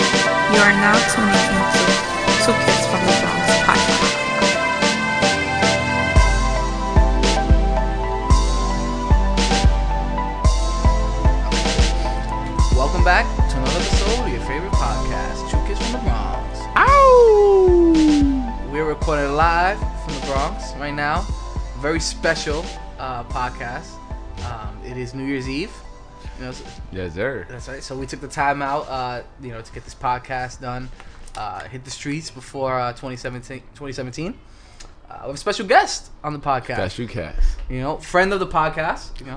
are now tuning into Two Kids from the Bronx podcast. Welcome back to another episode of your favorite podcast, Two Kids from the Bronx. Ow! We're recording live from the Bronx right now. Very special uh, podcast. Um, it is New Year's Eve. You know, so- Yes, sir. that's right. So we took the time out, uh, you know, to get this podcast done. Uh, hit the streets before uh, 2017. 2017. Uh, we have a special guest on the podcast. That's you, Cass. You know, friend of the podcast. You know,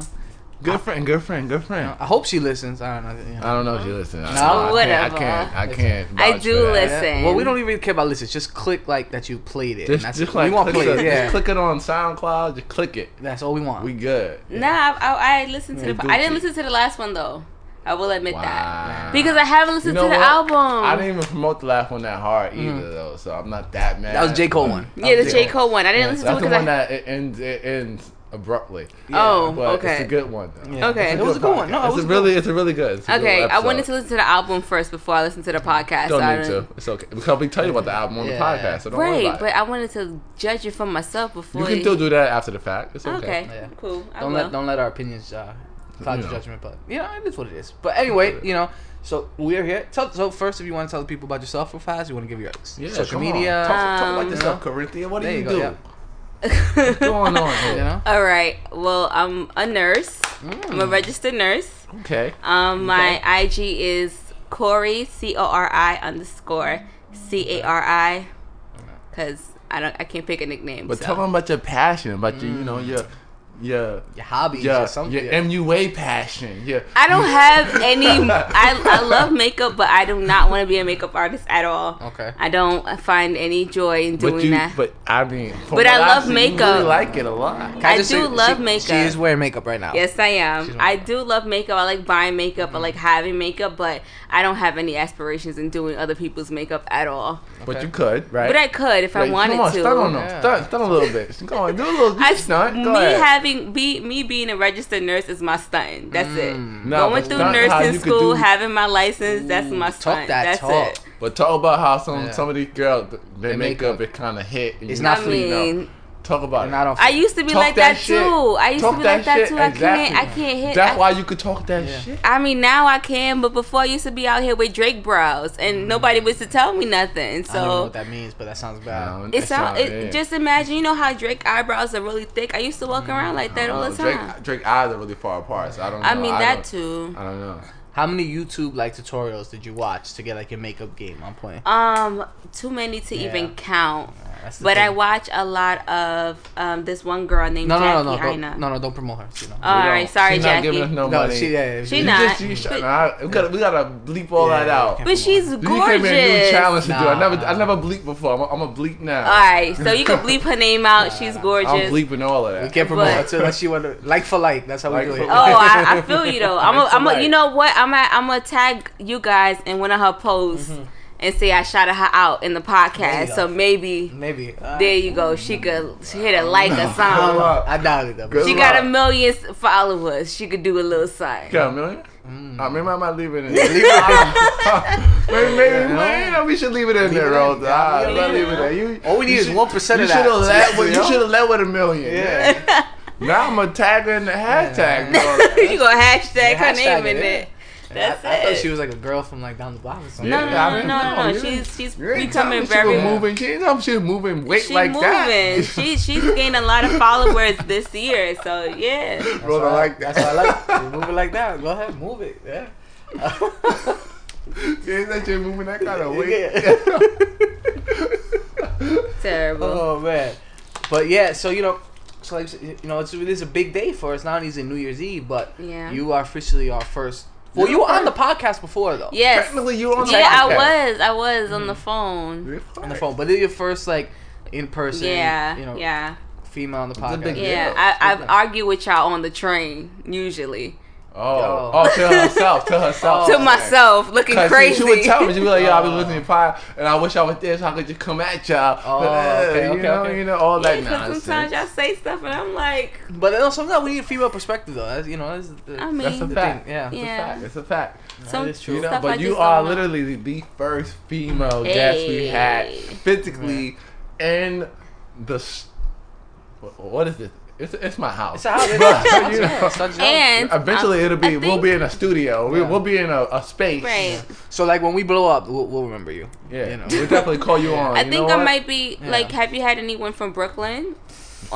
Good friend, good friend, good You know, friend. I hope she listens. I don't know. You know. I don't know if you listen. I, No, I can't- whatever. I can't. I can't. I vouch do for that. listen. Yeah, Well, we don't even care about listen. Just click like that you played it. and Just, that's just we like want click play. it, Yeah, just click it on SoundCloud. Just click it. that's all we want. We good. Nah, I, I, I listened Yeah, to the. I didn't Gucci. listen to the last one though. I will admit that Wow. because I haven't listened know to the what? album. Mm-hmm. I didn't even promote the last one that hard either, though. So I'm not that mad. that was J Cole one. yeah, the J Cole one. I didn't That's listen to the it because I. one that it ends. It ends abruptly. oh, but okay. It's a good one. Though. Yeah. Okay. It's it was a good one. podcast. No, it it's was a good. really, it's a really good. it's a good okay, I episode. wanted to listen to the album first before I listened to the podcast. so I Don't need to. didn't- It's okay because we tell you about the album on Yeah. the podcast. So don't worry Right, about but it. I wanted to judge it for myself before. You can it- still do that after the fact. It's okay. Okay, Yeah. cool. I Don't will. let don't let our opinions uh, cloud your You know. judgment. But you know, it is what it is. But anyway, you know, so we're here. Tell, so first, if you want to tell the people about yourself real fast, you want to give your Yeah, social come on. media. Talk, talk Um, about yourself, Corinthia. What do There you, you go, do? yeah. What's going on here? You know, All right. Well, I'm a nurse. I'm a Mm. registered nurse. Okay. Um, my IG is Corey C O R I underscore C A R I, because I don't I can't pick a nickname. But so. tell them about your passion, about your, you Mm. know, your, your, your hobbies your, or something. your yeah. MUA passion. Yeah. I don't have any. I I love makeup, but I do not want to be a makeup artist at all. Okay. I don't find any joy in doing but you, that. but I mean, from But what I've I love seen, You makeup. really like it a lot. Can I just do say- love she- makeup. She is wearing makeup right now. Yes, I am. She's I wonderful. do love makeup. I like buying makeup. Mm-hmm. I like having makeup, but I don't have any aspirations in doing other people's makeup at all. But you could, right? But I could if I Like, wanted come on, to. Stunt on them. Yeah. Stunt, stunt a little bit. Come on, do a little do I, a stunt. Go me ahead. having be me being a registered nurse is my stunt. That's it. No, Going Mm. but through stunt how you could nursing school, do- having my license, that's my Ooh, talk stunt. that that's talk. it. But talk about how some Yeah. some of these girls, th- their Their makeup, makeup. it kind of hit. and It's you not I know, free, no. mean, Talk You're about it. not on. I used to be Talk like that, that shit. too. I used Talk to be like that that shit, too. I exactly. can't I can't hit That's I, why you could talk that Yeah. shit. I mean now I can, but before I used to be out here with Drake brows and Mm. nobody was to tell me nothing. I don't know So what that means, but that sounds I bad. don't- it's that's all not it, it. just imagine, you know how Drake eyebrows are really thick. I used to walk around like that all the Mm, Drake- time. Drake eyes are really far apart, so I don't. Know. I mean that don't- too. I don't know. How many YouTube like tutorials did you watch to get like your makeup game on point? Um, too many to Yeah. even count. That's the But I thing. watch a lot of um, this one girl named No, no, Jackie no, Uh, no, Aina. don't, no, no, don't promote her. You know. All We right, don't- sorry, she Not Jackie. giving us no, no, money. she, yeah, yeah, She she- You not. just- you shut- nah, we gotta we gotta bleep all Yeah, that out. we can't- but she's You came gorgeous. here new challenge to do. Nah. I never I never bleep before. I'm, I'm a bleep now. All right, so you can bleep her name out. She's gorgeous. I'm bleeping all of that. We can't promote But- her so unless she want to like for like. That's how Like we do for it. Oh, I, I feel you though. I'm a, It's I'm a, alright. you know what? I'm i I'm gonna tag you guys in one of her posts and say I shouted her out in the Mm-hmm. There you podcast. go. So maybe Maybe. Uh, there you go. She could she hit a like or Good something. luck. I doubt it though. Good She luck. got a million s- followers. She could do a little sign. Got a million? Uh, maybe I might leave it in. there. Leave it maybe maybe, maybe we should leave it in there, it Rose. in. Ah, Yeah, I'm leave not it leaving in. it there. You, All we need you is should- 1% of You should that. have led with. Yeah. You should have led with a million. Yeah. Yeah. now I'm a tagger in the hashtag. and all that. you gonna hashtag Yeah, her hashtag name in it, it. I, That's I thought it. she was like a girl from like down the block or something. no, Yeah, no, I no, mean, no, no, no, no. you- She's she's You ain't becoming tell me very. She was moving. She ain't tell me she was moving weight She like moving. that. She she's gained a lot of followers this year. So yeah. Rose, I like that. That's what I like. You move it like that. Go ahead, move it. Yeah. She ain't that you moving that kind of weight. Yeah. Terrible. Uh, Oh man, but yeah. So you know, so like you know, it's it is a big day for us. Not only is it New Year's Eve, but Yeah. you are officially our first. Well, you were on the podcast before though. yes. Technically, you on Yeah, that I was. I was on the Mm-hmm. phone. podcast. on the phone, but it's your first like in person. Yeah. you know, yeah. female on the a podcast. big yeah, Yeah. I, I've okay. argued with y'all on the train usually. Oh, oh, to herself, to herself. to Oh, Okay. myself, looking 'Cause crazy. She, she would tell me, she'd be like, "Yo, I've been listening to pod, and I wish I was there so I could just come at y'all." Oh, Uh, okay, you okay, know, okay. you know, all Yeah, that 'cause nonsense. sometimes y'all say stuff and I'm like, But you know, sometimes we need a female perspective, though. That's, you know, that's, the- I mean, That's a the fact. thing, yeah. It's Yeah. a fact. It's a fact. some is true. You know, stuff but I you just are don't know. literally the first female guest we had Hey. physically in the. s- What, what is this? It's, it's my it's house. a hobby. But, you know, And eventually I- it'll be I we'll think- be in a studio. We, Yeah. We'll be in a, a space. Right. so, like, when we blow up, we'll, we'll remember you. Yeah. You know. We'll definitely call you Oh, on. I You think know I what? might be Yeah. like, have you had anyone from Brooklyn on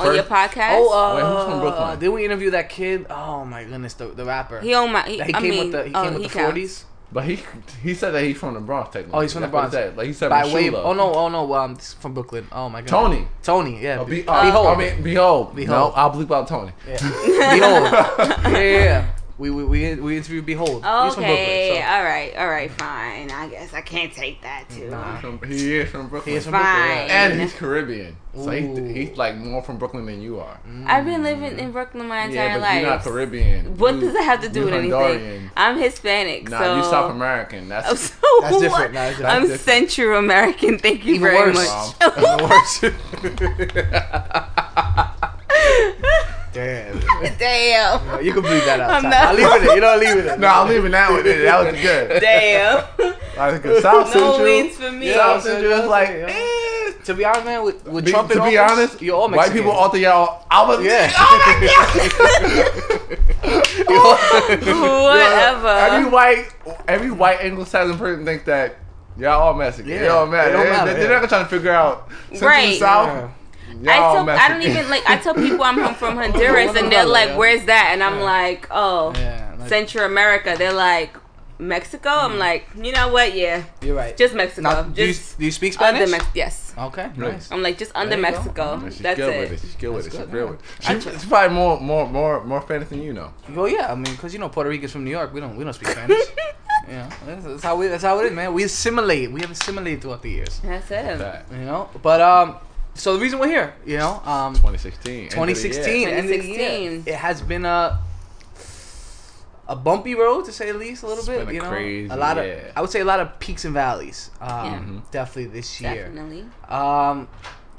First- your podcast? Oh, uh, Wait, who's from Brooklyn? Did we interview that kid? Oh my goodness, the, the rapper. he on my. He, uh, That he I came with mean, the he oh, came with he the counts. forties But he he said that he's from the Bronx. Technically. Oh, he's from the That's what he Bronx. said. Like he said, by way. Of, Meshuggah. oh no, oh no, um, this is from Brooklyn. Oh my god. Tony. Tony, yeah. Oh, be, Be- behold. I mean, behold. Behold. No, I'll bleep out Tony. Yeah. behold. Yeah, yeah, yeah. We we we, we interviewed Behold. He's from Okay, Brooklyn. all right, all right, fine. I guess I can't take that too. Nah. From- He is from Brooklyn. He is from Fine. and he's Caribbean, so he's, Ooh. he's like more from Brooklyn than you are. I've been living in Brooklyn my entire Yeah, but life. you're not Caribbean. What You- does it have to do you with anything? Hondurian. I'm Hispanic, Nah, so you South American. That's I'm so That's different. Nah, that's different. I'm That's different. Central American. Thank you Even very worse. um, much. Brooklyn. Damn. Damn. You can bleep that out. I'm Ty. not- I'll leave it in. You know, I'll leave it in. no, I'm leaving that one. in. That was good. Damn. That was good. South No Central. wins for me. South Central is like. Yeah. eh. To be honest, man, with, with Be- Trump in to be office, honest, you're all white Mexican. people alter y'all. I was Yeah. Oh my god. Every Oh Whatever. white, every white Anglo-Saxon person thinks that y'all all Mexican. Yeah. They all They don't Mexican. matter, They, are yeah. not trying to figure out Central Right. and South. Yeah. Y'all I all tell, I Mexican. don't even like I tell people I'm from- from Honduras and they're like, "Where's that?" And I'm like, "Oh, Yeah, like- Central America." They're like, "Mexico." I'm like, "You know what? Yeah, You're right. just Mexico. Now, do, you, just do you speak under Spanish? Mex- Yes, okay, Really? nice. I'm like just under There you go. Mexico. Yeah, she's That's good it. with it. She's good with That's it. She's good, real yeah. with it. She, she's probably more, more, more, more Spanish than you know. Well, yeah, I mean, because you know Puerto Ricans from New York, we don't we don't speak Spanish. yeah, that's, that's how we that's how it is, man. We assimilate. We have assimilated throughout the years, That's it. That you know. But um, so the reason we're here, you know, um, 2016. end of the year. 2016, end of the year. it 2016. has been a a bumpy road to say the least, a little It's bit. been a you know, crazy a lot year. Mm-hmm. of I would say a lot of peaks and valleys. Um, Yeah. definitely this year. Definitely. Um,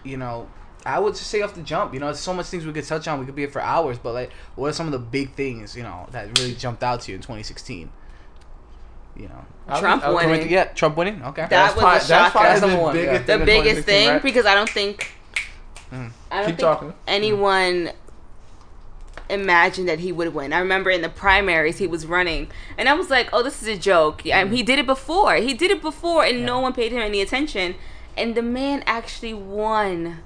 you know, I would just say off the jump, you know, there's so much things we could touch on. We could be here for hours, but like, what are some of the big things, you know, that really jumped out to you in 2016? You know, I was- Trump I was- won it. yeah, Trump winning. Okay, That- was a probably- That's shocker. That's probably number the one, yeah. biggest The thing. in biggest 2016, thing right? because I don't think Mm. I don't Keep think talking. anyone imagined that he would win. I remember in the primaries he was running, and I was like, "Oh, this is a joke." Yeah, he did it before. He did it before, and no one paid him any attention. And the man actually won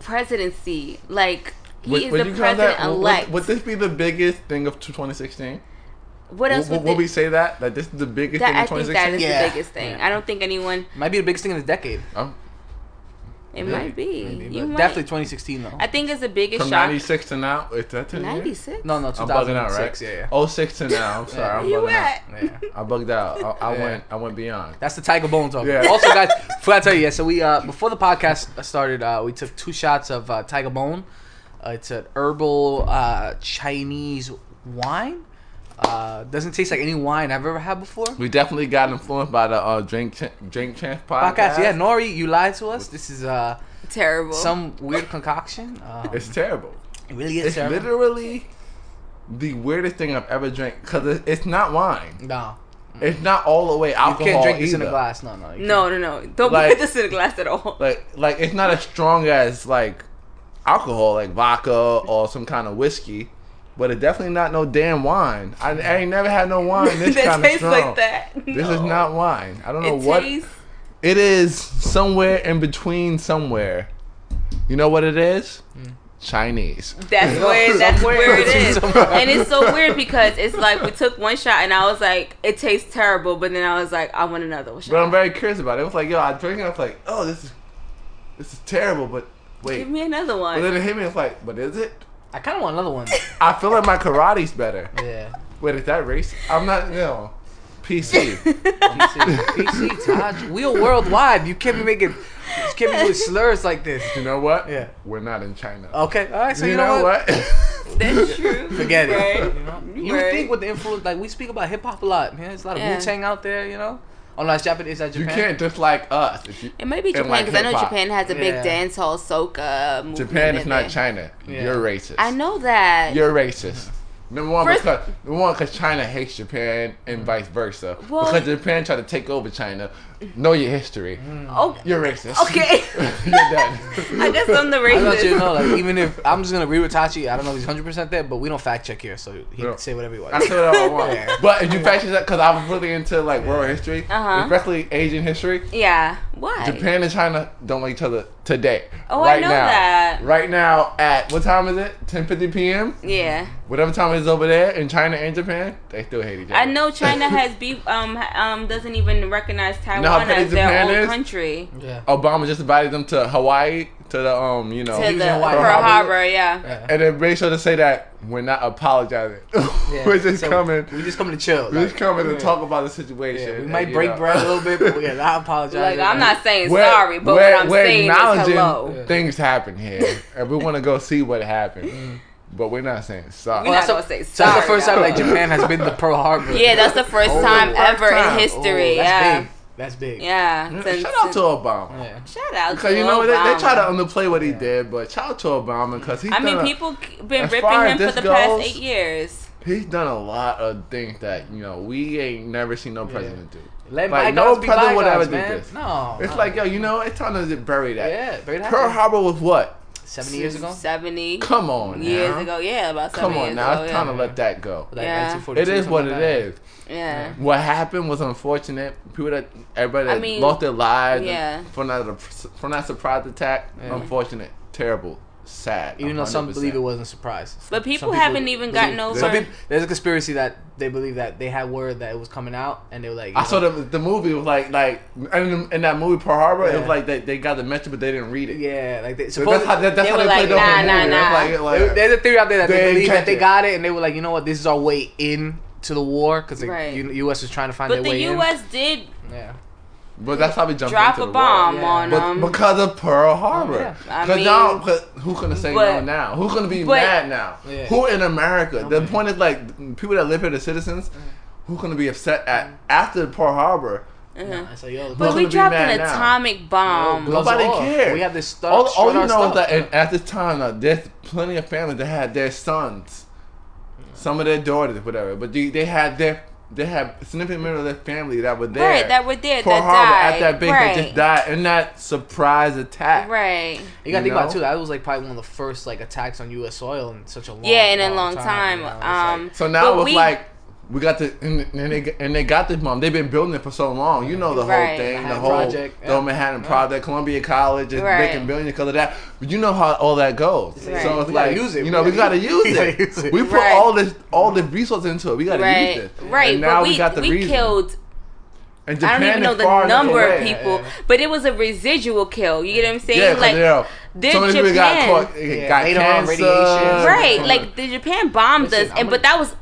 presidency. Like he Would- is would the you count that- president would- elect. Would, would this be the biggest thing of 2016? what else Would, would would we th- say that? That this is the biggest that? thing I of think that 2016? is Yeah. the biggest thing. Yeah. I don't think anyone. might be the biggest thing in the decade. Um, It Really? might be. Maybe, You but might. definitely 2016 though. I think it's the biggest from shock. 96 to now? Is that 10 years? Ninety six. no, no, I'm bugging out, 2006. right? Yeah, yeah. Oh, 06 to now. I'm sorry. I'm You bugging out. at? yeah. I bugged out. I, I Yeah. went. I went beyond. That's the Tiger Bone talk. Yeah. Also, guys, forgot to tell you. Yeah, so we uh, before the podcast started, uh, we took two shots of uh, Tiger Bone. Uh, it's an herbal uh, Chinese wine. Uh, doesn't taste like any wine I've ever had before. We definitely got influenced by the uh, drink Ch- drink chance podcast. Podcast, yeah, Nori, you lied to us. This is uh, Terrible. some weird concoction. Um, It's terrible. it really is It's terrible. literally the weirdest thing I've ever drank because it, it's not wine. no, It's not all the way you alcohol can't drink this in either. a glass. No, no, you No, no, no. Don't Like- put this in a glass at all. Like like it's not as strong as like alcohol, like vodka or some kind of whiskey. But it definitely not no damn wine. I, I ain't never had no wine this that kind of tastes strong. like that. This is No. not wine. I don't know It oh, what tastes. It is somewhere in between somewhere. You know what it is? Chinese. That's where. That's Somewhere. where it is. Somewhere. And it's so weird because it's like we took one shot and I was like, it tastes terrible. But then I was like, I want another shot. But I'm very curious about it. It was like, yo, I drank it. I was like, oh, this is this is terrible. But wait, Give me another but then one. it hit me. It's like, but is it? I kind of want another one. I feel like my karate's better. yeah. Wait, is that race? I'm not. No, PC. PC, Taj, we are worldwide. You can't be making, you can't be doing slurs like this. you know what? Yeah. We're not in China. Okay, all right. So you, know, what? That's true. Forget it. Right? You know, you Right. would think with the influence, like we speak about hip hop a lot, man. There's a lot of Yeah. Wu Tang out there, you know. Unless Japanese, is that You Japan? can't dislike us. If you, It might be and Japan like because I know hip-hop. Japan has a big Yeah. dance hall soca movement. Japan is in not there. China. Yeah. You're racist. I know that. You're racist. Number one, First- because number one, because China hates Japan Mm. and vice versa. Well- because Japan tried to take over China. Know your history. Mm. oh, You're racist. okay. You're done. I guess I'm the I racist. let you know, like even if I'm just gonna agree with Tachi, I don't know if he's 100 percent there, but we don't fact check here, so he Yeah. can say whatever he I wants. said what I want. Yeah. But if you fashion that, because I was really into like world history, Uh-huh. especially Asian history. yeah. Why? Japan and China don't like each other today. Oh, I right know now. that. Right now at what time is it? 10:50 p.m. Yeah. Whatever time it is over there in China and Japan, they still hate each other. I know China has beef. Um, ha- um, doesn't even recognize Taiwan how petty as their Japan own is? country. Yeah. Obama just invited them to Hawaii to the um, you know, To the Hawaii. Pearl Pearl Harbor. Harbor, yeah. Yeah. and then made sure to say that we're not apologizing. Yeah. we're just So, coming. We're just coming to chill. We're like, just coming to yeah. talk about the Yeah, situation. we and, might you break know. bread a little bit, but yeah, I apologize. Like I'm not saying We're- sorry, but we're- what I'm we're saying is acknowledging hello. Things happen here, and we want to go see what Mm. happened, but we're not saying sorry. We're not Well, gonna say sorry. So that's the first time like Japan has been to Pearl Harbor. Yeah, that's the first Oh, time first ever time. in history. Oh, that's yeah. big. That's big. Yeah. Since- Mm, Shout out to Obama. Yeah. Shout out Because to you know what? They, they Obama. try to underplay what he did, but shout out to Obama because he's I mean, done people c- been as ripping far as him for this the past goes- eight years. a, he's done a lot of things that you know we ain't never seen no president do. Let Like like, no be president would ever bygones, do man. this. No. It's no. like yo, you know, it's time to bury that. yeah, very Pearl happy. Harbor was what? Seventy years ago. Seventy Come on, years now. ago. Yeah, about seven Come on years now, ago. it's yeah. time to let that go. Like Yeah. 1942, It is something what like it that. is. yeah. What happened was unfortunate. People that everybody that I mean, lost their lives yeah. from that from that surprise attack. Yeah. Unfortunate, terrible, sad. Even though some 100%. believe it wasn't a surprise. But people Some haven't even gotten believe- over- Some people, there's a conspiracy that they believe that they had word that it was coming out, and they were like, I saw the the movie was like like and in that movie Pearl Harbor it Yeah. was like they, they got the message but they didn't read it. Yeah, like they, So that's how that, that's They how were they like, played off the nah, nah, movie. That's nah. Like, like, there's a theory out there that they, They believe that catch they it. got it, and they were like, you know what, this is our way in to the war because Right. the U- U.S. was trying to find But their the way U.S. did in. Yeah, but that's how we jumped drop into a the bomb Yeah. on War. them. But, because of Pearl Harbor. Yeah. Um, I Cause mean- y'all- 'cause who's gonna say but- no now? Who's gonna be but- mad now? Yeah. Who in America? the Nobody. point is like people that live here, the citizens, Mm. who's gonna be upset at after Pearl Harbor? Uh-huh. Nah, it's like, yo, But Who's we gonna be dropped mad an now? Oh, atomic bomb. Yo, gloves Nobody off. cares. We have this stuff. all, all shred you our know is stuff. that in, at this time, uh, there's plenty of families that had their sons, Mm. some of their daughters, whatever. But they, they had their they had significant member of their family that were there. Right, that were there, Pearl that Harbor died. at that big right. that just died in that surprise attack. Right. You gotta think You about it, know? too. That was like probably one of the first like attacks on U.S. soil in such a long yeah, in a long you time. know, it's um, like- So now but it's we- like we got the and, and they and they got this mom. They've been building it for so long. You know the Right. whole thing, the Manhattan whole Project, yeah. the Manhattan Project, Columbia College is Right. making billions because of that. But you know how all that goes. Right. So it's We gotta like use it. you know We we, gotta gotta use use- it. we gotta use it. We put Right. all this all the resources into it. We gotta right, use it. right. And now but we, we, got the we reason. killed. and I don't even is know the far enough number of away. people, Yeah. but it was a residual kill. You get what I'm saying? Yeah, 'cause like, they're- they're so many people got Japan. caught, yeah, Yeah, got later on, cancer, radiation. right? Yeah. Like the Japan bombed Listen, us, I'm and but that was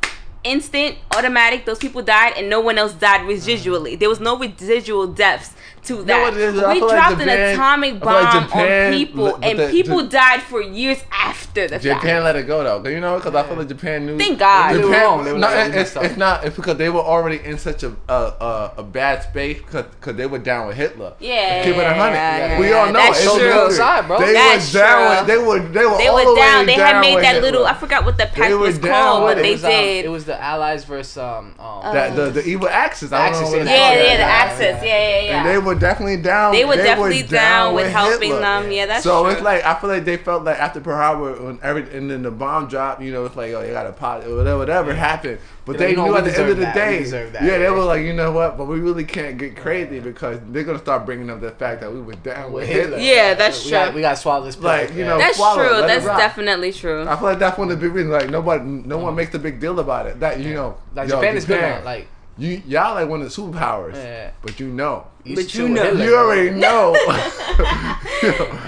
instant, automatic. Those people died, and no one else died residually. There was no residual deaths to know that. what it is? I We feel like dropped an Japan- atomic I feel like bomb Japan- on people, but and the- people Ja- died for years after the fact. Japan let it go though, 'cause you know, because I feel like Japan knew. Thank God. They were Japan- wrong. They were no, like, it- we it's, messed up. it's not. It's because they were already in such a a, a, a bad space because they were down with Hitler. Yeah, keep it a hundred. yeah, yeah, we yeah. all know That's it's true. Hitler. That's side, bro. They That's were down. true. With, they were. They were. They all were the down. Way They down had made with that Hitler. little. I forgot what the pact were was down called, with but it. they it was, um, did. Uh, it was the Allies versus um, um that the, the evil axis. I don't Axis, know what yeah, it's yeah, called. yeah, the yeah, axis. yeah. Yeah, yeah, yeah. And they were definitely down. They were definitely down with helping Hitler. them. Yeah, that's so true. it's like I feel like they felt like after Pearl Harbor when every and then the bomb dropped, you know, it's like oh you got a pot whatever whatever happened. But They're like, they no, knew we at the end deserve of the that. We day, deserve that. yeah, they were like you know what, but we really can't get crazy because they're gonna start bringing up the fact that we were down with Hitler. Yeah, that's we Got, true. we got to swallow this. Like, pill, you yeah. know, that's swallow it, true. let it That's rock. Uh, definitely true. I feel like that's one of the big reasons like nobody no one makes a big deal about it. That you know like yo, Japan is good Japan, now. Like you y'all like one of the superpowers, Yeah. but you know He used But to you chill with know- Hitler. You already know.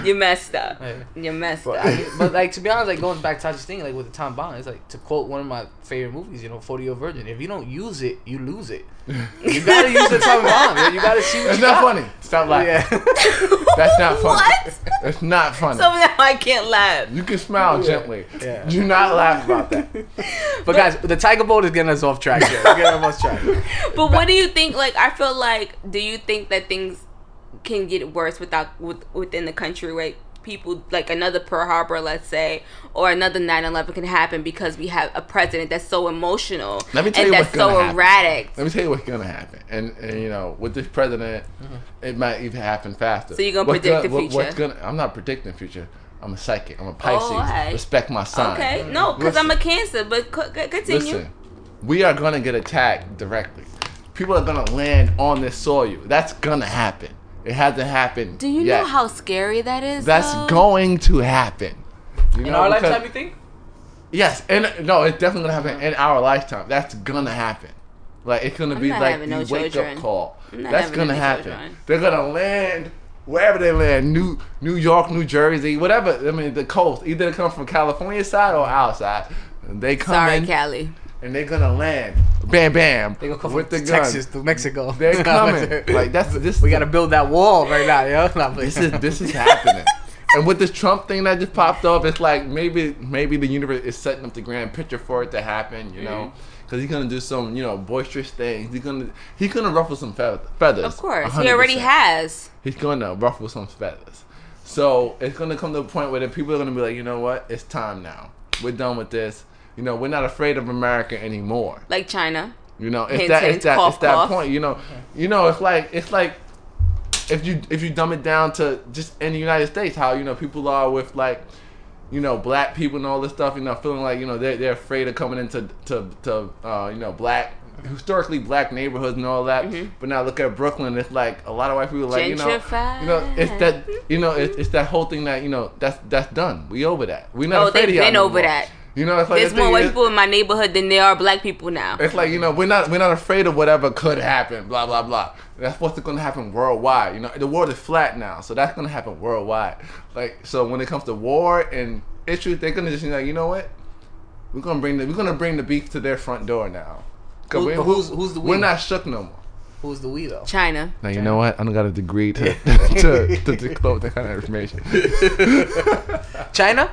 You messed up. Yeah. You messed But, up. but like to be honest, like going back to Tasha's thing, like with the Tom Bond, it's like to quote one of my favorite movies, you know, Forty Year Old Virgin. If you don't use it, you lose it. You gotta use the Tom Bond. man. You gotta see what That's you not got. funny. Stop laughing. Yeah. That's not funny. What? That's not funny. So now I can't laugh. you can smile gently. Yeah. Do not laugh about that. but guys, the Tiger Bolt is getting us off track here. We're getting us off track. But what do you think? Like, I feel like, do you think that things can get worse without with, within the country? Right? People like another Pearl Harbor, let's say, or another 9/11 can happen because we have a president that's so emotional Let me tell and you that's what's so gonna happen. erratic. Let me tell you what's gonna happen, and, and you know, with this president, Mm-hmm. it might even happen faster. So you gonna What's predict the what- What's future? gonna? I'm not predicting the future. I'm a psychic. I'm a Pisces. alright. Respect my sign. Okay, no, because I'm a Cancer. But co- co- continue. Listen, we are gonna get attacked directly. People are gonna land on this soil. That's gonna happen. It hasn't happened. do you yet. know how scary that is? That's though? going to happen. You In know, our because- lifetime, you think? Yes, and no, it's definitely gonna happen in our lifetime. That's gonna happen. Like it's gonna be not like the having no wake up children. call. I'm not That's having gonna any happen. children. They're gonna land wherever they land, New New York, New Jersey, whatever. I mean, the coast. Either they come from California side or outside. And they come Sorry, in Callie. and they're gonna land. Bam, bam. They gonna come with from the gun. Texas to Mexico. They're coming. like that's this. we is gotta build that wall right now, yo. Nah, please. this is this is happening. And with this Trump thing that just popped up, it's like maybe maybe the universe is setting up the grand picture for it to happen, you know? Because he's gonna do some you know boisterous things. He's gonna he's gonna ruffle some feath- feathers. Of course, he 100%. already has. He's gonna ruffle some feathers. So it's gonna come to a point where the people are gonna be like, you know what? It's time now. We're done with this. You know, we're not afraid of America anymore. Like China. You know, it's Hint, that hint, it's that cough, it's that cough. point. You know, you know, it's like it's like if you if you dumb it down to just in the United States, how you know people are with like you know black people and all this stuff. You know, feeling like you know they're they're afraid of coming into to to uh, you know black historically black neighborhoods and all that. Mm-hmm. But now look at Brooklyn. It's like a lot of white people are like you know you know it's that you know it's, it's that whole thing that you know that's that's done. We over that. We not Oh, afraid they've of y'all been no over more. that. You know, it's like There's the thing more white is- people in my neighborhood than there are black people now. it's like you know we're not we're not afraid of whatever could happen. Blah blah blah. That's what's going to happen worldwide. You know the world is flat now, so that's going to happen worldwide. Like so when it comes to war and issues, they're going to just be like you know what, we're going to bring the we're going to bring the beef to their front door now. 'Cause Who- we- but who's- who's the We're we? not shook no more. Who's the we though? China. Now you know what? I don't got a degree to to to disclose that kind of information. China?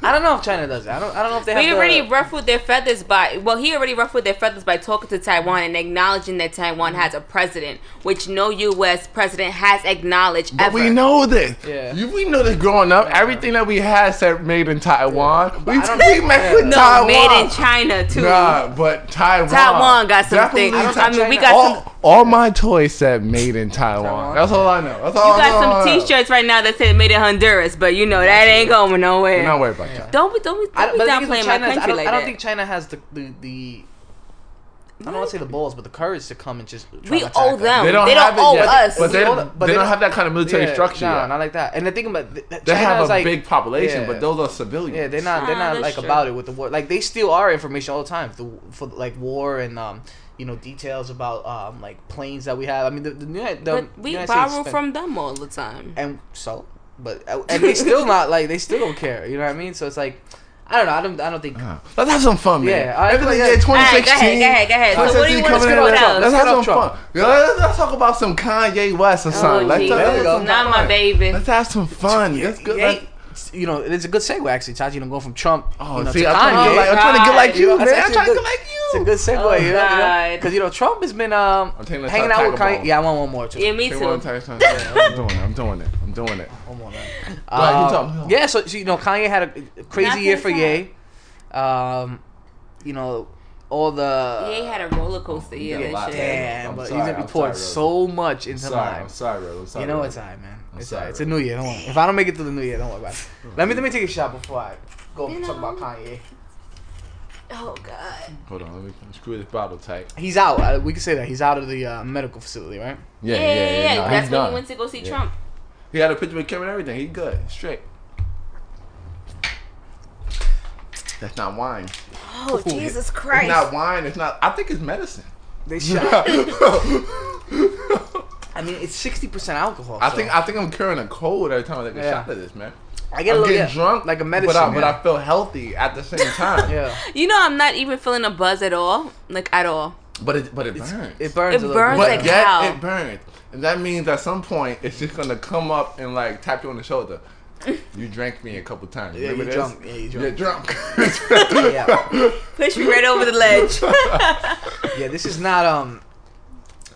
I don't know if China does it. I don't. I don't know if they have. We the- already ruffled their feathers by well, he already ruffled their feathers by talking to Taiwan and acknowledging that Taiwan Mm-hmm. has a president, which no U.S. president has acknowledged But ever. we know this. Yeah. You, we know this growing up. Everything that we had said made in Taiwan. We, I don't- we messed with yeah. no, Taiwan. made in China too. Nah, but Taiwan. Taiwan got some Definitely things. Ti- I mean, we China. got some. all, all my toys said made in Taiwan. Taiwan. That's all I know. That's all You I know. got some T-shirts right now that say made in Honduras, but you know that ain't going nowhere. I'm not worried about China. Don't be don't be, I don't don't, be but the thing is with downplaying my China is country I don't, like I don't that. think China has the the. the I don't want to say the balls, but the courage to come and just. we try to owe attack them. They don't, have it owe yet, us. But they, They owe don't, them, but they they don't don't- have that kind of military Yeah, structure Nah, yet. not like that. And the thing about th- th- They China have a is like, big population, Yeah. but those are civilians. Yeah, they're not. They're Ah, not that's like true. about it with the war. Like they steal our information all the time. The for like war and um, you know, details about um, like planes that we have. I mean, the the, Uni- the But we United States borrow spent- from them all the time. and so, but uh, and they still not like they still don't care. You know what I mean? So it's like, I don't know. I don't. I don't think. Nah. Let's have some fun, man. Yeah, all right, Everything go yeah, ahead. 2016. All right, go ahead, go ahead, go ahead. So what do 2016 you want to coming talk in, let's- about? Let's, Let's have get some off fun. Yeah, let's, let's talk about some Kanye West or something. Oh, let's Jesus. talk There we about go. some Not my fun. baby. Let's have some fun. Let's go. Yeah, Let's, you know, it's a good segue actually, Taji. You know, going from Trump. oh, you know, see, to I'm trying, to Kanye. get like, I'm trying to get like God. you, You know, man. that's I'm actually trying to a get good- like you. It's a good segue, Oh, you know, God. because you know Trump has been um I'm taking the hanging out Tiger with Bone. Kanye. Yeah, I want one more too. Yeah, me Take too. one at a time, take one at a time. I'm doing it. I'm doing it. Uh, I'm doing it. One more, man. ahead, keep Um, talking, keep talking. yeah, so, so, you know, Kanye had a crazy Nothing year for sad. Ye. Um, you know, all the Ye had a roller coaster year got a this lot. year. damn, I'm but sorry, he's gonna I'm be pouring sorry, so much into Sorry, mine. I'm sorry, Rose. I'm sorry. You know Rose. it's alright, man. It's sorry, alright. It's a bro. new year. Don't worry. If I don't make it to the new year, don't worry about it. Let me let me take a shot before I go You talk know. about Kanye. Oh God. Hold on, let me screw this bottle tight. He's out. Uh, We can say that he's out of the uh, medical facility, right? Yeah, Yeah, yeah, yeah. nah, he's That's when done. he went to go see Yeah. Trump. He had a picture with Kim and everything. He good, straight. That's not wine. Oh Ooh. Jesus It's Christ. not wine. It's not. I think it's medicine. They I shot. I mean, it's sixty percent alcohol. I so think I think I'm curing a cold every time I take a Yeah. shot of this, man. I I'm getting yeah, drunk, like a but medicine. I, but yeah. I feel healthy at the same time. yeah, You know, I'm not even feeling a buzz at all, like at all. But it but it burns. it burns. It a little burns bit. but like yet hell. it burns, and that means at some point it's just gonna come up and like tap you on the shoulder. You drank me a couple times. Yeah, Remember you this? drunk. Yeah, you You're drunk. drunk. Yeah, Push me right over the ledge. yeah. This is not um.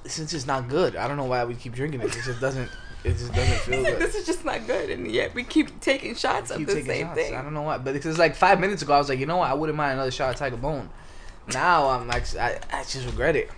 This is just not good. I don't know why we keep drinking it. It just doesn't. It just doesn't feel good. this is just not good, and yet we keep taking shots of keep the taking same shots. I thing. don't know why, but because like five minutes ago, I was like, you know what, I wouldn't mind another shot of Tiger Bone. Now I'm like, I, I just regret it.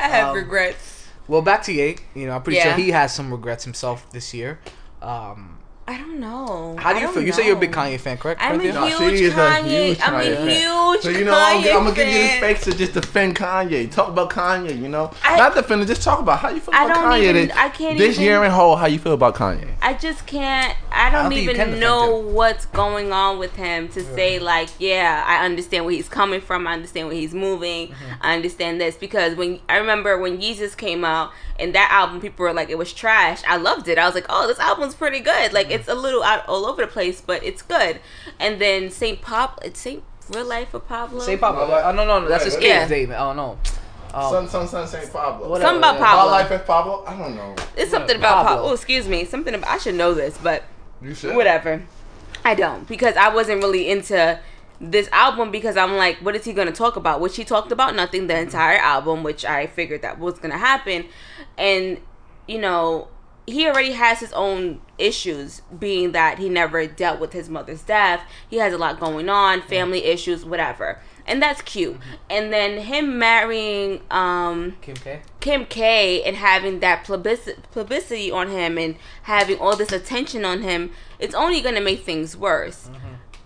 I have Um, regrets. Well, back to Ye. You know, I'm pretty Yeah. sure he has some regrets himself this year. Um, I don't know. how do I you don't feel? You say you're a big know. Kanye fan, correct? I'm a Cynthia? No, huge she is a Kanye. huge I'm a Kanye fan. huge So you know, I'm, Kanye I'm gonna give you the fan. space to just defend Kanye. Talk about Kanye. You know, I- not defend it. Just talk about how you feel I about don't Kanye. even- this, I can't This even- year in whole, how you feel about Kanye? I just can't. I don't, don't think you can even defend know what's going on with him to say like, yeah, I understand where he's coming from. I understand where he's moving. Mm-hmm. I understand this because when I remember when Jesus came out and that album, people were like, it was trash. I loved it. I was like, oh, this album's pretty good. Like it's a Mm-hmm. little out all over the place, but it's good. And then Saint Pop, it's Saint Real Life for Pablo. Say Pablo. Well, Oh, no, no, no, that's his yeah. kid, Yeah. David. Oh no. Um, Son, son, son, Saint Pablo. Whatever. Something about Yeah. My Pablo. life with Pablo. I don't know. It's something about Pablo. Pablo. Oh, excuse me. Something about I should know this, but. You should. whatever. I don't because I wasn't really into this album because I'm like, what is he gonna talk about? Which he talked about nothing the entire album, which I figured that was gonna happen, and you know he already has his own issues, being that he never dealt with his mother's death. He has a lot going on, family issues, whatever, and that's cute. And then him marrying um, Kim K. Kim K and having that publicity, publicity on him and having all this attention on him, it's only going to make things worse.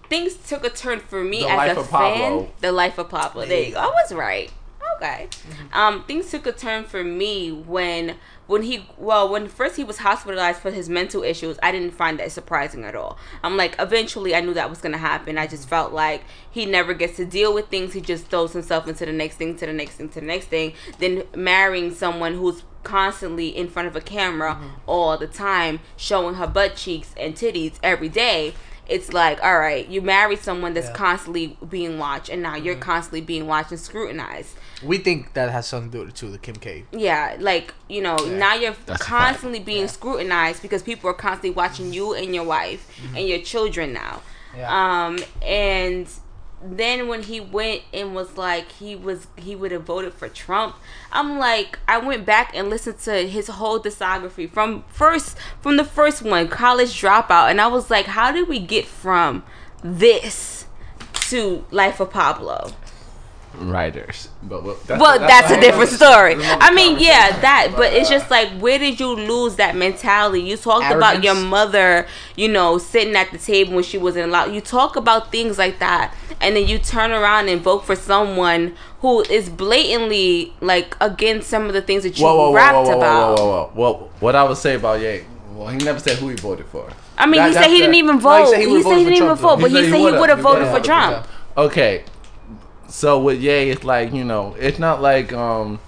Things took a turn for me Mm-hmm. The as life a of fan. Pablo. The life of Pablo. There you go. I was right. Okay. Um, things took a turn for me when when he well when first he was hospitalized for his mental issues. I didn't find that surprising at all. I'm like eventually I knew that was gonna happen. I just felt like he never gets to deal with things. He just throws himself into the next thing, to the next thing, to the next thing. Then marrying someone who's constantly in front of a camera all the time, showing her butt cheeks and titties every day it's like, all right, you marry someone that's Yeah. constantly being watched, and now Mm-hmm. you're constantly being watched and scrutinized. We think that has something to do with it too, the Kim K. Yeah, like you know, Yeah. now you're That's a fact. constantly being scrutinized because people are constantly watching you and your wife Mm-hmm. and your children now. Yeah. Um, and then when he went and was like he was he would have voted for Trump, I'm like I went back and listened to his whole discography from first from the first one, college dropout, and I was like, how did we get from this to Life of Pablo? Writers. But well, that's, well, that's, a different story. That's another I mean, yeah, conversation. that. But it's uh, just like, where did you lose that mentality? You talked about Arrogance. your mother, you know, sitting at the table when she wasn't allowed. You talk about things like that, and then you turn around and vote for someone who is blatantly like against some of the things that you whoa, whoa, rapped whoa, whoa, about. Whoa, whoa, whoa, whoa. Well, what I would say about Ye, well, he never said who he voted for. I mean, That- he said that's he didn't the- even No, vote. he said he he, would've said he voted for didn't even Trump, vote, though. but he said he would've- would have voted for Uh, would've. Trump. Okay, so with Ye, it's like you know, it's not like um.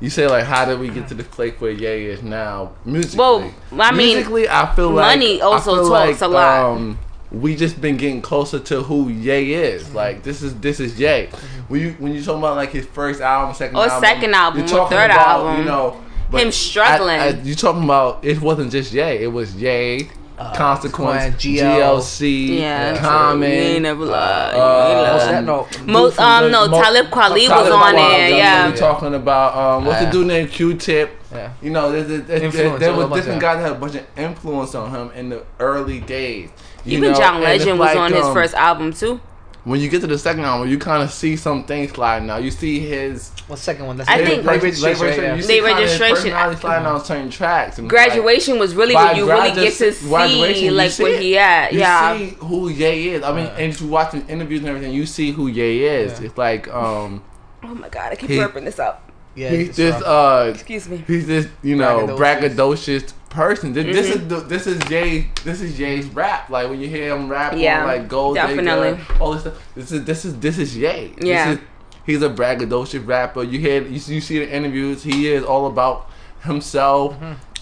You say like, how did we get to the place where Ye is now musically? I mean, musically, I feel like money I also feel talks a lot. Um, we just been getting closer to who Ye is. Like this is this is Ye. When you when you talking about like his first album, second Or album, second album, you're or talking third about, album. you know, but Him I- struggling. I- you talking about it wasn't just Ye. It was Ye. Consequence, Gwen, GL, GLC, Yeah, Common, Ain't never lie. uh, What's Ain't that? lie. No. Most Dude um from no, the- Mo- Talib Kweli Tyler was on Kweli, there. that's what Yeah, we talking about um, what's Yeah. the dude named Q-Tip? Yeah. You know, there's, there's, there's, Influence, there all was about different that. guys that had a bunch of influence on him in the early days. You even know, John and it's Legend was like, on his um, first album too. When you get to the second album, you kind of see some things sliding now. You see his What's second one? That's I Late- think- Late like, Registration, like, yeah. you see Late kinda his registration. personality sliding on certain tracks. and it's like- Graduation was really by when you really get to graduation- graduation, see you like see where it. he at. You Yeah, see who Ye is. I mean, and you watching interviews and everything, you see who Ye is. Yeah. It's like um, oh my god, I keep He- burping this up. yeah, he's it's just rough. uh, Excuse me. he's this you know braggadocious Braggadocious. person. This, this Mm-hmm. is the, this is Jay this is Jay's rap. Like when you hear him rap, Yeah, on, like gold definitely. digger, all this stuff. This is this is this is Jay. Yeah. This is, He's a braggadocious rapper. You hear, you, see- you see the interviews. He is all about himself,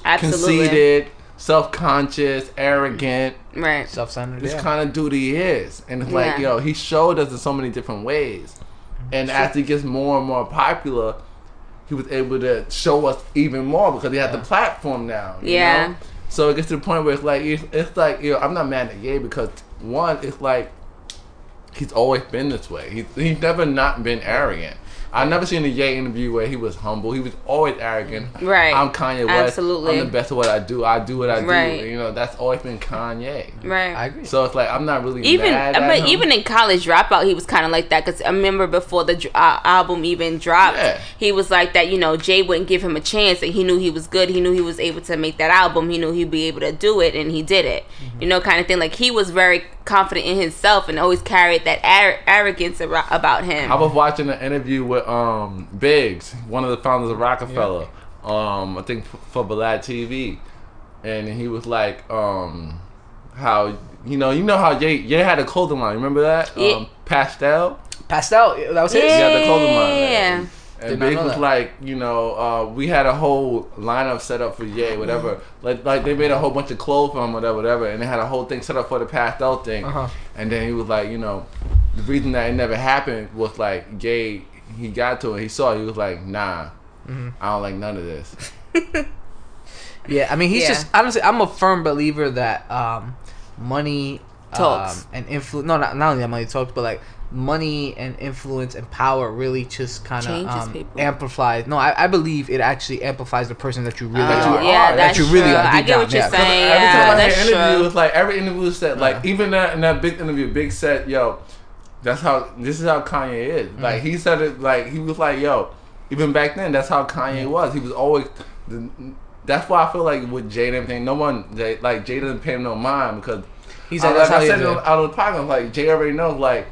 Absolutely. conceited, self-conscious, arrogant. Right. Self-centered. It's yeah. kind of dude he is, and it's like Yeah. yo, he showed us in so many different ways. And as he gets more and more popular, he was able to show us even more because he had the platform now. you Yeah. know? So it gets to the point where it's like it's, it's like you know, I'm not mad at Ye because one, it's like he's always been this way. He's he's never not been arrogant. I've never seen a Ye interview where he was humble. He was always arrogant. Right. I'm Kanye West. Absolutely. I'm the best at what I do. I do what I Right. do. You know, that's always been Kanye. Right. I agree. So it's like I'm not really even mad at but him. even in college dropout he was kind of like that because i remember before the dr- uh, album even dropped Yeah. he was like that you know jay wouldn't give him a chance and he knew he was good he knew he was able to make that album he knew he'd be able to do it and he did it Mm-hmm. you know kind of thing like he was very confident in himself and always carried that ar- arrogance ar- about him I was watching an interview with um Biggs, one of the founders of Rockefeller. Um, I think f- for Balad TV, and he was like, um, how you know you know how Ye Ye had a clothing line. Remember that? Yeah. Um, pastel. Pastel. That was his. Yeah. Yeah, the clothing line. Yeah. And- And Did not Biggs know was that. like, you know, uh, we had a whole lineup set up for Ye, Mm-hmm. whatever. Like, like they made a whole bunch of clothes for him, whatever, whatever. And they had a whole thing set up for the pastel thing. Uh-huh. And then he was like, you know, the reason that it never happened was like Ye, he got to it, he saw it, he was like, nah, Mm-hmm. I don't like none of this. Yeah, I mean, he's Yeah. just honestly, I'm a firm believer that um, money Talks. um, and influence. No, not, not only that money talks, but like money and influence and power really just kind Changes of um, people. amplifies. No, I, I believe it actually amplifies the person that you really That you are. are. Oh, yeah that that's you really true. are i deep get down, what you're yeah. saying every yeah time I that's hear interviews, true it's like every interview said, like even that in that big interview, Big said, "Yo, that's how this is how Kanye is." Mm-hmm. Like he said it, like he was like, "Yo," even back then, that's how Kanye was. He was always. The, that's why I feel like with Jay and everything, no one they, like Jay doesn't pay him no mind because He's I, like, like that's how I he said it is. on- out of the podcast, like Jay already knows, like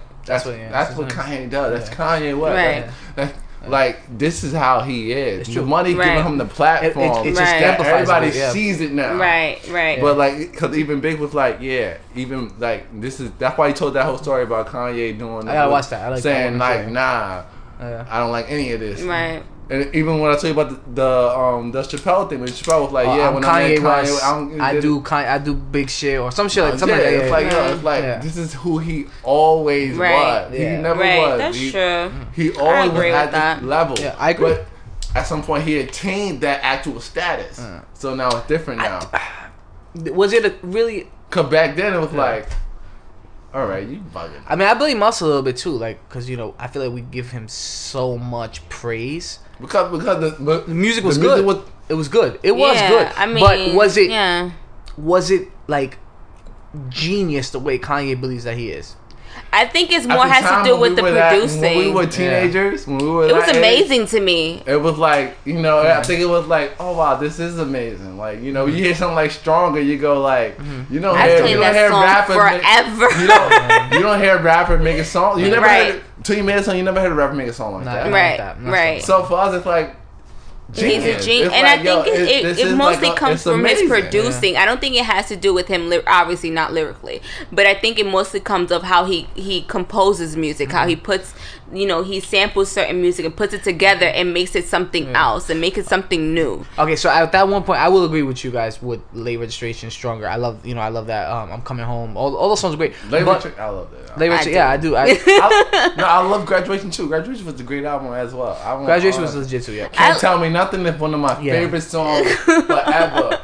That's that's that's what, what- Mm-hmm. yeah, that's his Kanye does. That's Kanye West. Right. That's, that's- like this is how he is. It's The true. money Right. giving him the platform. it just Right. amplifies it, Everybody yeah. sees it now. right right But like, because even Big was like, yeah, even like this is that's why he told that whole story about Kanye doing. I gotta watch that. I like that one, saying like, too. nah, Yeah. I don't like any of this. right And even when I tell you about the, the um the Chappelle thing, when Chappelle was like, Uh, yeah, I'm when Kanye I'm at Kanye, West. I'm, I do Kanye, I do big shit or some shit like something Uh, yeah, like that. it's like, yeah. yo, it's like Yeah. this is who he always Right. was. Yeah. He never right was. that's he, true He always was agree at with this that. level. Yeah, I agree. But at some point, he attained that actual status. So now it's different now. Was it a really? Cause back then it was like, all right, you bugging. I mean, I blame us a little bit too, like because you know I feel like we give him so much praise. Because because the, but The music the was good. it was good. It was yeah, good. i mean but was it yeah was it like genius the way Kanye believes that he is? I think it's at more the has time to do when with we the were that- when producing. we were teenagers, when we were it was that age, amazing to me. it was like you know, I think it was like, oh wow, this is amazing. Like you know, you hear something like stronger, you go like, Mm-hmm. you don't I hear, played you don't that hear song rapper forever. you don't you don't hear a rapper make a song. You never Right. heard till you made a song, you never heard a rapper make a song like Nah, that. like Right, that. Not right. so So for us, it's like. He's a genius, and I think it, it, it mostly comes from his producer. producing. I don't think it has to do with him, ly- obviously not lyrically, but I think it mostly comes of how he he composes music, how he Mm-hmm. puts, you know, he samples certain music and puts it together and makes it something else and makes it something new. Okay, so at that one point, I will agree with you guys with late registration stronger. I love you know I love that. Um, I'm coming home. All, all those songs are great. Labor but, Tri- I love that. Late I Registration- do. yeah, I do. I, I, no, I love Graduation too. Graduation was a great album as well. I won't- graduation I was won't- legit too. Yeah. Can't I- tell me nothing is one of my Yeah. favorite songs forever.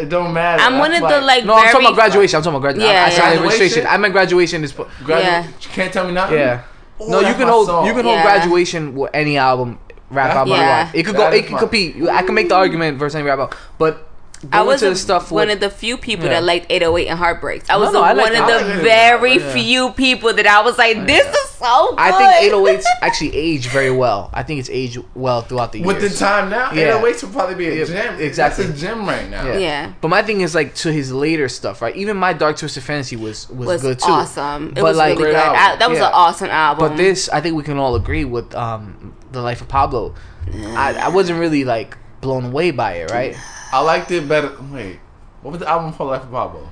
it don't matter. I'm one That's of the like No, I'm very talking about graduation. I'm talking about graduation. Yeah, Yeah, I, I said yeah. late registration. Graduation? I meant graduation is. po- gradu- Yeah. Can't tell me nothing. Yeah. Ooh, no, you Oh, that's can my hold song. you can hold Yeah. graduation with any album rap That's album. you Yeah. want. It could That go. is It could my- compete. I can make the argument versus any rap album, but I going was to a- the stuff one with of the few people Yeah. that liked 808 and Heartbreaks. I was no, the- I like one that. of the I oh like it. very Yeah. few people that I was Oh, like, this is so good. I think 808s actually age very well. I think it's aged well throughout the years. With the time now, Yeah. 808 should probably be a Yeah, gym. exactly. That's a gym right now. Yeah. Yeah. But my thing is like to his later stuff, right? Even my Dark Twisted Fantasy was was, was good too. awesome. It But, was like- really good. Great album. I, that was Yeah. an awesome album. But this, I think we can all agree with um the life of Pablo. I, I wasn't really like blown away by it, right? I liked it better. Wait, what was the album for Life of Pablo?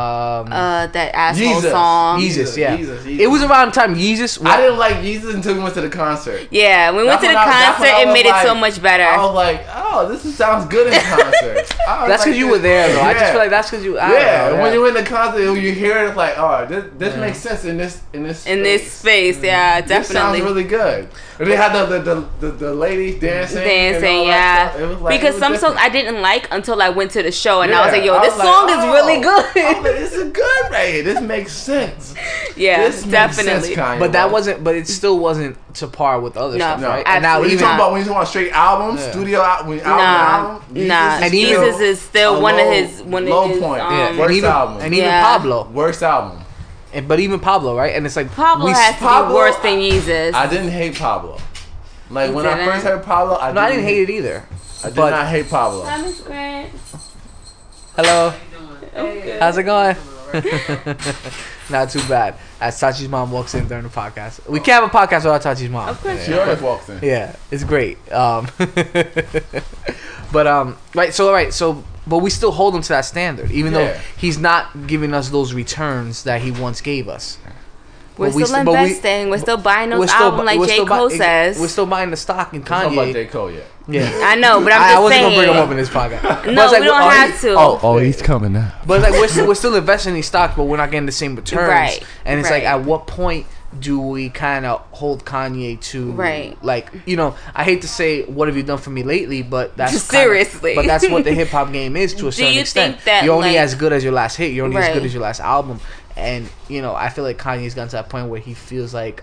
Um, Uh, that asshole Jesus. song. Yeezus, yeah. Yeezus, Yeezus. It was around the time Yeezus. I didn't like Yeezus until we went to the concert. Yeah, we went That's to the when I- that's concert. when I It was made it so like- much better. I was like, oh, this is- sounds good in concert. I That's was like, because you were there, though. I just yeah. feel like that's because you. I don't yeah, know, when you went to concert, when you hear it, it's like, oh, this, this makes sense in this in this in this space. space, yeah, This sounds definitely. really good. And they had the the, the, the, the ladies dancing, and dancing, all that yeah. stuff. It was like, it because was some different. songs I didn't like until I went to the show and I Yeah, was like, yo, this like, song oh. is really I was good. like, this is good right here. This makes sense. yeah, this definitely. Makes sense, Kanye But that West. wasn't. But it still wasn't to par with other No, stuff, no, right? And now When you even talking not. about when you talking about straight albums, Yeah. studio album, when album, nah, album nah. And even- Jesus is still a one low- of his one low of his point. yeah, um, and Worst even album. and even Yeah. Pablo, worst album. and, but even Pablo, right? And it's like Pablo we has to Pablo- be worse than Jesus. I didn't hate Pablo. Like You when I didn't? first heard Pablo, I No, I didn't hate it either. I did but- not hate Pablo. Thomas Grant. Hello, Okay. how's it going? Not too bad. As Tachi's mom walks in during the podcast, we can't have a podcast without Tachi's mom. Of course She yeah. always walks in. Yeah, it's great. Um, but um, right. So right. So but we still hold him to that standard, even Yeah. though he's not giving us those returns that he once gave us. We're But we still st- but we- investing. We're still buying those bu- albums like we're J. still bu- Cole ex- says. We're still buying the stock in I don't know about Kanye. J. Cole yet. Yeah. I know, but I'm I, just I wasn't saying. gonna bring him up in this podcast. But No, it's like, we don't oh, have he- to. Oh, oh, he's. coming now. But like we're still, we're still investing in these stocks, but we're not getting the same returns. Right, And it's like, right. at what point do we kind of hold Kanye to Right. Like you know, I hate to say, "What have you done for me lately?" But that's kinda- Seriously. but that's what the hip hop game is to a Do certain you extent. think that, you're only like- as good as your last hit. You're only as Right. good as your last album. And you know, I feel like Kanye's gotten to that point where he feels like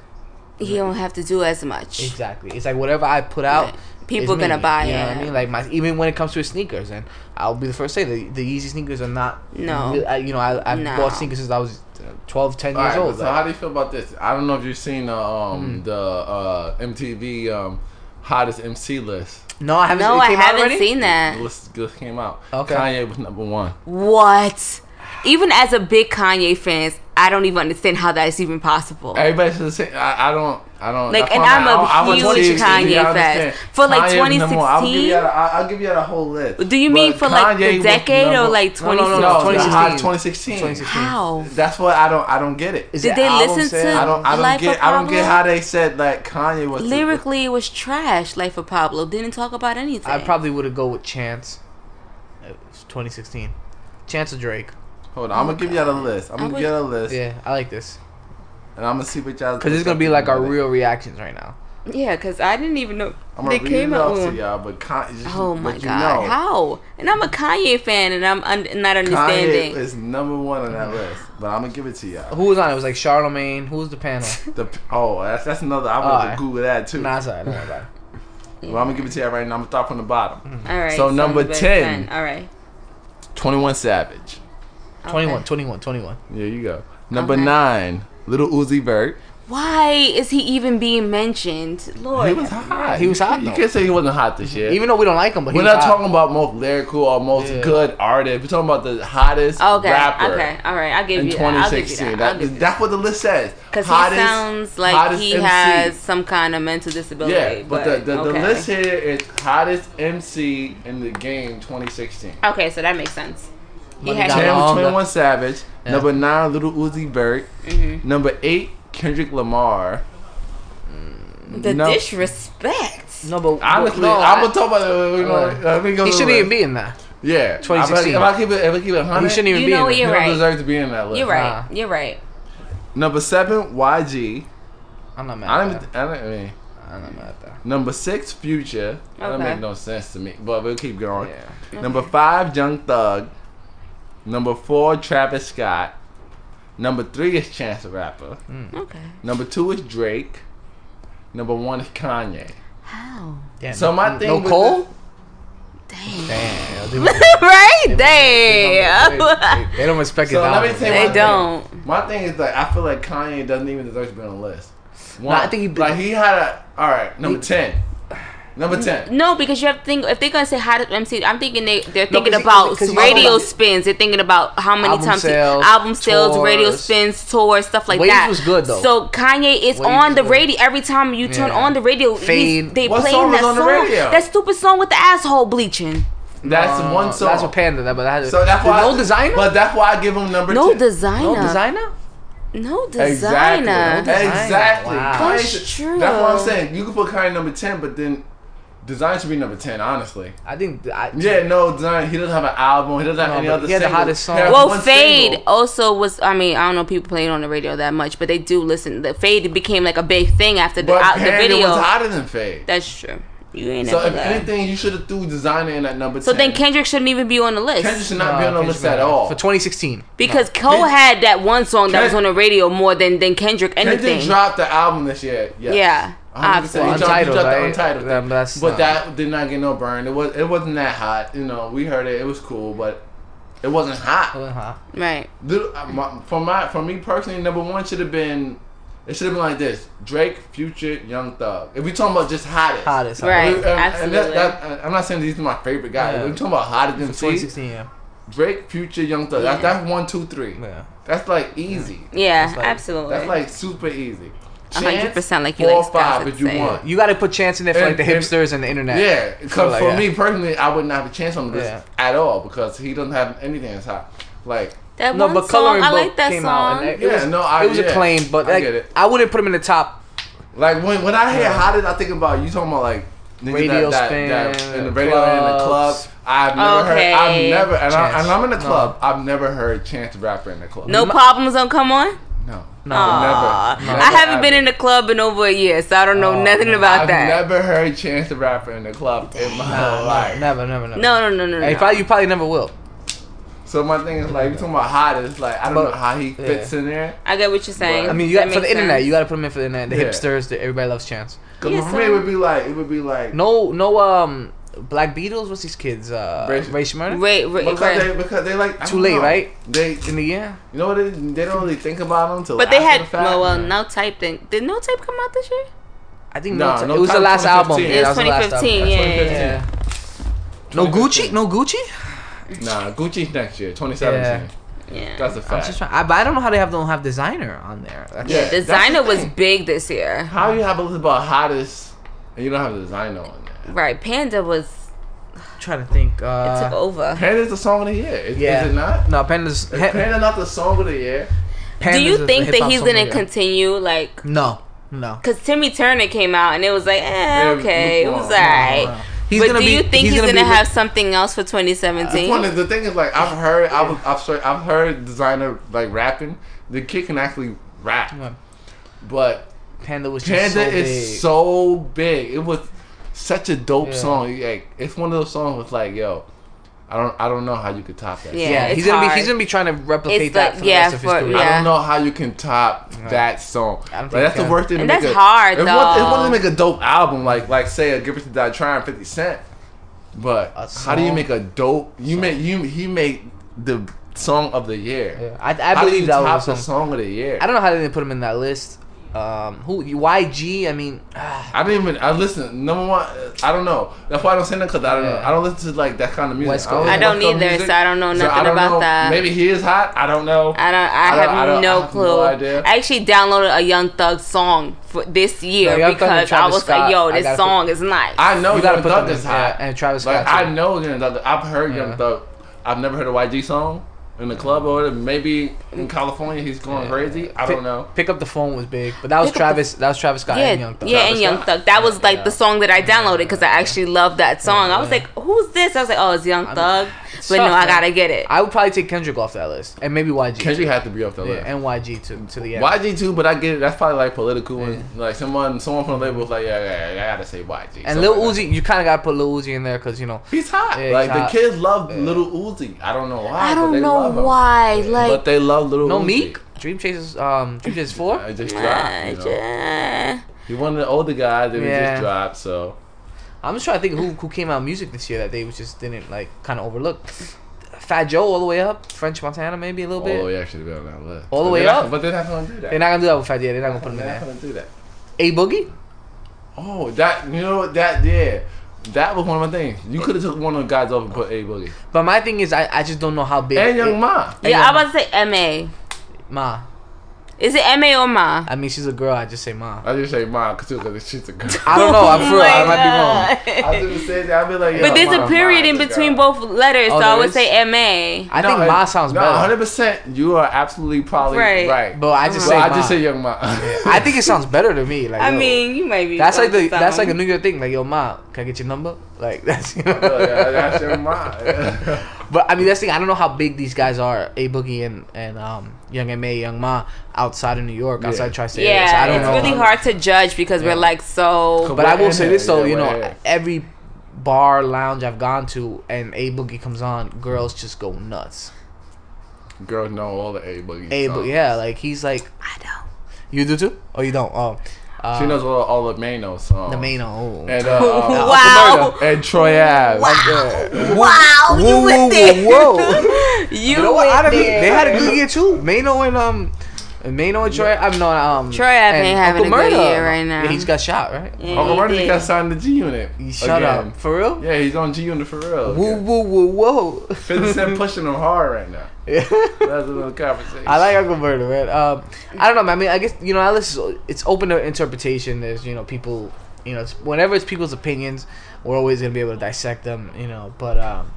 he don't have to do as much. Exactly. It's like whatever I put out, Right. People is gonna me. buy You know it. what I mean? Like my even when it comes to sneakers, and I'll be the first to say the the Yeezy sneakers are not. No. real- I, you know I I No. bought sneakers since I was uh, 12, 10 All years right, old. Mm. so Like, how do you feel about this? I don't know if you've seen the um, the uh, MTV um, hottest MC list. no, I haven't. No, it I came out already? haven't seen The that. list just came out. Okay. Kanye was number one. What? Even as a big Kanye fan, I don't even understand how that is even possible. Everybody should have seen. I, I don't. I don't. Like, that's and why I'm a I- I was 16, huge Kanye yeah, I fan. understand. For, like, Kanye was number one. I'll give you 2016? that- I- I'll give you that a whole list. Do you But mean for, like, the Kanye was decade or, number- like, No, no, no, 2016? no. No, the 2016. hot 2016. 2016. How? That's what I don't. I don't get it. Is Did it they album listen sales? to- I don't. I don't Life get. of I don't get Pablo? how they said like Kanye was Lyrically, it was trash. Life of Pablo didn't talk about anything. I probably would have go with Chance. It was 2016. Chance or Drake? Hold on, I'm gonna give y'all a list. I'm I gonna would- give y'all a list, Yeah, I like this and I'm gonna see what y'all. because it's gonna be like our real reactions right now. Yeah, because I didn't even know I'm gonna they read came it out. off with- to y'all, but Kanye. Just, Oh my but you god, know, how? And I'm a Kanye fan, and I'm un- not Kanye understanding. is number one on that list, but I'm gonna give it to y'all. Who was on it? It was like Charlemagne. Who was the panel? The, oh, that's that's another. I'm gonna Alright. Google that too. nah, sorry, don't worry about it. Well, I'm gonna give it to y'all right now. I'm gonna start from the bottom. All right. So number but 10. All right. 21 Savage. 21, 21, 21. There you go. Number Okay. nine, Little Uzi Vert. Why is he even being mentioned? Lord. He was hot. He was hot, You though. can't say he wasn't hot this year. Even though we don't like him, but he We're was not hot. talking about most lyrical or most Yeah. good artist. We're talking about the hottest okay. rapper Okay. All right. I'll give in you that. I'll give you 2016. that. I'll That- give you that. that's what the list says. Because he Hottest- sounds like hottest he MC. has some kind of mental disability. Yeah, but, the, the, okay. the list here is hottest MC in the game 2016. Okay, so that makes sense. He Money had Got Ten Longer. was 21 Savage. Yeah. Number nine, Little Uzi Vert. Mm-hmm. Number eight, Kendrick Lamar. the No. disrespect. No, but Honestly, no, I'm I- gonna talk about it. You know, Uh, let me go He to shouldn't the even list. be in there. Yeah, 2016. If I keep it, if I keep it He 100, shouldn't even You be know in he- there. You're he don't right. deserve to be in that list. You're right. Nah. You're right. Number seven, YG. I'm not mad. I I'm, don't. at that. I don't I mean. I'm not mad at that. Number six, Future. That don't Okay. make no sense to me, but we'll keep going. Yeah. Number five, Young Thug. Number four, Travis Scott. Number three is Chance the Rapper. Okay. Number two is Drake. Number one is Kanye. How? Yeah, So no- my no thing with Cole? Dang. Damn. They, right? don't- Damn. they- they don't respect So it. let me tell you They my thing. don't. My thing is like I feel like Kanye doesn't even deserve to be on the list. One, I think he- like he had a all right number ten. Number ten. No, because you have to think if they're gonna say how to MC. I'm thinking they they're thinking 'cause he- about 'cause he- radio spins. They're thinking about how many Album times he- sales, album sales, radio tours. spins, tours, stuff like Waves that. was good, though. So Kanye Waves is on was the good. radio every time you turn Yeah. on the radio. he's- Fade. They What playing song was that on the song. radio? That stupid song with the asshole bleaching. That's No, no, one no. song. That's what Panda. That, but that, so that's There's why no designer. But that's why I give him number No two. designer. no designer. No Exactly. designer. designer. Exactly. Wow. Kanye That's should- true. That's what I'm saying. You can put Kanye number ten, but then design should be number ten. Honestly. I think. I, Yeah, no, Zion. He doesn't have an album. He doesn't have No, any but other. he had the single. hottest song. He had Well, Well, one Fade single. also was. I mean, I don't know people playing on the radio that much, but they do listen. The Fade became like a big thing after the, But out, the Panda video. was hotter than Fade. That's true. You ain't So never if lied. anything, you should have threw Designer in at number So ten. then Kendrick shouldn't even be on the list Kendrick should not uh, be on the Kendrick list at Lamar. all. For 2016. because Cole Kend- had that one song that was Kend- on the radio more than than Kendrick anything. Kendrick dropped the album this year. Yes. Yeah, Obviously, absolutely. he dropped, he Untitled, dropped the right? untitled Yeah, thing. but that's but not- that did not get no burn. It was it wasn't that hot. You know, we heard it. It was cool, but it wasn't hot. Uh-huh. Right. Little- uh, my- For my for me personally, number one should have been. It should have been like this: Drake, Future, Young Thug. If we talking about just hottest, Hottest. Right. And- and that- absolutely. that- uh, I'm not saying these are my favorite guys. Yeah. We're talking about hotter than For T. 2016. Yeah. Drake, Future, Young Thug. That, Yeah. that's one, two, three. Yeah. That's like easy. Yeah, That's like- absolutely. That's like super easy. A hundred Chance, percent like you four, like Scott five would if you say. want. You got to put chance in there for And- like the and- hipsters and the internet. Yeah, So, because like, for yeah. me personally, I would not have a chance on this Yeah. at all because he doesn't have anything as hot. Like, that No, one but song. Coloring I Book like that came out. song. And it, Yeah, was, no, I- it was yeah. acclaimed, but I like, I, get it. wouldn't put him in the top. like when when I hear Yeah. how did I think about you talking about like niggas Radio that, spin, that, that in the radio in the club. clubs. I've never Okay. heard. I've never and, I, Chance. and I'm in the No. club. I've never heard Chance rapper in the club. No problems don't come on. no, No. Aw. never. I haven't been in the club in over a year, so I don't know Oh, nothing man. about I've that. never heard Chance the Rapper in the club in my whole life. Uh, Never, never, never. no, no, no, no. Hey, no. probably, you probably never will. So my thing is like we talking about hottest. Like I don't But- know how he fits yeah. in there. I get what you're saying. Right. I mean, you got That for the makes internet. sense. You got to put him in for the internet. The Yeah. hipsters, the, everybody loves chance. Cause Yeah, for me it son. would be like it would be like um, No, no, um, Black Beatles. What's these kids? Uh, Race- race murder. Wait, wait, because wait. they because they like I Too don't late, know. right? They in the year. You know what? It is? They don't really think about them until. but they after had the fact. well, well, no type thing. Did no type come out this year? I think Nah, no, t- no it was the Type last album. 2015. Yeah, it that was the last 2015. album. Yeah, That's yeah, yeah. Yeah. 2015. No Gucci, no Gucci. Nah, Gucci's next year, 2017. Yeah. That's a I'm fact. just trying. I, but I don't know how they have don't have designer on there. That's- Yeah. that's Designer the was thing. big this year. How you have a list about hottest and you don't have a designer on there? Right. Panda was I'm trying to think. it Uh, took over. Panda's the song of the year. Is, yeah. is it not? No, Panda's. Is Pan- Panda not the song of the year? Panda's Do is you the think that hip-hop he's song of gonna the year. continue like No, no. Cause Timmy Turner came out and it was like, eh, Yeah, okay, it lukewarm. was alright. No, no. He's but gonna do be- you think he's he's, gonna gonna, be have something else for The, 2017? point is, the thing is, like I've heard, I've I've, sorry, I've heard designer like rapping. The kid can actually rap, Yeah. but Panda was just Panda so is big. so big. It was such a dope Yeah. song. Like it's one of those songs with like, yo, I don't I don't know how you could top that. Yeah, yeah, it's he's gonna be hard. he's gonna be trying to replicate It's that like- for yeah, the rest of his for- career. I yeah. don't know how you can top that song. I don't think Like, that's you the can. worst thing. And to that's make a- hard, If one, if one though. to make a dope album, like like say a Give It to Die Try and Fifty Cent, but A how do you song? make a dope? You make you he made the song of the year. Yeah. I, I How do believe you that top was the a song of the year. I don't know how they didn't put him in that list. Um, who YG? I mean, ah, I didn't even. I listen. Number one, I don't know. That's why I don't sing that because I don't know. Yeah. I don't listen to like that kind of music. West don't Coast. listen to I don't West Coast either, so I don't know nothing about know. that. Maybe he is hot. I don't know. I don't. I, I don't- have I don't- I no have clue. no I, idea. actually downloaded a Young Thug song for this year No, Young Thug and because I Travis was Scott, like, "Yo, I this gotta song is nice." I know You gotta Young put Thug them in, is yeah, hot. and Travis like, Scott, I too. know Young Thug. I've heard Yeah. Young Thug. I've never heard a YG song in the club or whatever. maybe in California he's going crazy. I Pick- don't know. Pick up the phone was big, but that was Pick Up the Travis. that was Travis Scott yeah, and Young Thug. yeah, Travis and Young Scott. Thug. That was like yeah. the song that I downloaded because I actually loved that song. I was yeah. like, "Who's this?" I was like, "Oh, it's Young Thug," but tough, no, I man. gotta get it. I would probably take Kendrick off that list, and maybe YG. Kendrick had to be off the yeah, list. and YG to to the end. YG too, but I get it. That's probably like political. And, like someone, someone from the label was like, yeah, yeah, yeah I gotta say YG. And Something Lil like that. Uzi, you kind of got to put Lil Uzi in there because you know He's hot. Yeah, like he's the hot. kids love Little Uzi. I don't know why. I but don't they know love him. why. Like, but they love Little no Uzi. Meek, Dream Chasers, um, Dream Chasers four. I just uh, dropped. You know? yeah. He one of the older guys that we Yeah. just dropped. So I'm just trying to think who who came out with music this year that they was just didn't like kind of overlook. Fat Joe all the way up, French Montana maybe a little all the bit. way actually been on that list. All the But way they're not- up? But they're not gonna do that. They're not gonna do that with Fat. Yeah, they're not gonna put him in They're not there. gonna do that. A Boogie. Oh, that you know what that yeah, that was one of my things. You could have took one of the guys off and put A Boogie But my thing is, I, I just don't know how big. and it- Young Ma. Yeah, I was about to say MA. Ma. Is it M A or Ma? I mean, she's a girl. I just say mom. I just say mom because she's a girl. I don't know. I'm for Oh real. my I might be wrong. God. I just say that. I be like, yo, But there's Ma, a period Ma, in it's a between girl. both letters, Oh, so I there would is? say M A. I think No, ma it- sounds no, better. 100%. You are absolutely probably Right. right. But I just So say I ma. just say young ma. I think it sounds better to me. Like I yo, mean, you might be. that's like onto the that's like something. a New York thing. Like yo, ma, can I get your number? Like that's. You Yeah, that's know? young ma. but I mean, that's the thing. I don't know how big these guys are. A Boogie and and um, Young Ma, Young Ma, outside of New York, Yeah. outside Tri-State. area. so I Yeah, don't it's know. really hard to judge because Yeah. we're like so. Come But I will We're say in this there, though, yeah, you we're know, in there. every bar lounge I've gone to and A Boogie comes on, girls just go nuts. Girls know all the A boogie. A songs. Boogie, yeah, like he's like, I don't. you do too? Oh, you don't? Oh, uh, She knows all, all the Mano songs. the main. Oh, And, uh, uh, Wow. Alpha Murder And Troy Ave. Wow, you whoa, went there. whoa, whoa. You, You know what? went Out of it, there. they had a good year too. Mano and um, Mano and Troy. I'm not um. Troy Ave and ain't having Uncle a good Murda. year right now. Yeah, he's got shot right. Yeah, Uncle you Murder just did. got signed to G Unit. He Shut up, for real. Yeah, he's on G Unit for real. Woo Yeah. woo woo whoa. 50 Cent pushing him hard right now. That's another conversation. I like Uncle Murder, man. Um, I don't know. man. I mean, I guess you know, Alice. is- It's open to interpretation. There's you know, people. You know, it's, whenever it's people's opinions, we're always gonna be able to dissect them. You know, but um,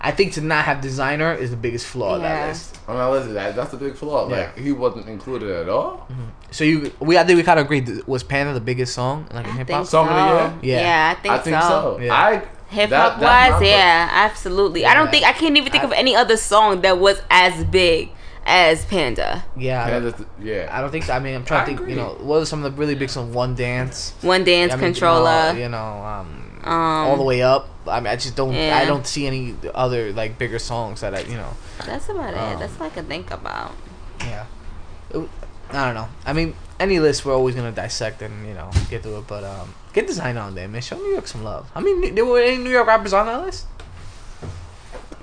I think to not have designer is the biggest flaw of that Yeah. list. I mean, I listen, that, that's a big flaw. Like, he wasn't included at all. So you, we, I think we kind of agreed. that- Was Panda the biggest song like in hip hop? think Song of the so. year? Yeah. Yeah, I think, I think so. Yeah. I Hip that- hop that's my wise, first- yeah, absolutely. I Yeah. don't think I can't even think of any other song that was as big as Panda. Yeah, I Yeah, don't, that's- yeah. I don't think. I mean, I'm trying I to think. agree. You know, what are some of the really big songs? One Dance, One Dance I mean, Controller. You know, um, Um, all the way up. I mean, I just don't. Yeah. I don't see any other like bigger songs that I, you know. That's about Um, it. That's all I can think about. Yeah. It- I don't know. I mean, any list we're always gonna dissect and you know get through it, but um, get design on there, man. Show New York some love. I mean, there were any New York rappers on that list?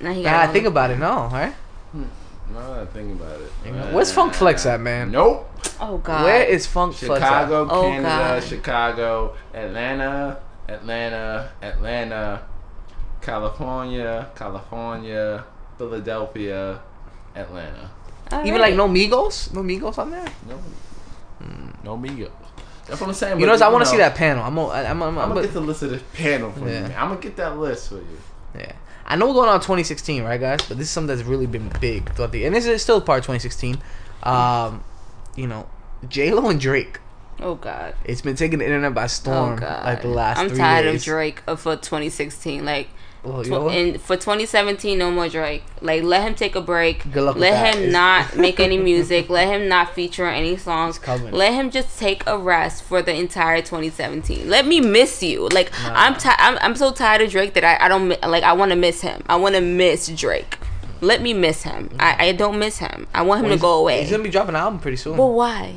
Now he Nah, got I think about it. No, right? Now that I think about it. You know, where's Funk Flex at, man? Nope. Oh God. Where is Funk Flex? at? Chicago, Oh, Canada, God. Chicago, Atlanta, Atlanta, Atlanta, California, California, Philadelphia, Atlanta. All Even like right. no Migos, no Migos on there. No, no Migos. That's what I'm saying. Hmm. You but notice I want to know, see that panel. I'm, gonna- I'm, I'm, I'm I'm, gonna I'm get the list of this panel for Yeah. you. Man. I'm gonna get that list for you. Yeah. I know we're going on 2016, right, guys? But this is something that's really been big throughout the and this is still part of 2016. Um, you know, J Lo and Drake. Oh God. It's been taking the internet by Oh storm God. like the last. I'm three tired days. of Drake uh, for 2016. Like. Well, you know Tw- what? and for 2017, no more Drake. Like, let him take a break. Good luck with let that. him not make any music. let him not feature on any songs. coming. Let him just take a rest for the entire 2017. Let me miss you. Like, I'm, ti- I'm I'm so tired of Drake that I, I don't mi- like. I want to miss him. I want to miss Drake. Let me miss him. I, I don't miss him. I want him Well, to go away. He's gonna be dropping an album pretty but soon. why?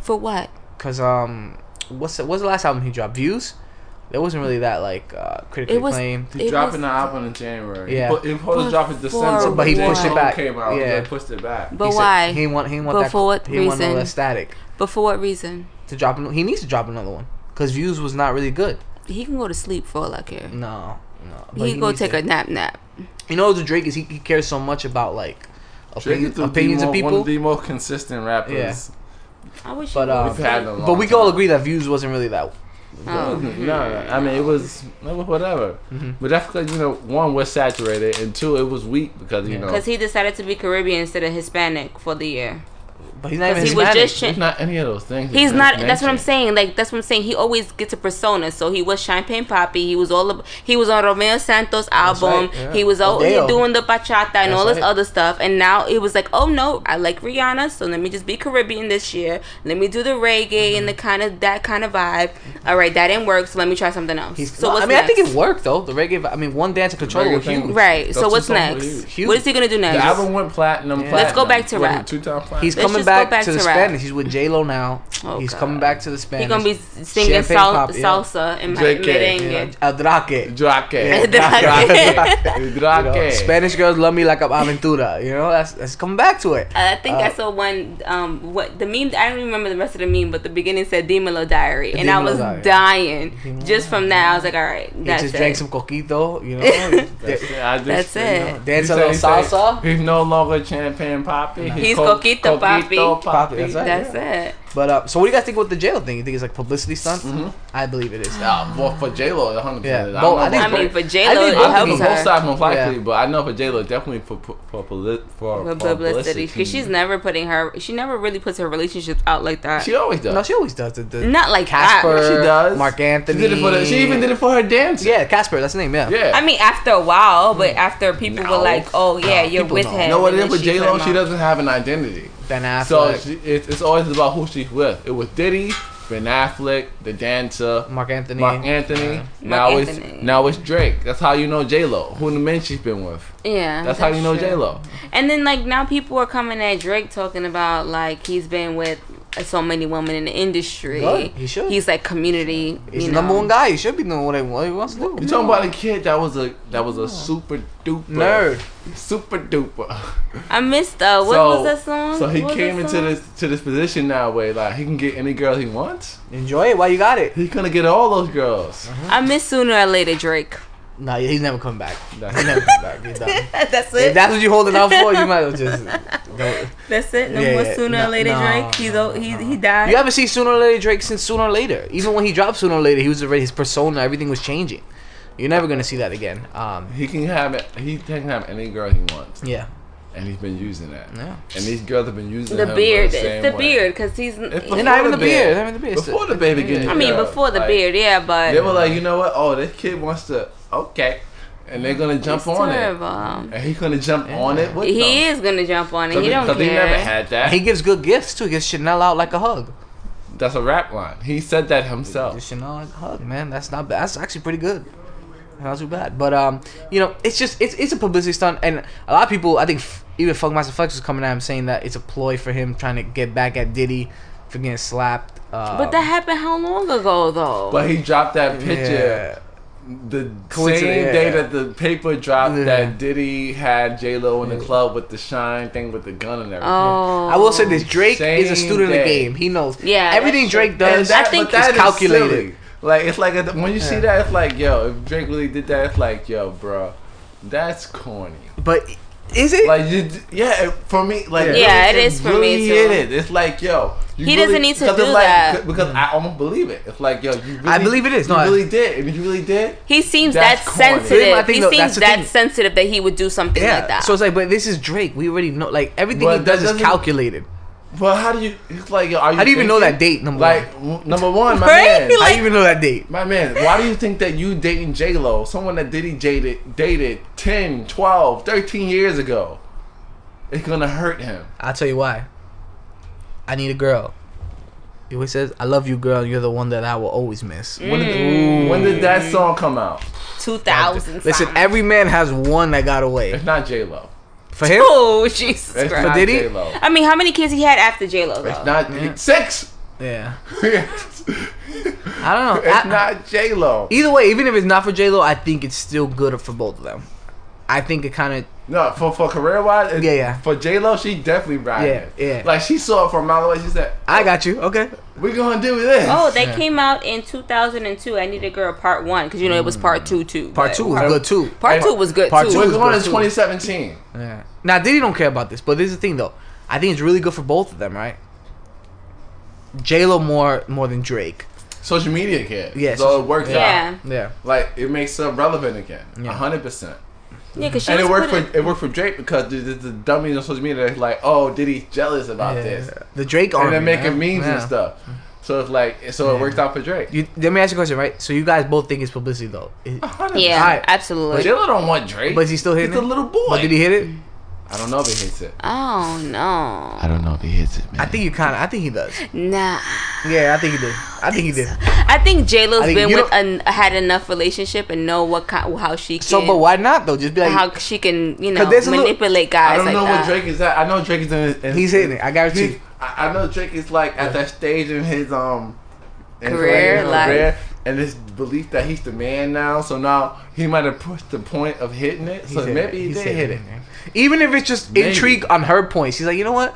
For what? Cause um, what's the, what's the last album he dropped? Views. That wasn't really that like uh, critically was- acclaimed. He's It dropping was- the album in January. Yeah. He put- He supposed But to drop in December, for But he then pushed it Cole back. Came out, Yeah. they pushed it back. But He said why? He want he want But that. for what he want all reason? that static but for what reason? to drop. an- He needs to drop another one. Cause Views was not really good. He can go to sleep for all I care. No, no. Mm, But He can go needs take to- a nap, nap. You know, the Drake is he, he cares so much about like Drake opinion, is the opinions of more- one people. of the most consistent rappers. I wish. But, he would um, We've had in a long But we can all time. agree that views wasn't really that. Oh. No, I mean it was it was whatever. Mm-hmm. But that's because you know one was saturated and two it was weak because you Oh. know Because he decided to be Caribbean instead of Hispanic for the year. But he's not even Because he was Hispanic. just it's not any of those things. He's you not. just That's what I'm mentioned. saying. Like that's what I'm saying. He always gets a persona. So he was Champagne Poppy. He was all. Of, he was on Romeo Santos album. right, yeah. He was out Adele. here doing the bachata and That's all this right. other stuff. And now it was like, oh no, I like Rihanna. So let me just be Caribbean this year. Let me do the reggae Mm-hmm. and the kind of that kind of vibe. All right, that didn't work. So let me try something else. He's, so no, what's I mean, I think next? it worked though. The reggae. I mean, one dance and controller Reggae were thing. huge. Right. So Those what's two songs next? were huge. What is he gonna do next? The album went platinum. Yeah. platinum. Let's go back to rap. Two time platinum. He's Let's coming just go back, back to the to rap. Spanish. He's with J Lo now. Oh, he's God. coming back to the Spanish. He's gonna be singing Champagne sal- pop, yeah. salsa and JK, admitting You know, it. El Drake. Drake. Drake. Drake. You know, Drake. Spanish girls love me like I'm Aventura. You know, that's that's coming back to it. Uh, I think Uh, I saw one. Um, what the meme? I don't remember the rest of the meme, but the beginning said "Dímelo Diary," and I Dímelo was Diary. dying Dímelo just from that. I was like, "All right, He that's just it." drank some coquito. You know, That's it. I just- That's it. you know, Dance he a little said- he said salsa. He's no longer champagne poppy. He's co- coquito, papi. so poppy. Poppy, that's right. That's it. But uh, so what do you guys think about the jail thing? You think it's like publicity stunt? Mm-hmm. I believe it is. Uh, well, for J Lo, 100. Yeah, percent both- I I think mean, both- for I J Lo, think it both I of them. mean, helps both her sides most likely, Yeah. but I know for J Lo definitely for pu- for publi- for for publicity because she's never putting her. She never really puts her relationships out like that. She always does. Uh, No, she always does it. The Not like Casper, that. She does. Mark Anthony. She did it for the, She even did it for her dance. Yeah, Casper. That's the name. Yeah. Yeah. Mm. I mean, after a while, but after people No. were like, "Oh yeah, you're people with know. him." You know what and it is then with she J put Lo? him She out. doesn't have an identity. Ben Affleck. So she, it's it's always about who she's with. It was Diddy, Ben Affleck, the dancer, Mark Anthony. Mark Anthony. Now Mark it's Anthony. now it's Drake. That's how you know J Lo. Who the men she's been with. Yeah, That's, how you know true. J Lo. And then like now people are coming at Drake talking about like he's been with so many women in the industry. Good. He should. He's like community. He's you the number know. one guy. He should be doing what he what he wants to You do. talking about a kid that was a that was a super duper Nerd. super duper. I missed uh, what was that song? So he What was came that into song? this to this position now where like he can get any girl he wants. Enjoy it while you got it. He's gonna get all those girls. Uh-huh. I miss sooner or later Drake. Nah, he's never come back. Nah. He's never come back. He's done. If That's it. that's what you're holding out for, you might as well just. Don't. That's it. No Yeah, more sooner no- or later no, Drake. He's no, old. He no. he died. You haven't seen Sooner or Later Drake since Sooner or Later. Even when he dropped Sooner or Later, he was already his persona. Everything was changing. You're never gonna see that again. Um, He can have it. He can have any girl he wants, yeah, and he's been using that. Yeah. And these girls have been using the him for beard. same It's the way. beard because he's. It's And not having the Before the beard, beard. having the beard. Before the baby getting. I mean, girls, before the like, beard, yeah, but They were like, you know what? Oh, this kid wants to. Okay, and they're gonna jump it's on it, terrible. and he's gonna jump on it with them. He is gonna jump on it. He don't care. he never had that. And he gives good gifts too. He gives Chanel out like a hug. That's a rap line. He said that himself. Gives Chanel like a hug, man. That's not bad. That's actually pretty good. Not too bad. But um, you know, it's just it's it's a publicity stunt, and a lot of people, I think, f- even Fuck Master Flex was coming at him saying that it's a ploy for him trying to get back at Diddy for getting slapped. Uh, But that happened how long ago though? But he dropped that yeah. picture the same Coincidence, yeah. day that the paper dropped Yeah. that Diddy had J Lo in the club with the shine thing with the gun and everything. oh, I will say this: Drake is a Same student of the day. game. He knows. Yeah, everything that's true. Drake does. I but think it's calculated. silly. Like it's like a, when you see that, it's like yo, if Drake really did that, it's like yo, bro, that's corny. But is it? Like you, d- yeah, it- for me, like Yeah, it is for me, really too. hit it. It's like yo, you He really- doesn't need to because it's do like- that. because I almost believe it. It's like yo, you really, Mm. I believe it is. You No, I- really did, and if you really did. he seems That's that corny. Here's my sensitive. thing, He though. That's seems the that thing. sensitive that he would do something yeah. like that. So it's like, but this is Drake. We already know. Like everything he But that does is doesn't- calculated. Well, how do you? It's like yo, are you? How do you even know thinking? that date? Number one. Like w- number one, my Right? man. How do like- you even know that date? My man, why do you think that you dating J Lo, someone that Diddy dated, dated 10, 12, 13 years ago, it's gonna hurt him? I'll tell you why. I need a girl. He always says, "I love you, girl. You're the one that I will always miss." When did, Mm. when did that song come out? two thousand. Listen, every man has one that got away. It's not J Lo. For him, oh Jesus It's Christ! not Diddy? J Lo. I mean, how many kids he had after J Lo? It's not six. yeah. it's I don't know. I- not J Lo. Either way, even if it's not for J Lo, I think it's still good for both of them. I think it kind of No, for for career wise, Yeah, yeah. For J Lo, she definitely riding. Yeah, yeah. Like she saw it from a mile away. She said, I got you. Okay. "We're gonna do this." Oh, they Yeah. came out in 2002. I Need a Girl Part One because you know it was Part Two too. Part but- two was good too. Part Two was good Part too. two We're was going good, to too. 2017. Yeah. Now Diddy don't care about this, but this is the thing though. I think it's really good for both of them, right? J Lo more more than Drake. Social media kid. Yeah, So social- it works yeah, out. Yeah. Like it makes her relevant again. Yeah. hundred percent. yeah, because she And was it worked for putting- it worked for Drake because the, the, the dummies on social media are like, oh, Diddy's jealous about this, The Drake and army. they're man. making memes and Yeah. stuff. So it's like, so it worked out for Drake. You, let me ask you a question, right? So you guys both think it's publicity though. It- 100%. Yeah, Alright. But absolutely. J-Lo don't want Drake. But is he still hitting He's a it? little boy. but did he hit it? I don't know if he hits it. oh no, I don't know if he hits it, man. I think you kind of. I think he does. nah. Yeah, I think he did. I think he did. I think J Lo's I think been you with don't- an, had enough relationship and know what kind, how she can, So, but why not though? Just be like, how she can, you know, 'Cause there's a little- manipulate I guys. don't like know that. what Drake is at. I know Drake is in. in He's hitting it. I guarantee He- you. I, I know Drake is like at that stage in his um in his Career life, life. and this belief that he's the man now. So now he might have pushed the point of hitting it. He so said maybe it. he, He did said hit it. it. even if it's just Maybe. intrigue on her point, she's like, you know what?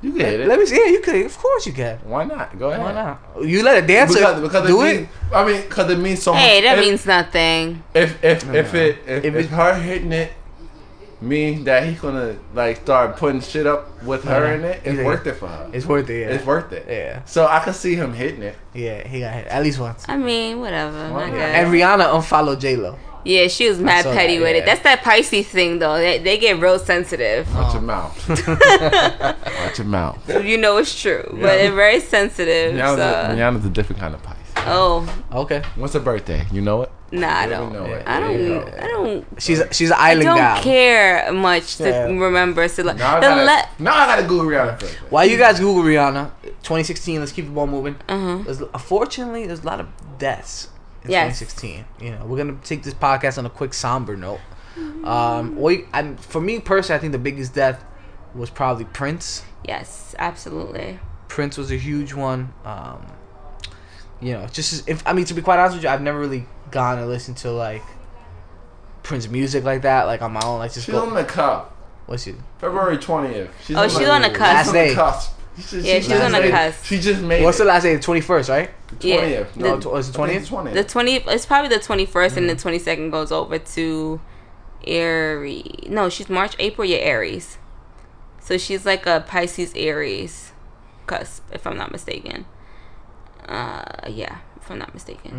You can hit it. Let me see. Yeah, you could. Of course you can. Why not? Go ahead. Why not? You let a dancer Because, because do it, it. means, I mean, because it means so much. Hey, that if, means nothing. if if if it If if, if, it- her hitting it mean that he's gonna like start putting shit up with her Yeah. in it. It's Uh-huh. Yeah. worth it for her. It's worth it. Yeah. It's worth it. Yeah. So I could see him hitting it. Yeah, he got hit at least once. I mean, whatever. Well, I yeah. guess. And Rihanna unfollowed J Lo. yeah, she was mad saw petty that, with yeah. it. That's that Pisces thing, though. They, they get real sensitive. Watch Oh. your mouth. Watch your mouth. you know it's true, but they're very sensitive. Rihanna's a, so. Rihanna's a different kind of Pisces. Oh, Okay, What's her birthday? You know it. nah, I You don't. know it. I You know don't. it. I don't. she's she's an I island don't gal. care much to Yeah. remember. So like, Now I the gotta, le- now I gotta Google Rihanna first. Why you guys Google Rihanna 2016? Let's keep the ball moving. Uh-huh. There's, unfortunately, there's a lot of deaths in Yes. 2016. You know, we're gonna take this podcast on a quick somber note. Um, well, you- I'm, for me personally, I think the biggest death was probably Prince. yes, absolutely. Prince was a huge one. Um, you know, just as, if I mean to be quite honest with you, I've never really gone and listened to like Prince music like that, like on my own. Like just She's go, on the cup. what's it? February twentieth. Oh, she's on the cusp. Last day. cusp. She- Yeah, she's just on the made- cusp. She just made. What's the it. last day? The 21st, right? Yeah, 20th. the- No, tw- was it 20th? The twenty. It's probably the twenty and Mm. the twenty second goes over to Aries. No, she's March, April. Yeah, Aries. So she's like a Pisces Aries cusp, if I'm not mistaken. Uh, yeah, if I'm not mistaken.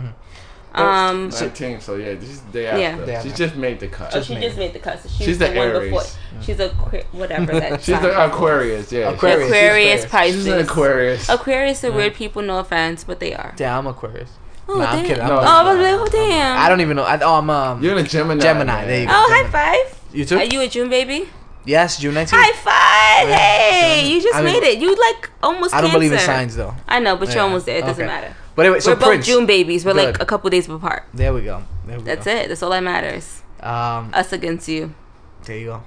Mm-hmm. Um, so- 19th, so yeah, this is the day after. Yeah. Day after. She just made the cut. oh, she just made the cusp. So she's, She's the, the one Aries. before. She's a que- whatever that. She's the Aquarius, yeah. Aquarius. Aquarius, Aquarius. Pisces. She's an Aquarius. Aquarius are weird people. No offense, but they are. Yeah, I'm Aquarius. Oh, nah, I'm damn. kidding. I'm No. Oh, not. I was like, oh, damn. I don't even know. I, oh, I'm um. You're in a Gemini. Gemini, man. there you go. Oh, high five. you Are too? you a June baby? Yes, June 19th. High five! Hey, you just I mean- made it. You like almost. I don't believe in Cancer. signs though. I know, but Yeah, you're almost there. It doesn't okay. matter. But anyway, so We're both Prince. June babies. We're like Good. a couple days apart. There we go. There we That's go. it. That's all that matters. it. Um, Us against you, there you go.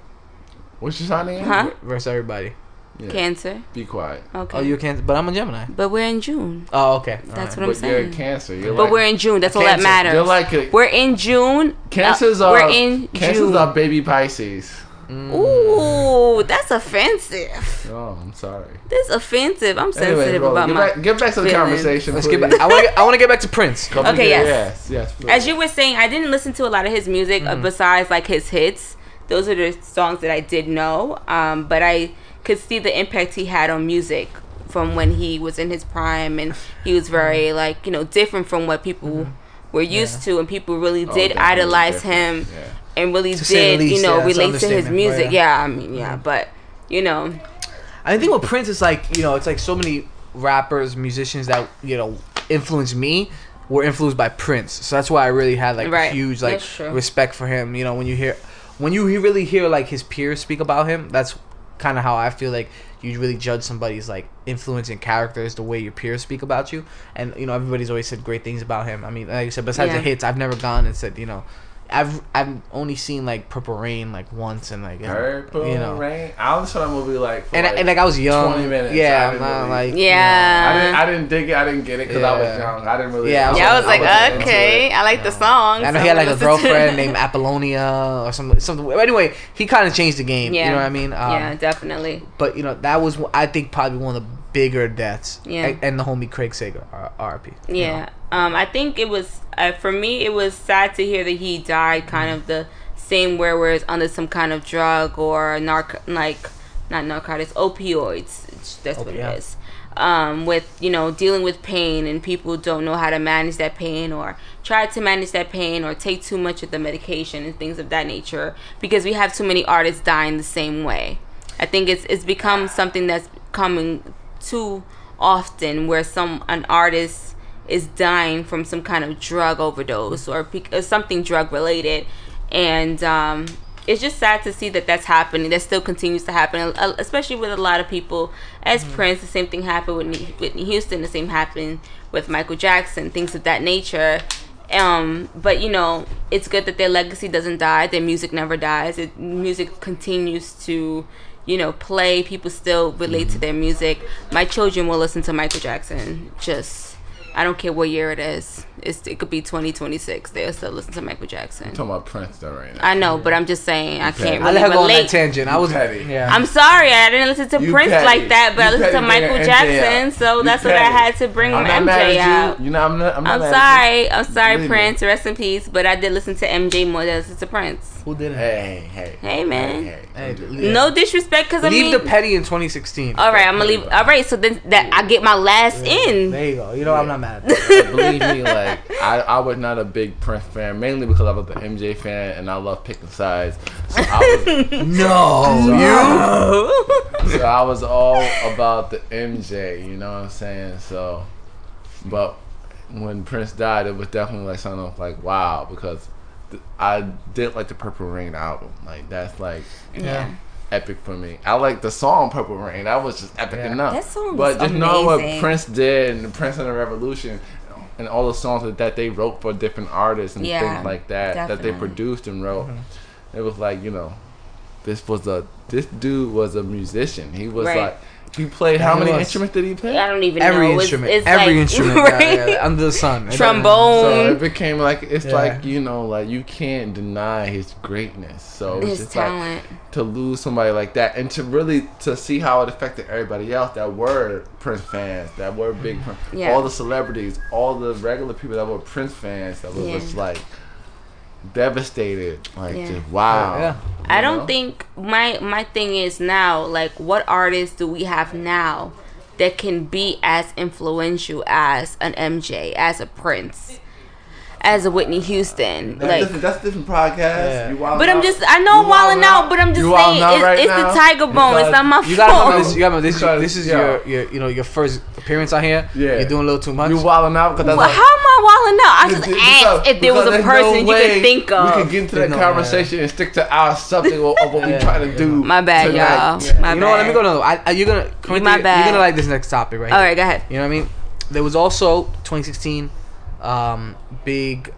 What's your sign again? huh? Verse everybody. Yeah. Cancer. Be quiet. Okay. Oh, you can't. But I'm a Gemini. but we're in June. Oh, okay. All That's right. what I'm but you're a saying. Cancer. You're But like, we're in June. That's all that Cancer. matters. You're like a. we're in June. Uh, cancers are. We're in cancers June. are baby Pisces. Ooh, that's offensive. Oh, I'm sorry. That's offensive. I'm sensitive Anyway, bro, about get, my. back, get back to the feelings. conversation. Let's please. get back. I want. I want to get back to Prince. Come Okay, here. yes. Yes, yes. As you were saying, I didn't listen to a lot of his music Mm-hmm. uh, besides like his hits. Those are the songs that I did know, um, but I could see the impact he had on music from when he was in his prime, and he Mm-hmm. was very like you know different from what people were used to, and people really Oh, did definitely idolize different. him Yeah. and really To say the did you least, know yeah, that's relate to his understatement, music. right? Yeah, I mean yeah, but you know I think with Prince, it's like you know, it's like so many rappers, musicians that you know influenced me were influenced by Prince. So that's why I really had like Right. huge like That's true. respect for him. You know, when you hear, when you he- really hear like his peers speak about him, that's kind of how I feel like you really judge somebody's like influence and character is the way your peers speak about you. And you know, everybody's always said great things about him. I mean, like you said, besides Yeah. the hits, I've never gone and said you know. I've I've only seen like Purple Rain like once and like Purple you know rain. I only saw that movie like. For and like I, and like I was young. 20 minutes. I Yeah, didn't man, really- like I didn't, yeah. I didn't dig it. I didn't get it because I was Yeah. young. I didn't really. Yeah, I yeah, I was I like, wasn't into okay, it. I like the song. I know so he had like a I'm gonna listen to it. girlfriend named Apollonia or something. Something. but Anyway, he kind of changed the game. Yeah. You know what I mean? Um, yeah, definitely. But you know that was I think probably one of the bigger deaths. Yeah. A- And the homie Craig Sager, R- R.I.P. you know. Yeah. Um, I think it was uh, for me. It was sad to hear that he died, kind Mm-hmm. of the same where was under some kind of drug or narc, like not narcotics, opioids. It's- That's what Opiate. it is. Um, with you know dealing with pain and people don't know how to manage that pain or try to manage that pain or take too much of the medication and things of that nature because we have too many artists dying the same way. I think it's it's become something that's coming too often where some an artist is dying from some kind of drug overdose or, pe- or something drug related and um, it's just sad to see that that's happening that still continues to happen uh, especially with a lot of people as prince the same thing happened with Whitney- whitney houston the same happened with michael jackson things of that nature um, but you know it's good that their legacy doesn't die their music never dies it, music continues to you know play people still relate to their music my children will listen to michael jackson just I don't care what year it is. It's, it could be 2026. They'll still listen to Michael Jackson. I'm talking about Prince though right now. I know, but I'm just saying I petty. can't I let her really go on that relate. tangent. I was petty. Yeah. I'm sorry, I didn't listen to You Prince petty. like that, but You I listened to petty bringing Michael MJ Jackson, out. so You that's what I petty. had to bring I'm my not mad at MJ out. you. You know, I'm not. I'm, not I'm mad At sorry. I'm sorry, Leave it. Prince. Rest in peace. But I did listen to MJ more than I listened to Prince. Who did you. it? Hey, hey, Hey, man. Hey, Hey, hey. don't do leave- that. No disrespect, because I Leave mean, the petty in 2016. all right, I'm gonna leave. All right, so then that I get my last in. There you go. You know I'm not mad at that. Believe me, like I, I was not a big Prince fan, mainly because I was an MJ fan and I love picking sides. So I no. was, so I was all about the MJ. You know what I'm saying? So, but when Prince died, it was definitely like something of like wow because th- I did like the Purple Rain album. Like that's like Yeah. epic for me. I like the song "Purple Rain." That was just epic Yeah. enough. That song but was just knowing amazing. what Prince did and the Prince and the Revolution and all the songs that, that they wrote for different artists and Yeah, things like that that they definitely. produced and wrote, Mm-hmm. it was like you know, this was a this dude was a musician. He was Right. like he played how he many was. instruments did he play? I don't even Every know. It's- instrument. it's every like- instrument right? yeah, yeah, under the sun. It So Trombone. it became like it's Yeah. like you know like you can't deny his greatness. So it's his just like- talent. to lose somebody like that and to really to see how it affected everybody else that were Prince fans, that were big Prince, Mm-hmm. Yeah. all the celebrities, all the regular people that were Prince fans that was Yeah. just like devastated, like Yeah. just doesn't- wow. Yeah. I you don't know? think my my thing is now like what artists do we have now that can be as influential as an MJ, as a Prince, as a Whitney Houston, That's, like. different, that's different podcast. Yeah. You wildin' But I'm out. just I know I'm You wilding wildin' out, but I'm just You wildin' saying out it's, right it's now? the tiger bone. It's Because not my You gotta remember fault. this. You gotta remember this. Because, this is yeah. your, your, you know, your first appearance out here. Yeah. You're doing a little too much. you wilding out because that's Well, like, how am I wilding out? I Because- just because- asked if there was because a there's person no you way could think of. We could get into There's no that way. conversation and stick to our subject of of what we Yeah. try to do. my bad, tonight. y'all. you My bad. know what? Let me go to another. one. I, I, you're gonna, Corinthia, my bad. You're gonna like this next topic, right? All here. right, go ahead. You know what I mean? There was also 2016 um, big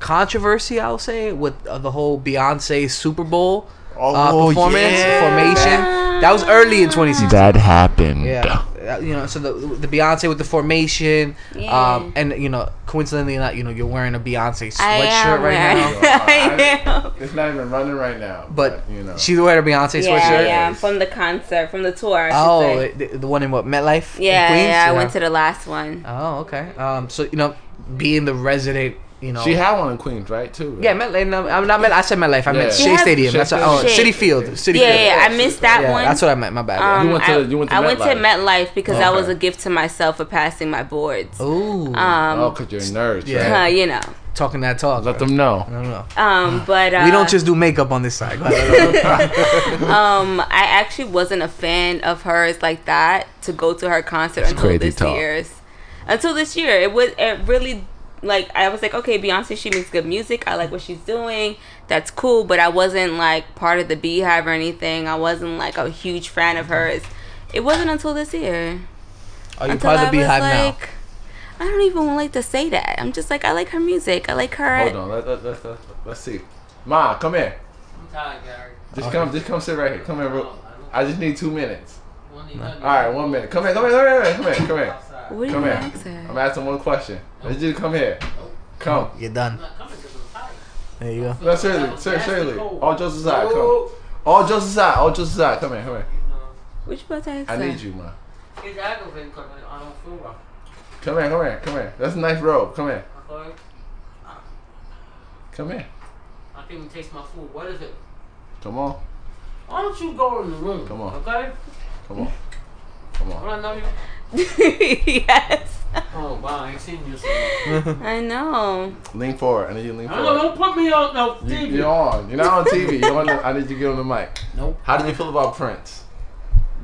controversy, I would say, with uh, the whole Beyonce Super Bowl uh, Oh, performance yeah. formation. That was early in 2016. That happened. Yeah, Uh, you know, so the the Beyonce with the formation, Yeah. um, and you know, coincidentally, not you know, you're wearing a Beyonce I sweatshirt am right now. wearing- I am. It's not even running right now. But you know, she's wearing a Beyonce Yeah, sweatshirt. yeah, from the concert, from the tour. I should Oh, say. the, the one in what MetLife? in Yeah, Queens? yeah, I went to the last one. Oh, okay. Um, so you know, being the resident, you know, she had one in Queens, right? Too. right? yeah, MetLife. No, I'm not Met. I said MetLife. I meant Yeah. Shea Yeah. Stadium. Shea that's what, oh, Stadium. City Field. City Yeah, Field. yeah, I missed that Yeah, one. That's what I meant. My bad. yeah. Um, You went to- I, you went to I went to MetLife. MetLife because I was Okay. a gift to myself for passing my boards. Ooh, Um, Oh, cause you're nerds. Yeah. huh, Right? you know. talking that talk. Let bro. them know. I don't know. Um, but uh, we don't just do makeup on this side. Go ahead. Um, I actually wasn't a fan of hers like that to go to her concert until crazy this talk. year's. Until this year, it was it really like I was like, okay, Beyonce, she makes good music. I like what she's doing. That's cool, but I wasn't like part of the Beehive or anything. I wasn't like a huge fan of hers. It wasn't until this year. Are you Until part of the I was Beehive now? like, I don't even like to say that. I'm just like I like her music. I like her. Hold on. Let, let, let, let, let's see. Ma, come here. I'm tired, Gary. Just come. Just come sit right here. Come here. real- I just need two minutes. One of All right, one minute. Come here. Come here. Come here. Come here. Come here. What do you Come wanna here. ask her? I'm asking one question. Let's just come here. Come. You're done. There you go. No, seriously. Ser- seriously. All jokes aside. Come. All jokes aside. All jokes aside. Come here. Come here. What you about to ask I her? need you, ma. It's aggravating because I don't feel right. Come here. Come here. Come here. That's a nice robe. Come here. I thought Come here. I can't even taste my food. What is it? Come on. Why don't you go in the room? Come on. Okay? Come on. Come When on. I know you. yes, Oh, wow. I ain't seen you. since- I know. Lean forward. I need you to lean I know. forward. Don't put me on no You, TV. you're on. You're not on TV. You're on the, I need you to get on the mic. Nope. How did you feel about Prince?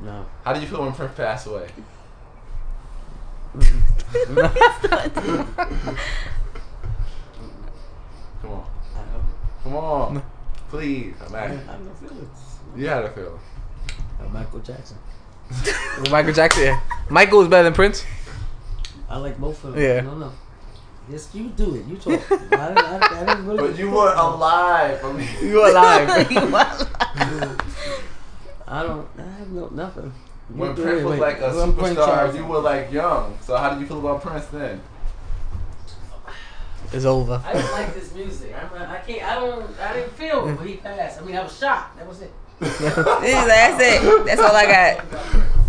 No. How did you feel when Prince passed away? Come on. I don't- Come on. Please. I'm asking. I have no feelings. You had a feel. Michael Jackson. Michael Jackson. Yeah. Michael was better than Prince. I like both of them. Yeah. No, no. Yes, you do it. You talk. I, I, I didn't really But you were um, alive. I mean, You alive? I don't. I have no nothing. When wait, Prince was wait, like a when Prince superstar, Charles- you were like young. So how did you feel about Prince then? It's over. I don't like this music. I'm, I can't. I don't. I didn't feel it when he passed. I mean, I was shocked. That was it. He's like, That's it. That's all I got.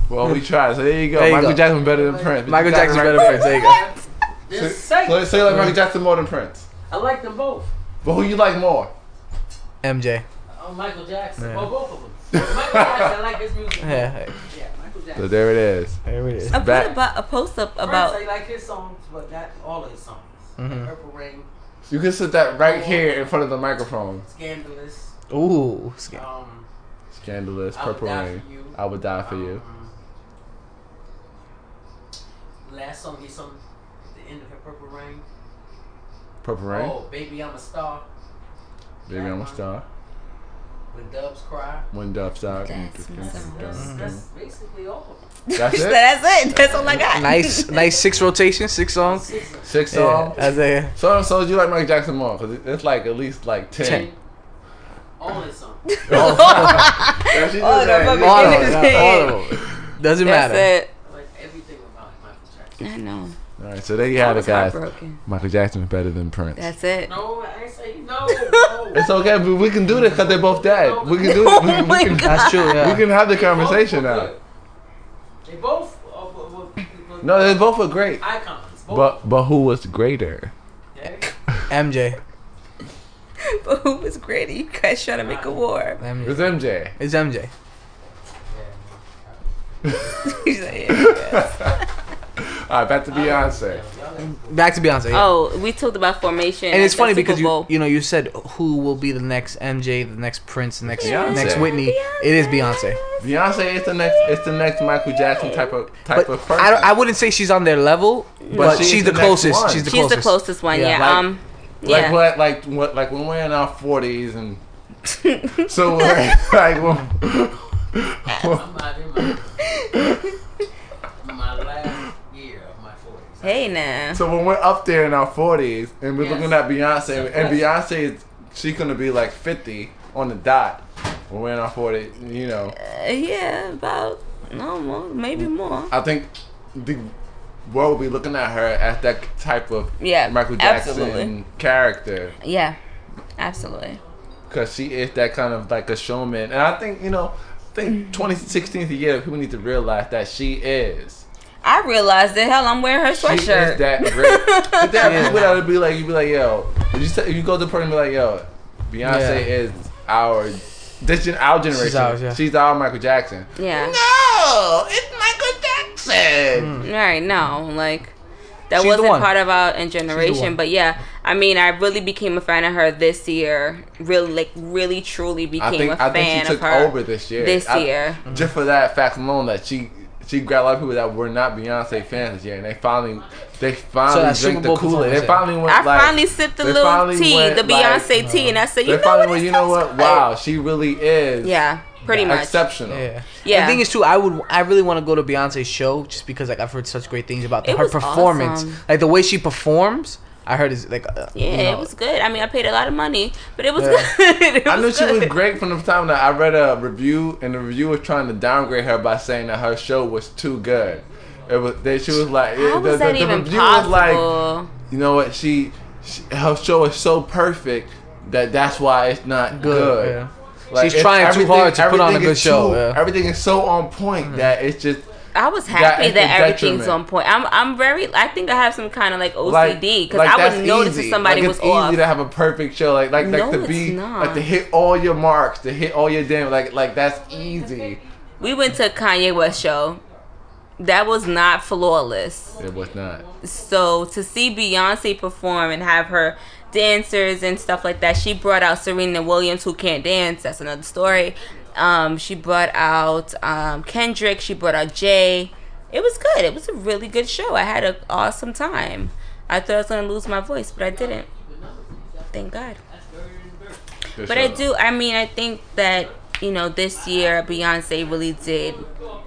Well, we tried. So there you go. There you Michael go. Jackson better than Prince. Michael Jackson better than Prince. There you go. This So, so second, you like Michael Jackson more than Prince. I like them both. But who you like more? MJ. Oh, Michael Jackson. Yeah. Well, both of them. Michael Jackson. I like his music. Yeah. Yeah, Michael So Jackson. there it is. There it is. I put Back. about a post up About. about I like his songs, but not all of his songs. Mhm. Purple Rain, You can sit that right here in front of the microphone. Scandalous. Ooh. sca- Um, Scandalous, I Would Purple Die Rain. For You. I would die for you. um, Last song he sung at the end of her Purple Rain. Purple Rain. Oh, baby, I'm a star. Baby, I'm a star. When doves cry. When doves die. That's my song. That's, that's basically all of them. Mm-hmm. That's She said, it. That's it. That's all I got. Nice, nice six rotation, six songs. Six of them. Six Yeah, songs. that's it. So so you like Michael Jackson more? Cause it- it's like at least like ten. Ten. All his songs. Yeah, she All just the said- fucking All of things. them. All of them. Doesn't That's matter. it. I like everything about Michael Jackson. I know. All right, so there you I have was it, guys. heartbroken. Michael Jackson is better than Prince. That's it. No, I ain't say no. no. it's okay, but we can do this because they're both dead. We can do Oh it. We, we my can, God. That's true. we Yeah. can have the They both conversation were now. good. They both uh, were, were, were No, they both were great. icons. Both. But but who was greater? Yeah. MJ. But who was gritty? You guys trying to make a war. It MJ. was MJ. It's MJ. She's like, yeah. All right, back Uh, to Beyonce. Back to Beyonce. yeah. Oh, we talked about formation. and it's at the funny Super because you Bowl. you know you said who will be the next MJ, the next Prince, the next Beyonce. next Whitney. It is Beyonce, Beyonce is the next. It's the next Michael Jackson type of type but of person. I, don't- I wouldn't say she's on their level, but she's she's, the the, next closest. one. She's the she's closest. the closest one. Yeah, Yeah. like- um. like Yeah. what like what like when we're in our forties and so we're like when, I'm out in my, my last year of my 40s. Hey now. so when we're up there in our forties and we're Yes. looking at Beyonce and Beyonce is she gonna be like fifty on the dot when we're in our forties. You know, Uh, yeah. About no more, maybe Mm. more. I think the world will be looking at her as that type of Yeah, Michael Jackson absolutely. character. Yeah. Absolutely. because she is that kind of like a showman. And I think you know, I think 2016 is a year that people need to realize that she is. I realized that hell, I'm wearing her She is sweatshirt. that great. But there are people that would be like, you'd be like, yo, if you, say, if you go to the party and be like, yo, Yeah. Beyonce is our this gen- our generation. She's, ours, yeah. our Michael Jackson. yeah. No, Oh, it's Michael Mm. Jackson. Right, no, like that She's the wasn't one. part of our and one. generation, but yeah, I mean, I really became a fan of her this year. Really, like, really, truly I became think a I fan think she took of her over this year. this I- year. just for that fact alone that she she grabbed a lot of people that were not Beyonce fans this year, and they finally they finally that Super drank the Bowl Kool Aid. They performance, finally went. I like, finally sipped the they little finally tea, went, the like, Beyonce tea, and I said, They you know what? finally went. This You know tastes what? good." Wow, she really is. Yeah, pretty much. Exceptional. Yeah. Yeah. The thing is too, I would I really want to go to Beyonce's show just because like I've heard such great things about It her was performance. awesome. Like the way she performs, I heard is like uh, yeah, you know, it was good. I mean, I paid a lot of money, but it was Yeah. good. It I knew was she was good. great from the time that I read a review, and the review was trying to downgrade her by saying that her show was too good. It was that she was like, How it- the, was that the- the even review was like, possible? you know what? She, she her show is so perfect that that's why it's not good. good. yeah. Like, She's it's- trying too everything- hard to put on a everything good is show. too- yeah. Mm-hmm. Everything is so on point that it's just I was happy it's that, a everything's detriment. on point. I'm I'm very. I think I have some kind of like like OCD because like, I that's would notice easy. if somebody like, was it's easy off. to have a perfect show. Like like No, like to it's be not. like to hit all your marks, to hit all your damn like like that's easy. We went to a Kanye West show. That was not flawless. It was not. So to see Beyonce perform and have her dancers and stuff like that, she brought out Serena Williams who can't dance. That's another story. Um, she brought out um, Kendrick. She brought out Jay. It was good. It was a really good show. I had an awesome time. I thought I was gonna lose my voice, but I didn't. Thank God. Good But show. I do. I mean, I think that you know this year Beyonce really did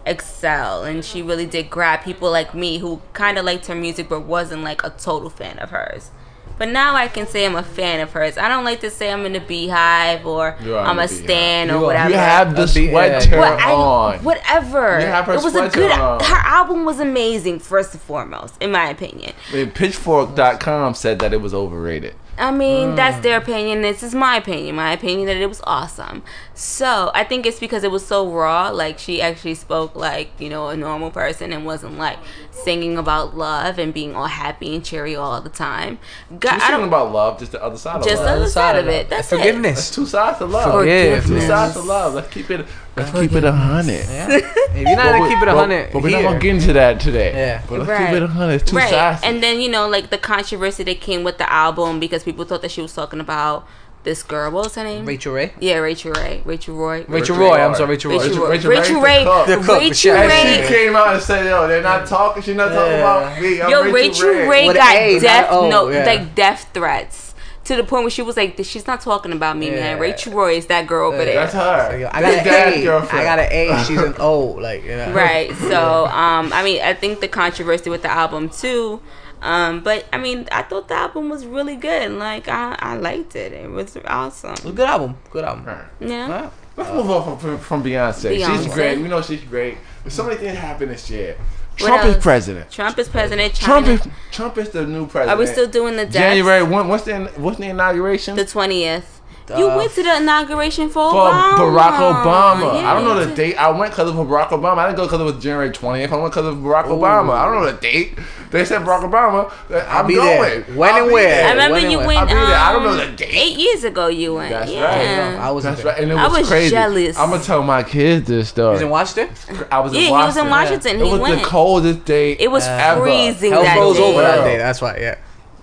excel, and she really did grab people like me who kind of liked her music but wasn't like a total fan of hers. But now I can say I'm a fan of hers. I don't like to say I'm in the beehive or You are I'm in a the beehive. stan or You are- whatever. You have the A B- yeah. sweater Well, I- on. Whatever. You have her it was a sweater good. on. Her album was amazing, first and foremost, in my opinion. I mean, Pitchfork.com said that it was overrated. I mean, that's their opinion. This is my opinion. My opinion that it was awesome. So I think it's because it was so raw. Like she actually spoke like you know a normal person and wasn't like singing about love and being all happy and cheery all the time. God, You're I talking don't about love, just the other side of just the love. other side of it. That's That's forgiveness. two sides of love. Forgiveness. Two sides of love. Let's keep it. Let's keep it a hundred. Yeah. If you're not But gonna we- keep it but- hundred, But we're not gonna get into that today. Yeah. But let's Right. keep it a hundred. It's two right. sides. And then you know like the controversy that came with the album because people thought that she was talking about this girl. What was her name? Rachel Ray. Yeah, Rachel Ray. Rachel Roy. Rachel Rachel Roy. Roy. I'm sorry, Rachel Roy. Rachel Roy. Rachel Rachel, Ray, Ray. the cook. The cook, the Rachel chef. and Ray. she came out and said, "Yo, they're not talking. She's not talking Yeah. about me. I'm Yo, Rachel Ray, With got an A, not death O, no, yeah. like death threats to the point where she was like, "She's not talking about me, Yeah. man." Rachel Roy is that girl over That's there, her. Like, yo, I Big got Dad's an A. girlfriend. I got an A. She's an O. Like you know. right? So, um, I mean, I think the controversy with the album too, um, but I mean, I thought the album was really good. Like, I, I liked it. It was It was awesome. a Good album. Good album. Her. Yeah. Huh? Let's move on from, from Beyonce. She's Beyonce. great. We know she's great. But so many things happened this year. What Trump is else? president. Trump is president. Trump China- is Trump is the new president. Are we still doing the deaths? January one? What's the what's the inauguration? the twentieth. You Uh, went to the inauguration for for Oh, Obama. Barack Obama. Yeah, I don't you know the did. date. I went because of Barack Obama. I didn't go because it was January 20th. I went because of Barack Obama. I don't know the date. They said Barack Obama. I'm be there. going. When I'll and be where? I there. remember When it you was- went. I'll be there. I don't know um, the date. Eight years ago, you went. That's yeah. right. I was That's there. right. And it I was, was crazy. jealous. I'm gonna tell my kids this story. He's in Washington. I was in Yeah, he was Washington. in Washington. It He was went. the coldest day. It was ever. freezing Hell that froze day. over that day. That's why. Yeah.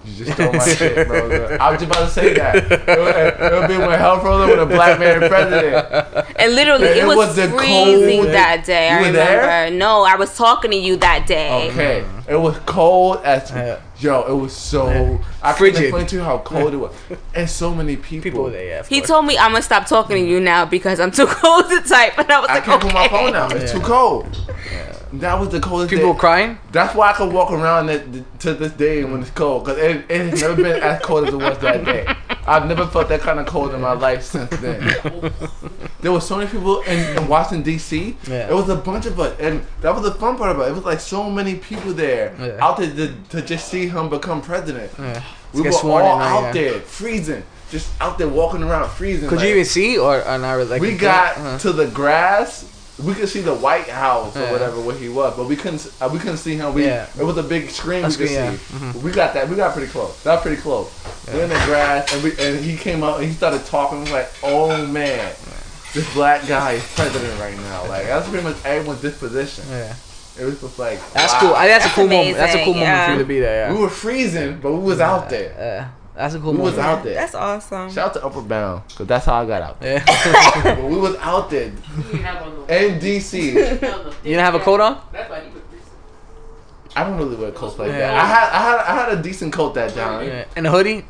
You just stole my shit, bro. I was just about to say that. It would, it would be when hell frozen with a black man president. And literally, And it, it was, was the freezing coldest- that day. You I were remember. there? No, I was talking to you that day. Okay, it was cold as Yeah. yo. It was so I Frigid. can't explain to you how cold it was, and so many people. People were there. Yeah. of He course. told me I'm gonna stop talking to you now because I'm too cold to type, and I was I like, can't okay. put my phone out. It's Yeah. too cold. That was the coldest. People were day. crying. That's why I could walk around it, to this day when it's cold, because it, it has never been as cold as it was that day. I've never felt that kind of cold in my life since then. there were so many people in, in Washington D.C. Yeah. It was a bunch of us, and that was the fun part about it. It was like so many people there Yeah. out there to, to just see him become president. Yeah. We Get were all sworn in, right, out yeah. there freezing, just out there walking around freezing. Could like- you even see or, or not? really, Like we you got can't? Uh-huh. to the grass. We could see the White House Yeah. or whatever where he was, but we couldn't. Uh, we couldn't see him. We Yeah. it was a big screen A we screen, could yeah. Mm-hmm. see. We got that. We got pretty close. That was pretty close. We're in the grass, and we and he came out and he started talking. We was like, oh man, this black guy is president right now. Like that's pretty much everyone's disposition. Yeah. It was just like That's wow. cool. I, that's, That's a cool moment. That's a amazing, cool moment for you yeah. to be there. We Yeah. were freezing, but we was out there. Yeah. That's a cool We was moment. out there. That's awesome. Shout out to Upper Bound, cause that's how I got out. Yeah. But we was out there He didn't have on no- in DC. you didn't have a coat on? That's why he was freezing. I don't really wear coats like Yeah. that. I had I had I had a decent coat that time. Yeah. And a hoodie.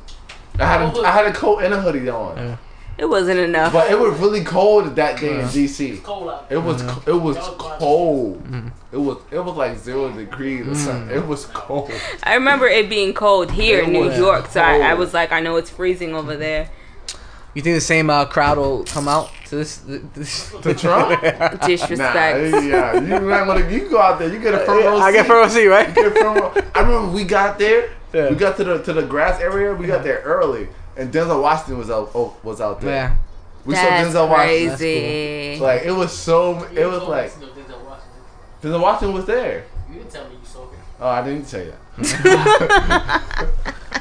I had a, I had a coat and a hoodie on, Yeah. It wasn't enough. but it was really cold that day in It's DC. cold out. It was co- it was cold. Mm-hmm. It was it was like zero degrees Mm. or something. It was cold. I remember it being cold here It in New was York, so I, I cold. was like, I know it's freezing over there. You think the same uh, crowd will come out to this? this To Trump? Nah, Disrespect. yeah. You might want to you go out there. You get a front row. I get seat. front row seat, right? Get front row. I remember we got there. Yeah. We got to the to the grass area. We got there early, and Denzel Washington was out oh, was out there. Yeah. We That's saw Denzel Washington. crazy. Like it was so You it didn't was tell like me you saw Denzel Washington. Denzel Washington was there. You didn't tell me you saw him. Oh, I didn't tell you that.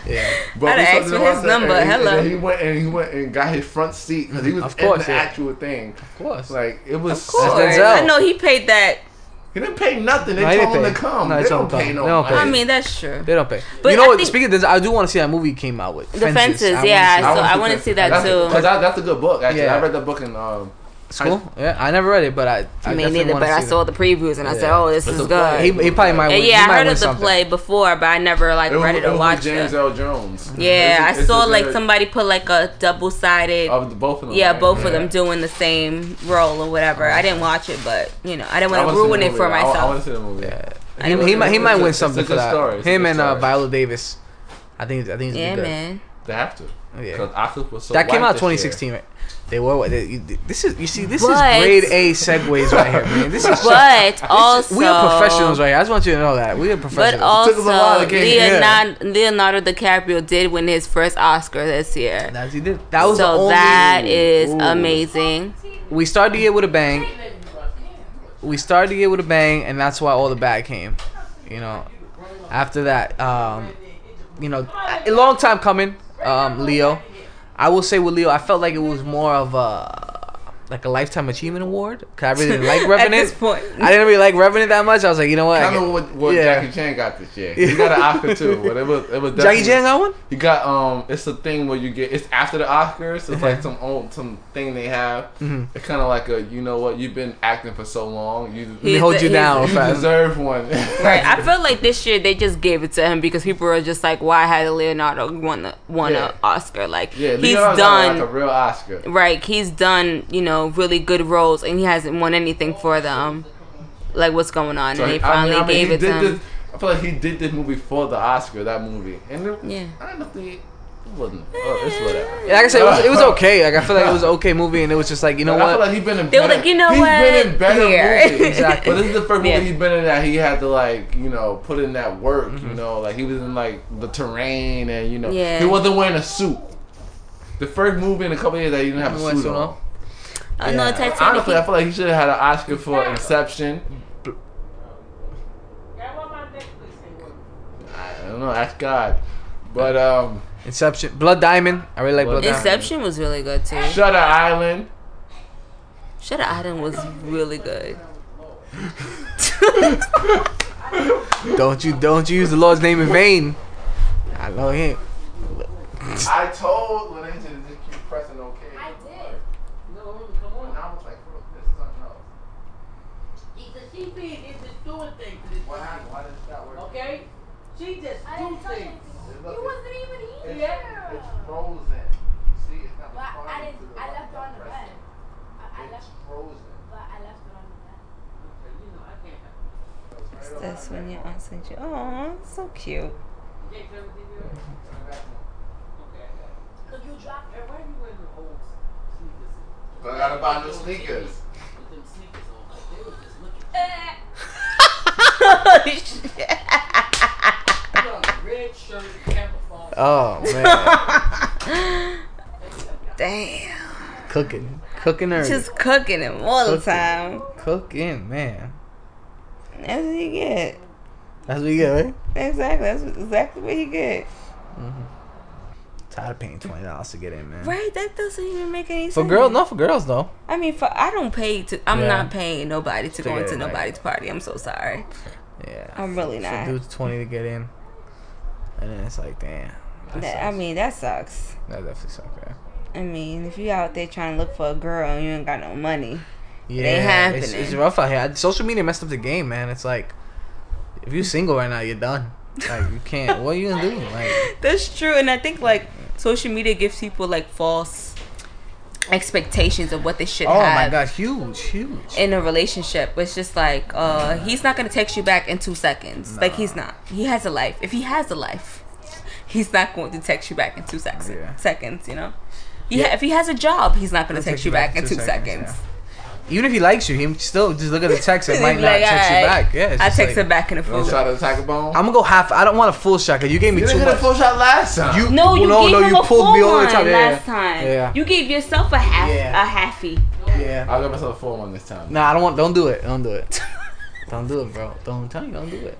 Yeah. But I'd we ask saw for Denzel his Washington, number, and he- hello. and he went and he went and got his front seat because he was Of course, in the yeah. actual thing. Of course. Like it was. Of course. That's Denzel. I know he paid that. He didn't pay nothing. They No, he told didn't him to pay. come. No, they they told don't him to come. pay no They don't money. pay. I mean, that's true. They don't pay. But you know I what? think- Speaking of this, I do want to see that movie he came out with. The Fences, yeah, I so wanna I see want to that. see that That's, too. Cause I, that's a good book. Actually, Yeah. I read the book in um. It's cool. Yeah, I never read it, but I. I Me definitely neither, wanna but I see saw the previews and I said, Yeah. "Oh, this It's is a play. that. good." He, he probably might. Yeah, Win. Uh, yeah, he might I heard win of the something. play before, but I never like It was, read it it or was watched with it. James L. Jones. Yeah, It's a- I it's a saw like very- somebody put like a double sided. of the both of them. yeah, right? both Yeah. Uh-huh. of them doing the same role or whatever. I didn't watch it, but you know, I didn't I wanna want see to the ruin it movie. for I- I, myself. want to see the movie. Yeah. I didn't He, he might. He It's might a- win it's a something good for that. story. It's a Him good and uh, story. Viola Davis. I think I think it's Yeah, gonna be man. They have to. good. Yeah. Because Oculus was so that came white out this 2016. Right? They were. They, you- this is you see. This But- is grade A segues right here, man. This is. But also, we are professionals right here. I just want you to know that we are But professionals. Took us a while also, to get here. Leonardo, Leonardo DiCaprio did win his first Oscar this year. That's- you did. That was the so only- that is Ooh. amazing. We started the year with a bang. We started the year with a bang, and that's why all the bad came. You know, after that, um, you know, a long time coming. Um, Leo, I will say with Leo, I felt like it was more of a like a lifetime achievement award. Cause I really didn't like At Revenant. this point, I didn't really like Revenant that much. I was like, you know what? I Kind of get- what, what Yeah. Jackie Chan got this year. He got an Oscar too, but it was it was Jackie definitely- Chan got one. He got um. It's a thing where you get. It's after the Oscars. It's Uh-huh. like some old some thing they have. Mm-hmm. It's kind of like a you know what you've been acting for so long. You Let me He's hold the- you he's- down, you fast. deserve one. Right. I feel like this year they just gave it to him because people are just like, why had Leonardo won the won Yeah. an Oscar? Like yeah, he's Leonardo got done. like a real Oscar. right he's done you know really good roles and he hasn't won anything for them like what's going on So, and they I mean- finally I mean, he gave it to did him This, I feel like he did this movie for the Oscar. That movie, and it, Yeah. honestly, it wasn't. Oh, it's whatever. Yeah, Like I said, it was, it was okay. Like I feel like it was an okay movie, and it was just like you know I feel what? like he's been in. They were better- like, you know he's what? been in better Here. movies. Exactly. But this is the first Yeah. movie he's been in that he had to like, you know, put in that work. You know, like he was in like the terrain and you know, Mm-hmm. Yeah. he wasn't wearing a suit. The first movie in a couple of years that he didn't have a Wearing suit suit on. on. oh no Titanic Honestly, I feel like he should have had an Oscar for Inception. I don't know. Ask God. But um, Inception, Blood Diamond. I really like Blood, Blood Diamond. Inception was really good too Shutter Island. Shutter Island was really good Don't you don't you use the Lord's name in vain. I know him. I told Lennon to just keep pressing OK. I did. No, come on. I was like, bro, this is something else. Because she being just doing things to this guy. Why does that work? Okay? She just I do didn't touch things. anything. You wasn't even here. frozen. See, it's not But I didn't. I left it on the bed. I, I left, frozen. but I left it on the bed. You know, I can't have that's when your aunt sent you oh so cute it. Takes everything you have. Okay, I got it. Look, you dropped it. Why are you wearing the old sneakers? But I gotta buy new sneakers. With them sneakers on, like, they was just looking. You got a red shirt, camouflage. Oh man, damn cooking, cooking her, just cooking him all the Cooking. time cooking, man. that's what you get That's what you get, right? exactly that's exactly what you get Tired of paying twenty dollars to get in, man. right that doesn't even make any sense For girls, not for girls though. I mean, for, I don't pay to. I'm Yeah. not paying nobody to go get into it, like- nobody's party. I'm so sorry. Yeah, I'm really for not. dudes twenty to get in, and then it's like, damn. That, That- I sucks. mean, that sucks. that definitely sucks. Yeah, I mean, if you out there trying to look for a girl and you ain't got no money, yeah It's, it's happening. rough out here. Social media messed up the game, man. It's like, if you're single right now, you're done. Like you can't. what are you gonna do? Like, that's true. And I think like social media gives people like false expectations of what they should oh my have god, huge, huge. in a relationship. It's just like uh, he's not gonna text you back in two seconds. Like he's not. He has a life. If he has a life, he's not going to text you back in two seconds. Yeah. Seconds, you know. He ha- if he has a job, he's not gonna He'll text you back, in two seconds. Even if he likes you, he still just look at the text and might Be not like, text you "Alright." back. Yeah, it's I just text like, him back in the Don't phone. try to attack a bone. I'm gonna go half. I don't want a full shot because you gave me you too didn't hit a much. full shot last time. You No, you no, gave no, him you a pulled full me all the one time. Yeah, last time. Yeah. You gave yourself a half Yeah. a halfie. yeah. I'll give myself a full one this time. Nah, I don't want. Don't do it. Don't do it. don't do it, bro. Don't tell you. Don't do it.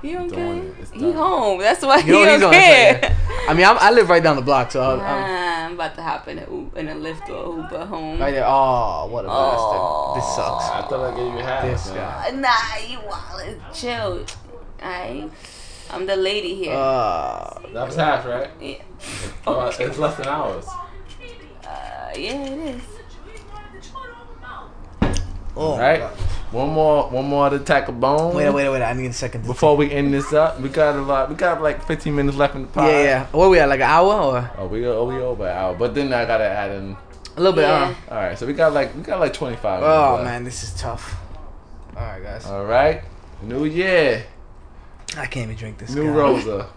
He don't Doing care. it. It's He done. home. That's why he You know what he's don't on. care. Yeah. I mean, I'm, I live right down the block, so I'm, I'm Nah, I'm about to hop in a U- in a lift or Uber home. right there. Oh, what a Oh. bastard! This I sucks. thought I gave you half. This man. guy. Nah, you wildin'. Chill. I, I'm the lady here. Uh, That was half, right? yeah. Oh, it's less than ours. Uh, yeah, it is. oh. All right. One more, one more to attack a bone. Wait, wait, wait. I need a second. To Before we end this up, we got a lot. We got like 15 minutes left in the pod. yeah, yeah. What we at? Like an hour or Oh, we oh, we over an hour, but then I gotta add in. a little bit? Yeah. Uh, All right, so we got like we got like 25. minutes Oh left. man, this is tough. All right, guys. All right. New year, I can't even drink this. new guy. Rosa.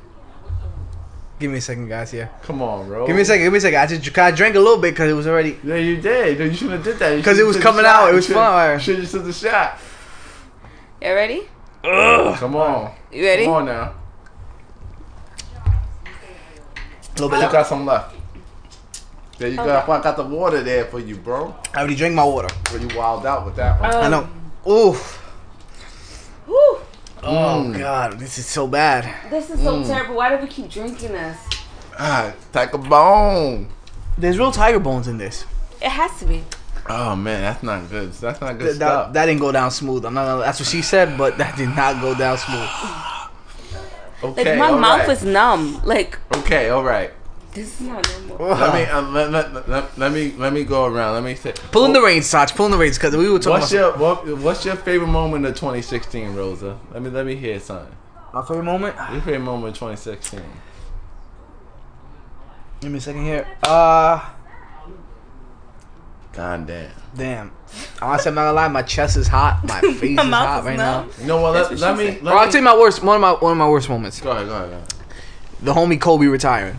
Give me a second, guys. Yeah. Come on, bro. Give me a second. Give me a second. I just I drank a little bit because it was already. Yeah, you did. You shouldn't have did that. 'Cause it was coming out. It was fire. Should have took the shot. You ready? Come on. You ready? Come on now. A little bit. You Left. got some left. There you go. That's why I got the water there for you, bro. I already drank my water. For you wild out with that one. I Oh. know. Ooh. Whew, Oh Mm. God, this is so bad. this is Mm. so terrible. Why do we keep drinking this? Ah, take a bone. There's real tiger bones in this. It has to be. Oh man, that's not good. That's not good Th- stuff. that, that didn't go down smooth. I'm not. Gonna, that's what she said, but that did not go down smooth. Like okay, my all mouth right. is numb. Like Okay, all right. this is not normal. Let me uh, let, let, let, let me let me go around. Let me say. Pull in the reins, Saj. Pull in the reins, because we were talking What's about your what, What's your favorite moment of 2016, Rosa? Let me let me hear something. my favorite moment. Your favorite moment of 2016. Give me a second here. Uh, God damn. damn. Honestly, I'm not gonna lie. My chest is hot. My face My is mouth hot is right numb. now. You know what? Let, That's let what she me. said. Or I'll Let tell you me my worst. One of my one of my worst moments. go ahead. Go ahead. Go ahead. The homie Kobe retiring.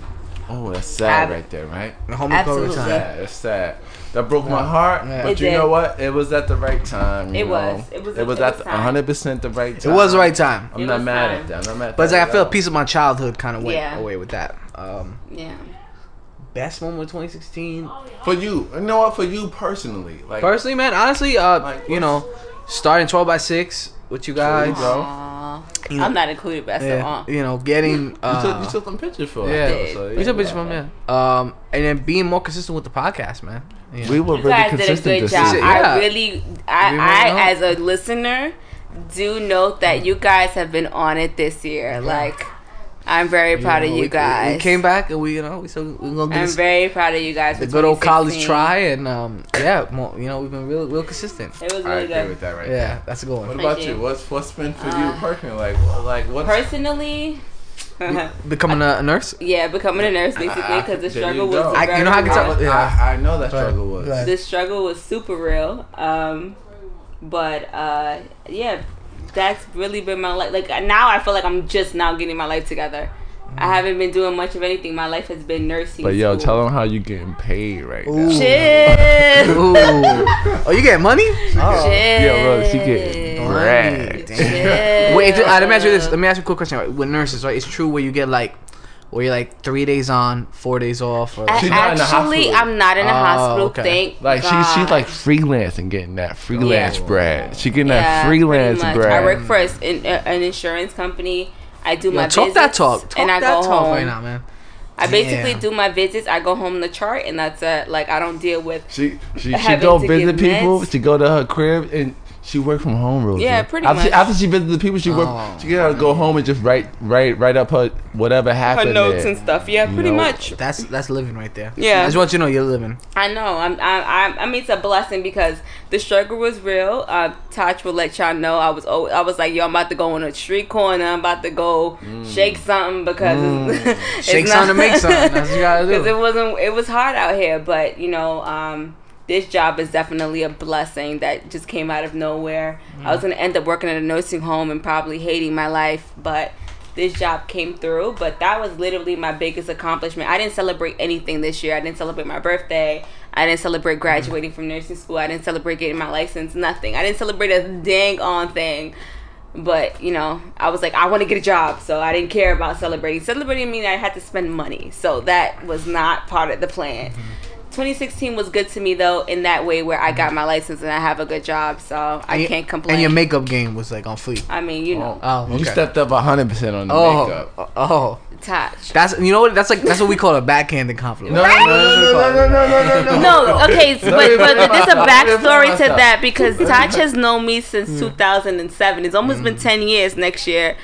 Oh, that's sad Ab- right there, right? The homie Absolutely. Kobe retiring. Sad. It's sad. That broke my heart. Yeah. But It you did. know what? It was at the right time. you It was. know? It was- It was it at was the time. 100 percent the right It time. was the right time. I'm It not was mad time. at that. I'm not mad. At But it's that like I at feel a all. piece of my childhood kind of went Yeah. away with that. Um, Yeah. best moment of 2016. Oh, for you. You know what? For you personally, like Personally, man, honestly, uh, Like, you know, starting 12 by 6 with you guys. Bro. Aw. You know, I'm not included, but I still yeah, am. you know, getting you, uh, took, you took some pictures for us. yeah, though, so, we took pictures from yeah. Um, and then being more consistent with the podcast, man. You know. We were You really guys did a consistent good this job. season. Yeah. I really, I, We went up. I as a listener, do note that you guys have been on it this year. Like, I'm very proud know, of we- you we- guys. We, came back and we, you know, we so we gonna I'm give this very proud of you guys. the for good old college 2016. try, and um, yeah, more, you know, we've been real, real consistent. It was I really agree good. with that right there. Yeah, that's a good What one. about Thank you? you. What's what's been for you Uh, personally? Like wh- like what's Personally, Becoming a, a nurse. yeah, becoming a nurse basically I- because there the you struggle go. was I- very you know how I can tell- real. Yeah. I, I know that Go ahead. struggle Go ahead. was. the struggle was super real. Um, but uh, yeah, that's really been my life. Like now, I feel like I'm just now getting my life together. I haven't been doing much of anything. My life has been nursing. Mm. But yo, school. tell them how you getting paid right Ooh. now. Shit. Ooh. oh, you get money? Oh. Shit. Yo, Rose, she getting Money. rag. Damn. Shit. Wait, uh, let me ask you this. Let me ask you a quick question. right? With nurses, right? It's true where you get like, where you're like three days on, four days off. Or, I- She's not in the actually, hospital. I'm not in the Oh, hospital. okay. Thank Like she God. she's like freelancing, getting that freelance Yeah. bread. She getting that Yeah, freelance pretty much. bread. I work for a, an, an insurance company. I do Yo, my talk that visits, talk. Talk and I that go talk home. right now, man. I basically Damn. do my visits. I go home the chart, and that's it. Like I don't deal with. She she she Having go to visit give people. meds. She go to her crib and she work from home, Rosa. Yeah, pretty after, much. After she visited the people, she work. Oh. She gotta go home and just write write write up her whatever happened. her notes there. and stuff. Yeah, You pretty know, much. That's that's living right there. Yeah. I just want you to know you're living. I know. I'm. I. I, I mean, it's a blessing because the struggle was real. Uh, Taj will let y'all know. I was. Always, I was like, yo, I'm about to go on a street corner. I'm about to go shake something because it's, it's Mm. Shake not- something to make something. That's what you gotta do. Because it wasn't. It was hard out here, but you know. Um, this job is definitely a blessing that just came out of nowhere. I was gonna end up working at a nursing home and probably hating my life, but this job came through. But that was literally my biggest accomplishment. I didn't celebrate anything this year. I didn't celebrate my birthday. I didn't celebrate graduating from nursing school. I didn't celebrate getting my license. Nothing. I didn't celebrate a dang on thing. But you know, I was like, I want to get a job, so I didn't care about celebrating. Celebrating mean I had to spend money, so that was not part of the plan. Mm-hmm. 2016 was good to me though, in that way where I got my license and I have a good job, so I And y- can't complain. And your makeup game was like on fleek. I mean, you know, Oh, You okay. stepped up hundred percent on the Oh, makeup. oh, oh, touch. that's you know what? That's like that's what we call a backhanded compliment. No, no, no, no, no, no, no, no, no, No, okay, s- Let me but, find but myself. there's a Let me find backstory to myself. that because Taj has known me since Mm. 2007. It's almost been 10 years next year.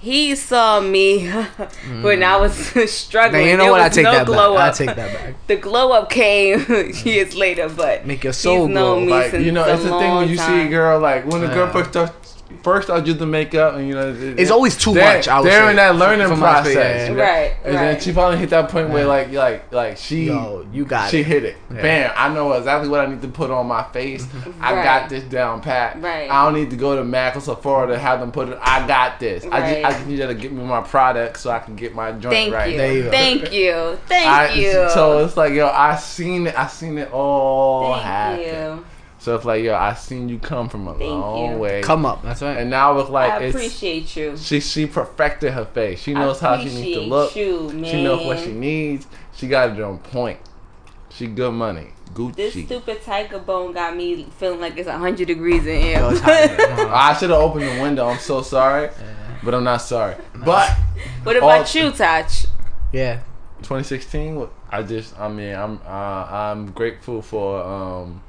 He saw me when I was Mm. Now, struggling. you know There what? I was take no that back. glow I up. take that back. the glow up came Mm. years later, but Make your soul he's glow. known me Like since you know, a it's the thing when long you see a time. girl like when the girl Yeah. first starts first I'll do the makeup, and you know, It's always too they're- much, I would they're say, in that learning from my process, experience, you yeah. know? Right, And then right. she finally hit that point where like, like, like she, Yo, you got she it. hit it. Yeah. Bam! I know exactly what I need to put on my face. I Right. got this down pat. Right. I don't need to go to Mac or Sephora to have them put it. I got this. I just, I Right. just need you to get me my product so I can get my joint Thank right. you. There you go. Thank you. Thank I, you. So it's like, yo, I seen it. I seen it all Thank happen. you. So it's like, yo, I seen you come from a Thank long you. way. Come up. That's right. And now it's like, I it's, appreciate you. she she perfected her face. She knows how I she needs to appreciate look. you, She knows what man. she needs. She got it on point. She good money. Gucci. This stupid tiger bone got me feeling like it's 100 degrees in Yo, here. it's hot in here. Oh, I should have opened the window. I'm so sorry, but I'm not sorry. But what about Oh. you, Touch? yeah. 2016, what- I just, I mean, I'm, uh, I'm grateful for um,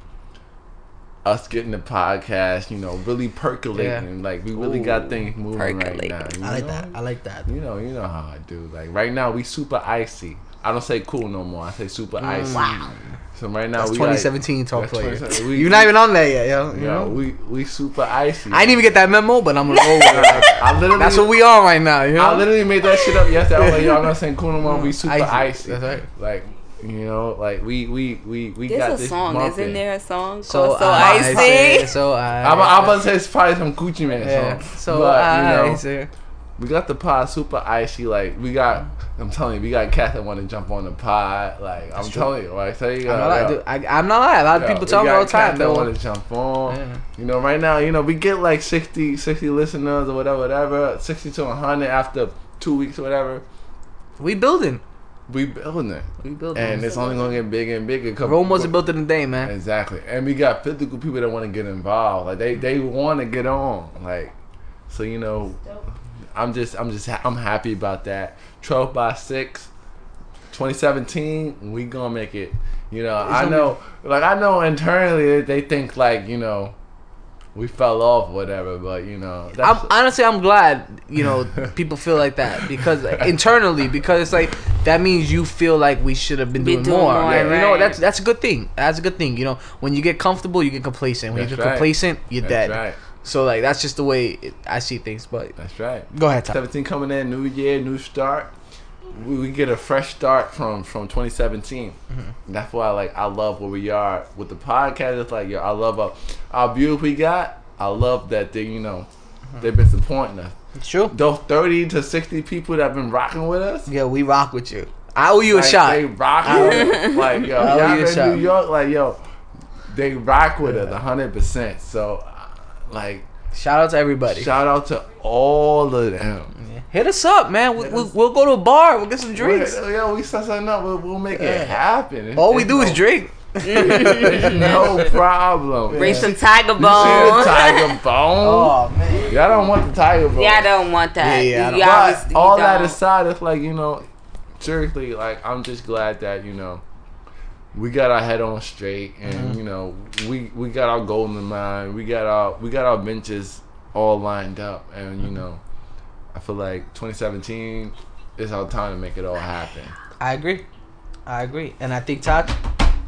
us getting the podcast. You know, really percolating. Like we really got Ooh, things moving percolating. right now. you I like know? that. I like that. You know, you know how I do. Like right now, we super icy. I don't say cool no more. I say super icy. Wow. So right Mm. now That's we 2017 talk that's for you. 2017. We- You're not even on there yet, yo. Like, You you know? we we super icy. Mm-hmm. I didn't even get that memo, but I'm gonna roll with it. I literally. That's what we are right now, you know. I literally made that shit up yesterday. I was like, yo, I'm not saying cool no more. We Mm, super icy. icy. That's right. Like, you know, like we we we we got There's a this song, bumping. isn't there? A song so called So I, Icy. say, so I. I'm, I'm about to say it's probably some Gucci Man yeah. song. So uh, but, I. you know, say- we got the pod super icy. Like we got, I'm telling you, we got cats that want to jump on the pod. Like I'm telling you, like tell you, I'm not lying, dude. I, I'm not lying. A lot of people tell me all the time. They They want want to jump on. Yeah. You know, right now, you know, we get like 60, 60 listeners or whatever, whatever, sixty to hundred after two weeks or whatever. We building. We building it, We building. and it's only gonna get bigger and bigger. Couple- Rome wasn't built in a day, man. Exactly, and we got physical people that want to get involved. Like they, they want to get on. Like, so you know, I'm just, I'm just, ha- I'm happy about that. Twelve by six, 2017, we gonna make it. You know, I gonna know, like I know internally they think like you know, we fell off whatever, but you know, I'm that's, honestly I'm glad you know people feel like that because internally because it's like that means you feel like we should have been Been doing, doing more. more, and you know right. that's that's a good thing. That's a good thing. You know when you get comfortable you get complacent. When you That's get right. complacent you're dead. that's right. So like that's just the way it, I see things. But That's right. go ahead, Tom. 17 coming in, new year, new start. We, we get a fresh start from from 2017. Mm-hmm. That's why like I love where we are with the podcast. It's like yo, I love our, our views we got. I love that they you know Mm-hmm. they've been supporting us. It's true. Those 30 to 60 people that have been rocking with us. Yeah, we rock with you. I owe you like, a shot. They rock with us. Like yo, I'll y'all give you a in shot. New York, like yo, they rock with us 100. percent So uh, like. Shout out to everybody. Shout out to all of them. Hit us up, man. We, Hit we, us- we'll go to a bar. We'll get some drinks. We're- Yeah, we set something up. We'll, we'll make Yeah. it happen. All we do is no- drink. It's no problem. Bring some tiger You see bone. the tiger bone. man. Y'all don't want the tiger bone. yeah, I don't want that. Yeah, yeah, I don't- You But always- you all that don't. aside, it's like you know, seriously, like I'm just glad that you know we got our head on straight, and Mm-hmm. you know we we got our goal in mind. We got our we got our benches all lined up, and Mm-hmm. you know I feel like 2017 is our time to make it all happen. I agree. I agree. And I think Todd,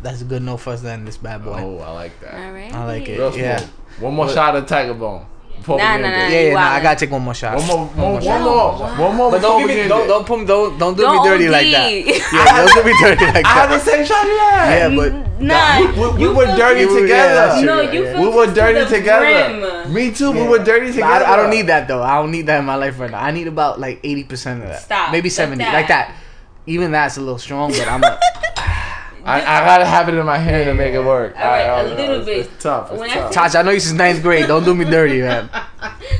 that's a good no for us to end this bad boy. Oh, I like that. All right. I like it. Real yeah. smooth. One more shot of Tiger Bone. Before Nah, we nah, end nah. it. Yeah, yeah, nah, I wildin'. gotta take one more shot. One more, one, shot. one more, one more. But don't before give we me end don't it. don't, put- don't don't do Don't me dirty like that. OD. Yeah, don't do me dirty like I had the that. same shot you had. Yeah, but Nah, We- we, we you were feel- dirty You- yeah, that's true. together. No, Yeah, you yeah. feel we were to dirty the together. brim. Me too. Yeah. We were But dirty I, together. I don't need that though. I don't need that in my life right now. I need about like eighty percent of that. Stop. Maybe Like seventy, that. like that. Even that's a little strong, but I'm. A, I, I gotta have it in my hand to make it work. All right, I- I a don't know. little It's- bit. It's tough. It's When I tough. think- Tasha, I know you since ninth grade. Don't do me dirty, man.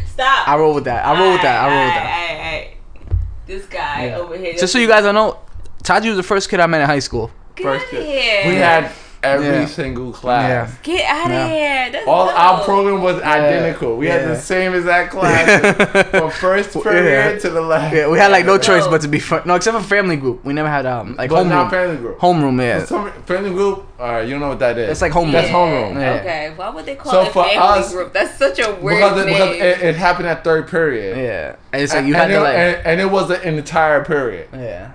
Stop. I roll with that. I roll with that. I roll with that. Aight, aight, aight. This guy Yeah. over here. Just so you guys don't know, Taji was the first kid I met in high school. get out First of kid. here. We had every Yeah. single class. get out of Yeah. here. That's All dope. our program was identical. We had Yeah. the same exact class from first period to the last. Yeah, we had like no Yeah. choice but to be fun. No, except for family group. We never had um like But not homeroom. family group. Homeroom, yeah. Some family group. All right, you don't know what that is. It's like homeroom. That's homeroom. Yeah. Okay, why would they call So it for family us- group? That's such a weird because it, because name. it, it happened at third period. Yeah, and it's like you and, had it, to like. and, and it was an entire period. Yeah.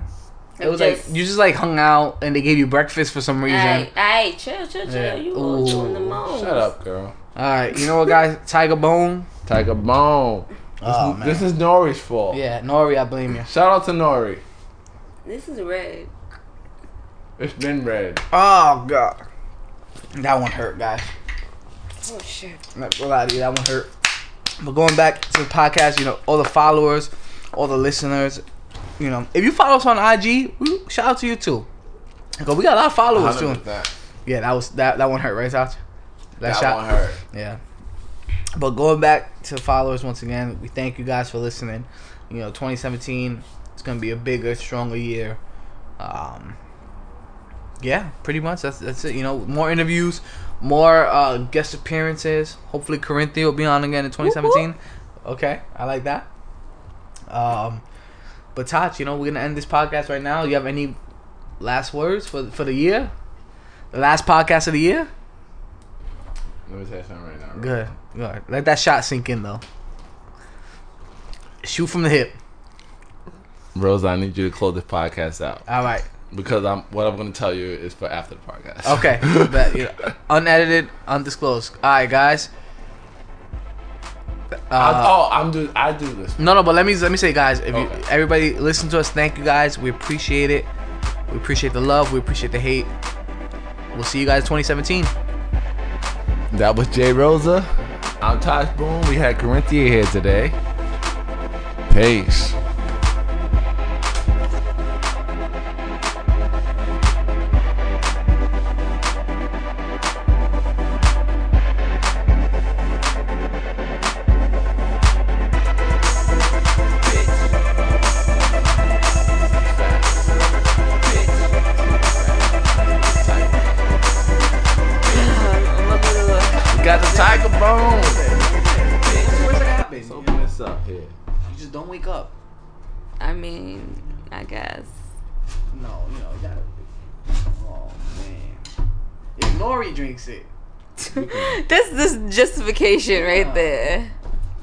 It was like you just like hung out and they gave you breakfast for some reason. Hey, hey, chill, chill, chill. Yeah. You all chilling the Ooh, most. Shut up, girl. All right, you know what, guys? Tiger Bone. Tiger Bone. This, Oh, is- man. this is Nori's fault. Yeah, Nori, I blame you. Shout out to Nori. This is red. It's been red. Oh god, that one hurt, guys. Oh shit. I'm not gonna lie to you, that one hurt. But going back to the podcast, you know, all the followers, all the listeners, you know, if you follow us on IG, we, shout out to you too. Because we got a lot of followers too. That, Yeah, that was that that one hurt, right, Sasha? that one hurt. Yeah. But going back to followers once again, we thank you guys for listening. You know, 2017 it's gonna be a bigger, stronger year. Um, yeah, pretty much. That's that's it. You know, more interviews, more uh, guest appearances. Hopefully, Corinthia will be on again in 2017. Okay, I like that. Um, but Todd, you know, we're gonna end this podcast right now. You have any last words for for the year? The last podcast of the year. Let me tell you something right now. bro. Good, good. Let that shot sink in though. Shoot from the hip. Rose, I need you to close this podcast out All right. because I'm what I'm going to tell you is for after the podcast. Okay. but, you know, unedited, undisclosed. All right, guys. I, Uh, oh, I'm do I do this. no, no. But let me let me say, guys. If you Okay. everybody listen to us, thank you guys. We appreciate it. We appreciate the love. We appreciate the hate. We'll see you guys 2017. That was Jay Rosa. I'm Tosh Boone. We had Corinthia here today. Peace. We got the Tiger Bone. What's gonna happen? Let's open this up here. you just don't wake up. I mean, I guess. No, you know, you gotta. Oh man. If Nori drinks it. That's this justification right there.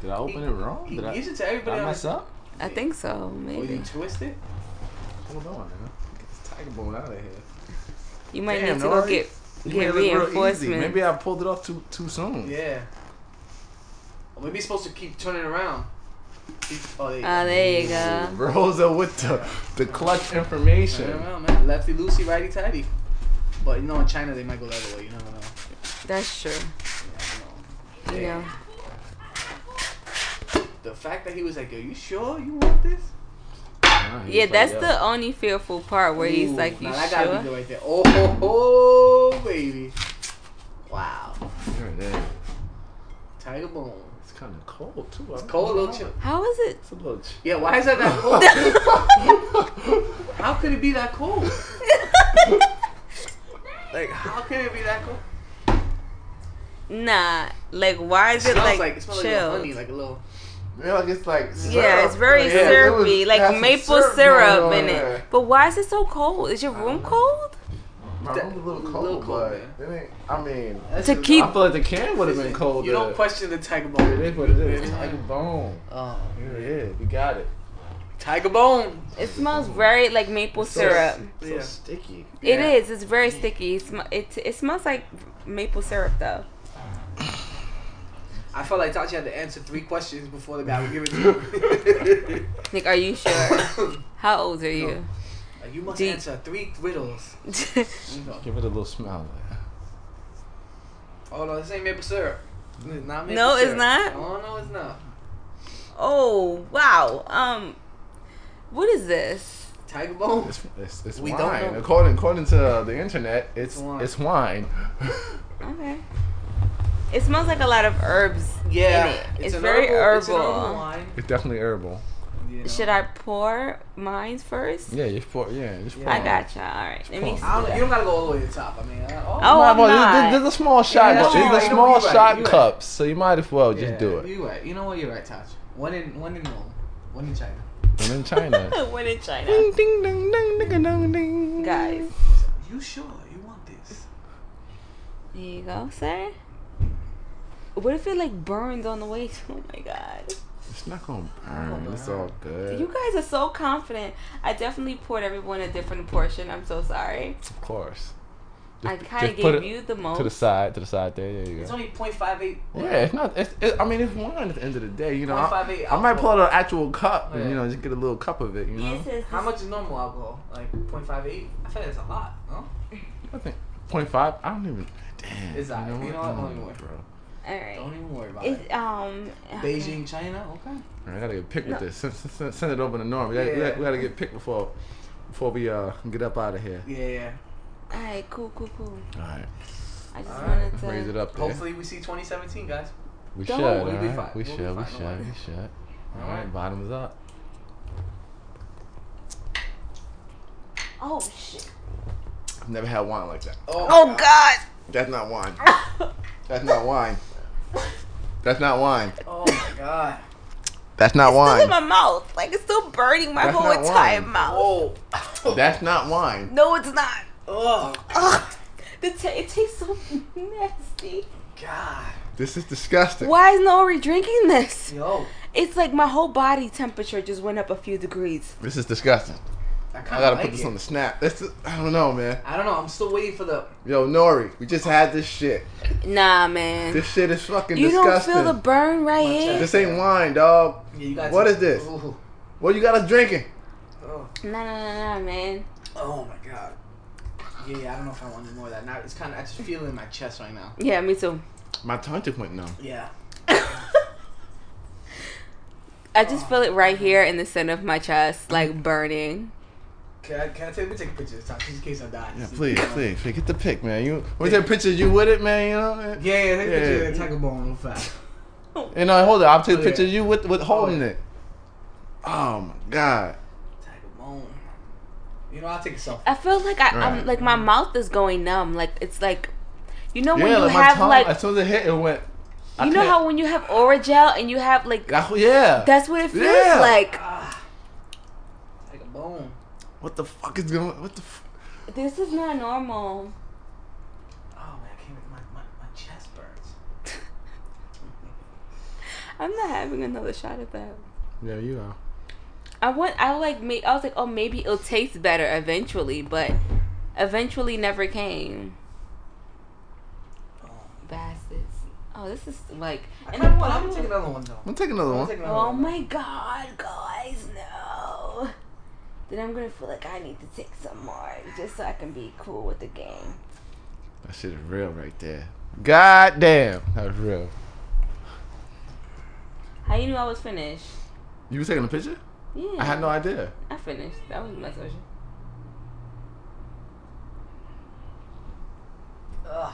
Did I open it wrong? He Did I, gives did it to everybody I on mess the up? I think so, Oh, you maybe. twist it? Hold on, man. Get this Tiger Bone out of here. You might Damn, need to go Nori. get You made get it look real easy. reinforcement. Maybe I pulled it off too too soon. Yeah. Or maybe it's supposed to keep turning around. Keep- Oh, there you Oh, go. there you go. Rosa with the, the clutch Turn information. it around, man. Lefty loosey, righty tighty. But you know, in China they might go the other way. You never know. That's true. You know. The fact that he was like, "Are you sure you want this?" Nah, he Yeah, was like, that's yo. the only fearful part where he's Ooh, like, "You nah, that gotta be sure?" good right there. Oh, ho, ho, baby. Wow. Here it is. Tiger Bone. It's kind of cold too. It's cold, little chip. How is it? It's a little chill. Yeah, why is that that cold? How could it be that cold? Like, how could it be that cold? nah, like why is it, smells like, like, it smells like a chill? little honey, like a little. Yeah, like it's like syrup. yeah, it's very Like, yeah, it was- syrupy, it had like some maple syrup, going on in it. there. But why is it so cold? Is your room cold? My That- room's a little little cold, cold, but yeah. it ain't, I mean, That's To just- I keep- feel like the can would have been cold. You there. don't question the tiger It bone. is what it is. It's like a bone. Oh, Here it is. You got it. tiger bone. It smells very like maple syrup. So Yeah. sticky. It Yeah. is. It's very sticky. It, sm- it, it smells like maple syrup though. I felt like Tachi had to answer three questions before the guy would give it to him. Like, are you sure? How old are you? like, you must Deep. answer three riddles. Give it a little smell. There. Oh no, this ain't maple syrup. This is not maple No, it's syrup. not? Oh no, it's not. oh wow. Um, what is this? Tiger bone. It's, it's, it's We don't wine. know. According according to the internet, it's It's wine. it's wine. Okay. It smells like a lot of herbs Yeah, in it. It's, an very herbal- It's an herbal herbal. wine. it's definitely herbal. you know. Should I pour mine first? Yeah, you pour. Yeah, just pour. I gotcha. All right. Let me Pour. see. I don't, you don't gotta go all the way to the top. I mean, I- oh, Oh, I'm not. There's a small shot. that's these right. are You know, small you're right. shot You're right. cups, so you might as well Yeah, just do it. You right. You know what? You're right, Tachi. One in one in Rome, one in China. I'm in China. One in China. ding ding ding ding ding ding ding. Guys, You sure you want this? there you go, sir. What if it like burns on the way? Oh my god. It's not gonna burn. It's all good. You guys are so confident. I definitely poured everyone a different portion. I'm so sorry. of course. I kind of just put gave it you the most. To the side, to the side. There, there you It's go. only 0.58. Yeah, it's not. It's, it, I mean, it's wine at the end of the day. You know, I, 0.58 I might pull out an actual cup and Yeah. you know just get a little cup of it. You know, He says How much is normal alcohol? Like 0.58? I feel like that's a lot, no? I think 0.5. I don't even. Damn. It's alright. You know what? Don't even worry. bro. All right. Don't even worry about it. It's um. Beijing, China? Okay. I gotta get picked Yeah. with this. Send, send- send, send it over to Norm. We gotta, we Yeah. gotta, we gotta get picked before before we uh get up out of here. Yeah, yeah. All right. Cool. Cool. Cool. All right, I just All right. wanted to. raise it up. There. Hopefully we see 2017, guys. We should. Don't all worry, we'll be right? fine. We We'll be should. We fine, don't worry. should. We should. All Alright. right, bottoms up. Oh shit. I've never had wine like that. Oh God. That's not wine. That's not wine. That's not wine. Oh my god. That's not Still in wine. my mouth. Like it's still burning my That's whole not entire wine. mouth. Oh. That's not wine. No, it's not. Oh Ugh. The ta it tastes so nasty. god. This is disgusting. Why is Nori drinking this? Yo. It's like my whole body temperature just went up a few degrees. This is disgusting. I kinda I gotta like put this it. on the snap. This is, I don't know, man. I don't know. I'm still waiting for the. Yo, Nori, we just had this shit. Nah, man. This shit is fucking you don't disgusting. feel the burn right My here? this ain't wine, dog. Yeah, you guys. What is this? Ooh. What you got us drinking? Oh. Nah, nah, nah, nah, man. oh my god. Yeah, yeah, I don't know if I want any more of that. Now it's kind of. I just feel it in my chest right now. Yeah, me too. My tongue just went numb. Yeah. I just feel it right here in the center of my chest, like burning. Can I, can I take, let me take a picture this time, just in case I die. Yeah, please, please, please, get the pic, man. You, what's that picture? You with it, man? You know, man? Yeah, yeah, take a picture Yeah. of the tiger bone real fast. You know, hold on. I'll take Oh, the yeah. picture of you with, with holding yeah. it. Oh my god. Tiger bone. You know, I'll take a selfie. I feel like I, I'm Right. like my mouth is going numb. Like it's like, you know when Yeah, you like my have tongue. like, as soon as it hit, it went. I you know can't- how when you have Orajel and you have like, I- yeah. that's what it feels Yeah. like. Ah. Tiger bone. what the fuck is going? What the? F- This is not normal. Oh man, I can't. My, my, my chest burns. I'm not having another shot at that. yeah, you are. I want. I like. ma- I was like, oh, maybe it'll taste better eventually, but eventually never came. Bastards. Oh, this is like. I And kinda the want- I'm gonna take bottle- another one though. I'm gonna take another I'm one. gonna take another Oh one. my god, guys, no. Then I'm gonna feel like I need to take some more just so I can be cool with the game. That shit is real right there. God damn, that was real. How you knew I was finished? You was taking a picture? Yeah. I had no idea. I finished. That was my session. Ugh.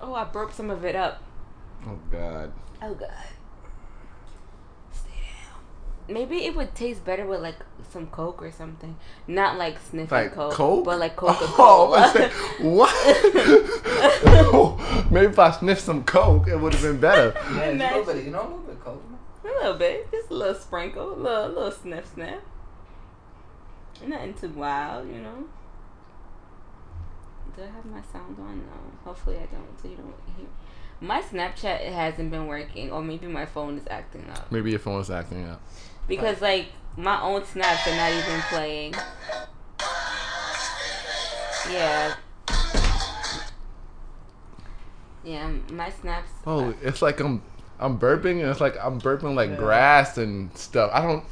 Oh, I broke some of it up. Oh God. Oh god. Stay down. Maybe it would taste better with like some Coke or something. Not like sniffing Like Coke, Coke, but like Coca Oh, Cola. I was gonna say, what? Maybe if I sniffed some coke, it would have been better. Yeah, just a Imagine. little bit. You know, a little bit cold. a little bit, just a little sprinkle, a little, little sniff, sniff. Nothing too wild, you know. Do I have my sound on? No. Hopefully I don't, so you don't hear. My Snapchat hasn't been working, or maybe my phone is acting up Maybe your phone's acting up. because like my own snaps are not even playing. Yeah. Yeah, my snaps. Oh, it's like I'm, I'm burping, and it's like I'm burping like Yeah. grass and stuff. I don't,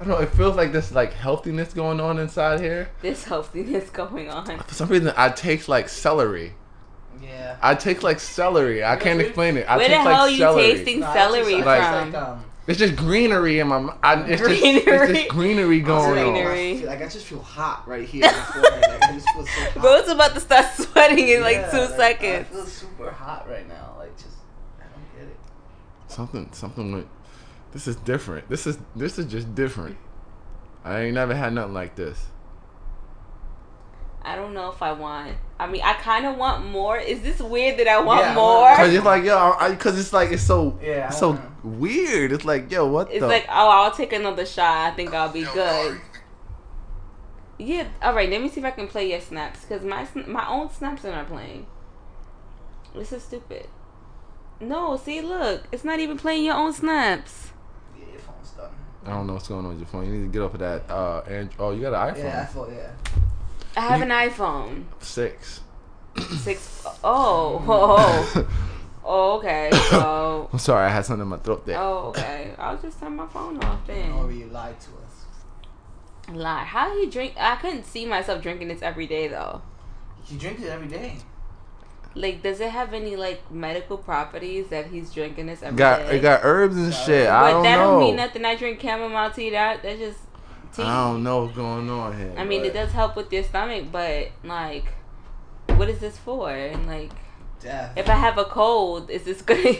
I don't know. It feels like this like healthiness going on inside here. This healthiness going on. For some reason, I taste like celery. Yeah. I taste like celery. I can't explain it. I Where the taste hell like you celery. tasting No, I just- celery I just from? Like, um, It's just greenery in my. m- I, it's, Just, it's Greenery. just greenery going Greenery. on. I feel- Like I just feel hot right here. in my forehead. Like, I just feel so hot. Bro's about to start sweating in like Yeah, two seconds. I feel super hot right now. Like just, I don't get it. Something, something went. This is different. This is this is just different. I ain't never had nothing like this. I don't know if I want. I mean, I kind of want more. Is this weird that I want Yeah, I more? want- Cause it's like yo, I, cause it's like it's so Yeah, I it's so don't weird. It's like yo, what It's the? like, oh, I'll take another shot. I think I'll be good. Yeah. All right. Let me see if I can play your snaps because my sn- my own snaps are not playing. This is stupid. No. See, look, it's not even playing your own snaps. Yeah, your phone's done. I don't know what's going on with your phone. You need to get off of that. Uh, and oh, you got an iPhone Yeah, I thought, yeah. I have You- an iPhone six. six. Oh. Oh. oh okay. So. I'm sorry, I had something in my throat there. Oh. Okay. I'll just turn my phone off Or then. you lied to us. Lie. How he drink? I couldn't see myself drinking this every day though. He drinks it every day. Like, does it have any like medical properties that he's drinking this every day? got it got herbs and shit. I but don't that know. don't mean nothing. I drink chamomile tea. That that just tea. I I, don't know what's going on here. mean, but- it does help with your stomach, but like, what is this for? And like, Death. if I have a cold, is this gonna,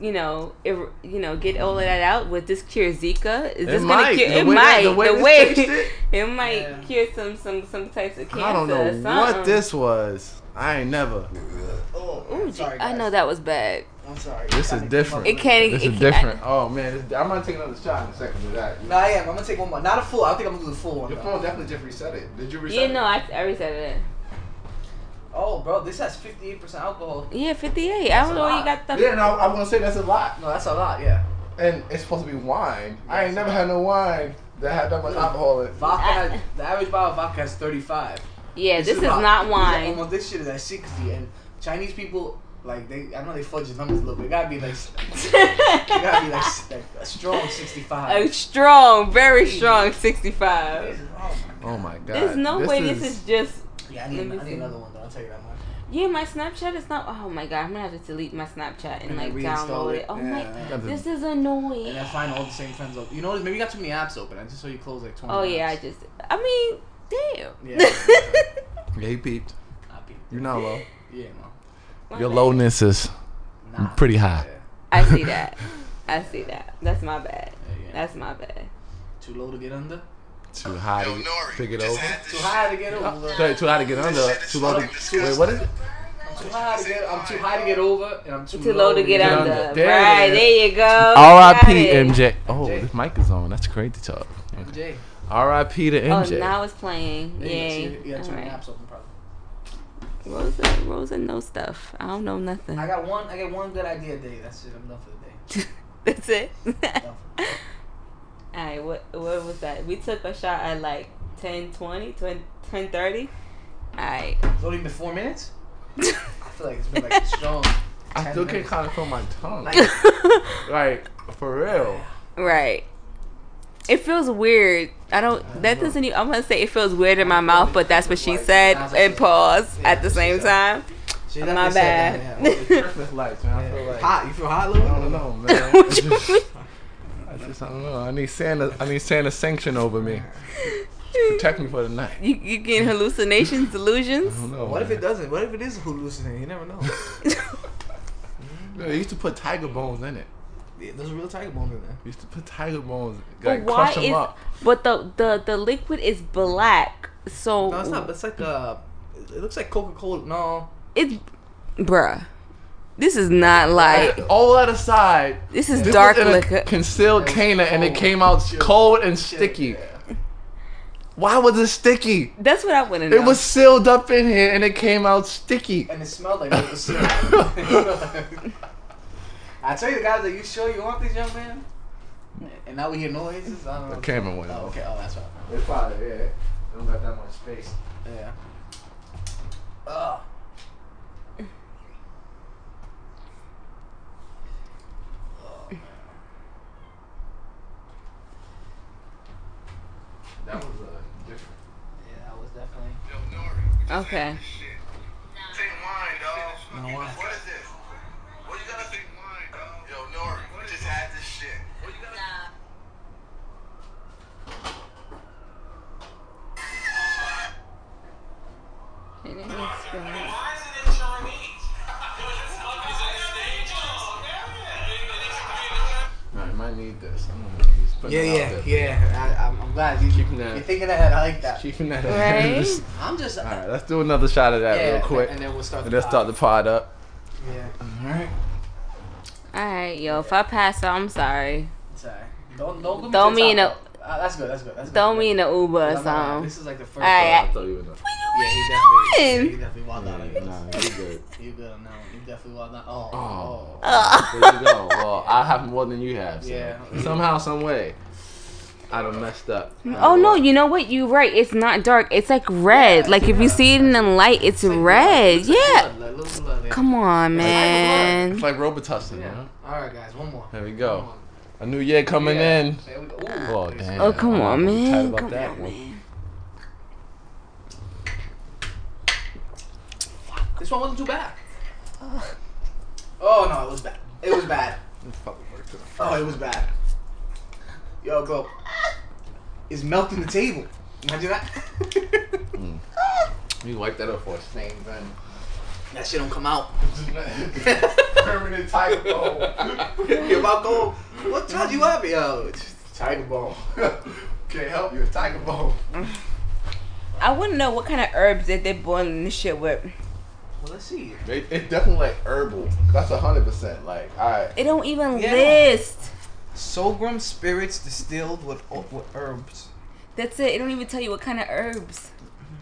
you know, it, you know, get all of that out? Would this cure Zika? Is It this gonna might. cure? The it way that- might. the way the this way fixed it? it might Yeah. cure some some some types of cancer. I don't know something. what this was. I ain't never. Oh, Ooh, I'm sorry, guys. I know that was bad. I'm sorry. This Kinda came is different. up It with- can't. This it, is different. Oh man, this, I might take another shot in a second to that. No, I am. I'm gonna take one more. Not a full. I don't think I'm gonna do the full one. Your though. phone definitely just reset it. Did you I, reset yeah, it? no, I, I reset it. Oh, bro, this has 58% alcohol. Yeah, fifty eight. I don't a know where lot. you got the. Yeah, no, I'm gonna say that's a lot. No, that's a lot. Yeah. And it's supposed to be wine. I ain't never had no wine that had that much alcohol in it. Vodka. has, the average bottle of vodka has 35. Yeah, this is about- not this wine. Almost, this shit is at 60, and Chinese people like they. I know they fudge the numbers a little bit. It gotta be like. it gotta be like, s- like a strong 65. A strong, very strong 65. Oh my god. There's no way this is just. Yeah, I need, Let me I see. need another one though. I'll tell you that much. Yeah, my Snapchat is not. Oh my god, I'm gonna have to delete my Snapchat and And like then download reinstall it. it. Oh Yeah. my, That's a- this is And annoying. then find all the same friends. Open. You notice maybe you got too many apps open. I just saw you close like 20. Oh yeah, I apps. just. I mean, damn. Yeah. Yeah, he peeped. I be, You're not low. yeah, no. Your lowness is Nah. pretty high. I see that. I see that. That's my bad. Yeah, yeah. That's my bad. Too low to get under. Too high to pick it over. Too high to get over. Sorry, too high to get under. Too low to. Wait, what is it? Too high to get. I'm too high to get over, and I'm too, Too low to get get under. under. There it Right is. there you go. Got R.I.P. it. MJ. Oh, MJ. this mic is on. That's crazy talk. Okay. Jay, R.I.P. to Oh, MJ. now it's playing. yeah, Yay. you got too All many right. apps open, probably. Rosa, Rosa knows stuff. I don't know nothing. I got one. I got one good idea a day. That's it. I'm done for the day. That's it. Done for Alright, what what was that? We took a shot at like 10, 20, 20, 10, 30. Alright. the day. It's only been four minutes. I feel like it's been like strong. I still can kind of feel my tongue. Like, Like for real. right. It feels weird. I don't. That doesn't. Even, I'm gonna say it feels weird in my mouth, but that's what she said. And pause at the same time. shit, My that's what I bad. said, man. Holy Christmas lights, man. I feel like Hot. You feel hot, I Lou? don't know, man. What you mean? I just I don't know. I need Santa. I need Santa's sanction over me. Protect me for the night. You you getting hallucinations, delusions? I don't know. What if man. it doesn't? What if it is hallucinating? You never know. Yeah, They used to put tiger bones in it. Yeah, There's a real tiger bone in there. They used to put tiger bones, But like why crush them is- up. But the the the liquid is black. So No, it's not. It's like uh, it looks like Coca Cola. No, it's bruh. This is not like All that aside, this is this was dark in a liquor. concealed cana, and it came out cold and sticky. Why was it sticky? That's what I want to know. It was sealed up in here, and it came out sticky. and it smelled like maple syrup. I tell you guys, are you sure you want this, young man? And now we hear noises. I don't know. The camera went Oh, off. okay. Oh, that's right. It's probably yeah. Don't got that much space. Yeah. Ugh. That was a different. Yeah, that was definitely. okay. Take mine, dog. No, why? What is this? What you gotta take mine, dog? Yo, Nori, we just had this shit. What you gotta Why is it in Chinese? I might need this. I'm gonna use putting Yeah, it out yeah, there. yeah. I, I'm, I'm glad you, Keeping that- you're thinking ahead. I like that. Keeping that. Right? I'm just. All right, let's do another shot of that yeah, real quick, And then we'll start. and let's start the pod up. pod. Yeah. All right, yo. If I pass out, I'm sorry. Sorry. Don't don't give Throw me in a top, though. Uh, that's good. That's good. That's good. Throw me in the Uber or I'm not gonna lie, something. This is like the first. Alright. I thought you were not. Yeah, he What are definitely. you He doing? definitely wild out. on Yeah, nah, this. you good. You good on that one? You definitely wild out. Oh. Oh, oh. there you go. Well, I have more than you have. So. Yeah. Somehow, some way, I done messed up. Oh no, you know what? You're right. It's not dark. It's like red. like if you see it in the light, it's red. It's like yeah. blood, like little blood there. Come on, man. It's like Robitussin. You Yeah. know? All right, guys. One more. There we One go. more. A new year coming Yeah. in. There we go. Ooh. Oh damn. Oh come on, I'm excited man. about Come that on, one. man. This one wasn't too bad. Oh no, it was bad. It was bad. Oh, it was bad. Yo, go. It's melting the table. Imagine that. You wipe that up for us. Same thing. That shit don't come out. Permanent tiger You're about go. What child you have, yo? Tiger bone. Can't help you. It's tiger bone. I want to know what kind of herbs that they're boiling this shit with. Well, let's see. It, it's definitely like herbal. That's hundred percent. Like, all right. It don't even Yeah. list. Sorghum spirits distilled with o- with herbs. That's it. It don't even tell you what kind of herbs.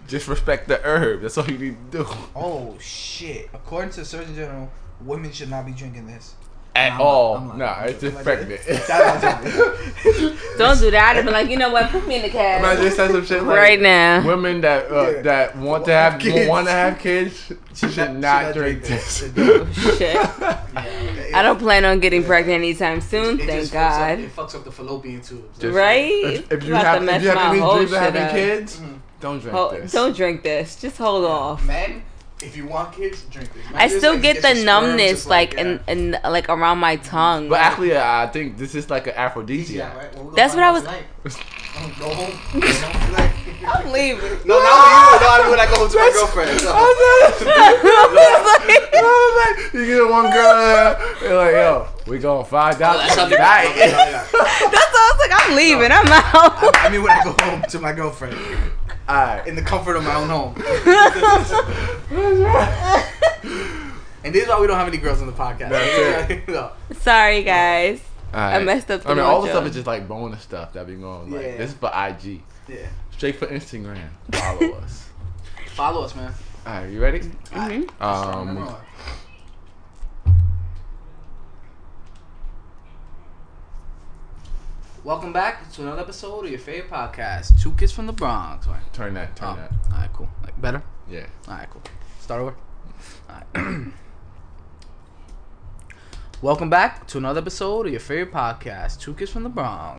Just respect the herb. That's all you need to do. Oh shit! According to the Surgeon General, women should not be drinking this. At I'm all. not- I'm nah, not- it's just I'm not- pregnant. That was- Don't do that. I'd be like, you know what? Put me in the cab Imagine it says some shit like right now. women that uh, Yeah. that want Want to have kids. want to have kids should, not, drink this. Shit. I don't plan on getting pregnant anytime soon. It Thank just fucks up- God. it fucks up the fallopian tubes. Just- Right? If, if you About to have if mess you have my any whole dreams of shit having up. kids, Mm. don't drink Ho- this. don't drink this. Just hold off. Men, if you want kids, drink this. I still get the numbness, like in. in, in like around my tongue. But actually, uh, I think this is like an aphrodisiac. Yeah, right? Well, we gonna That's find what I out was- tonight. I'm gonna go home. Go home tonight. I'm leaving. no, not with you. Not with when I go home to my girlfriend. No. I was like, you get one girl, uh, you're like, yo, we going Oh, five dollars That's how people- tonight. That's what I was like. I'm leaving. I'm out. I mean, when I go home to my girlfriend All right, in the comfort of my own home. and this is why we don't have any girls on the podcast. That's No. Sorry, guys. all right. messed up the I mean, all the mojo. stuff is just like bonus stuff that we going. Like, Yeah. this is for IG, Yeah. straight for Instagram. Follow us. Follow us, man. All right, you ready? Mhm. Um, Welcome back to another episode of your favorite podcast, Two Kids from the Bronx. All right, turn that, turn that. all right cool. Like better. Yeah. All right, cool. Start over. All right. Welcome back to another episode of your favorite podcast, Two Kids from the Bronx.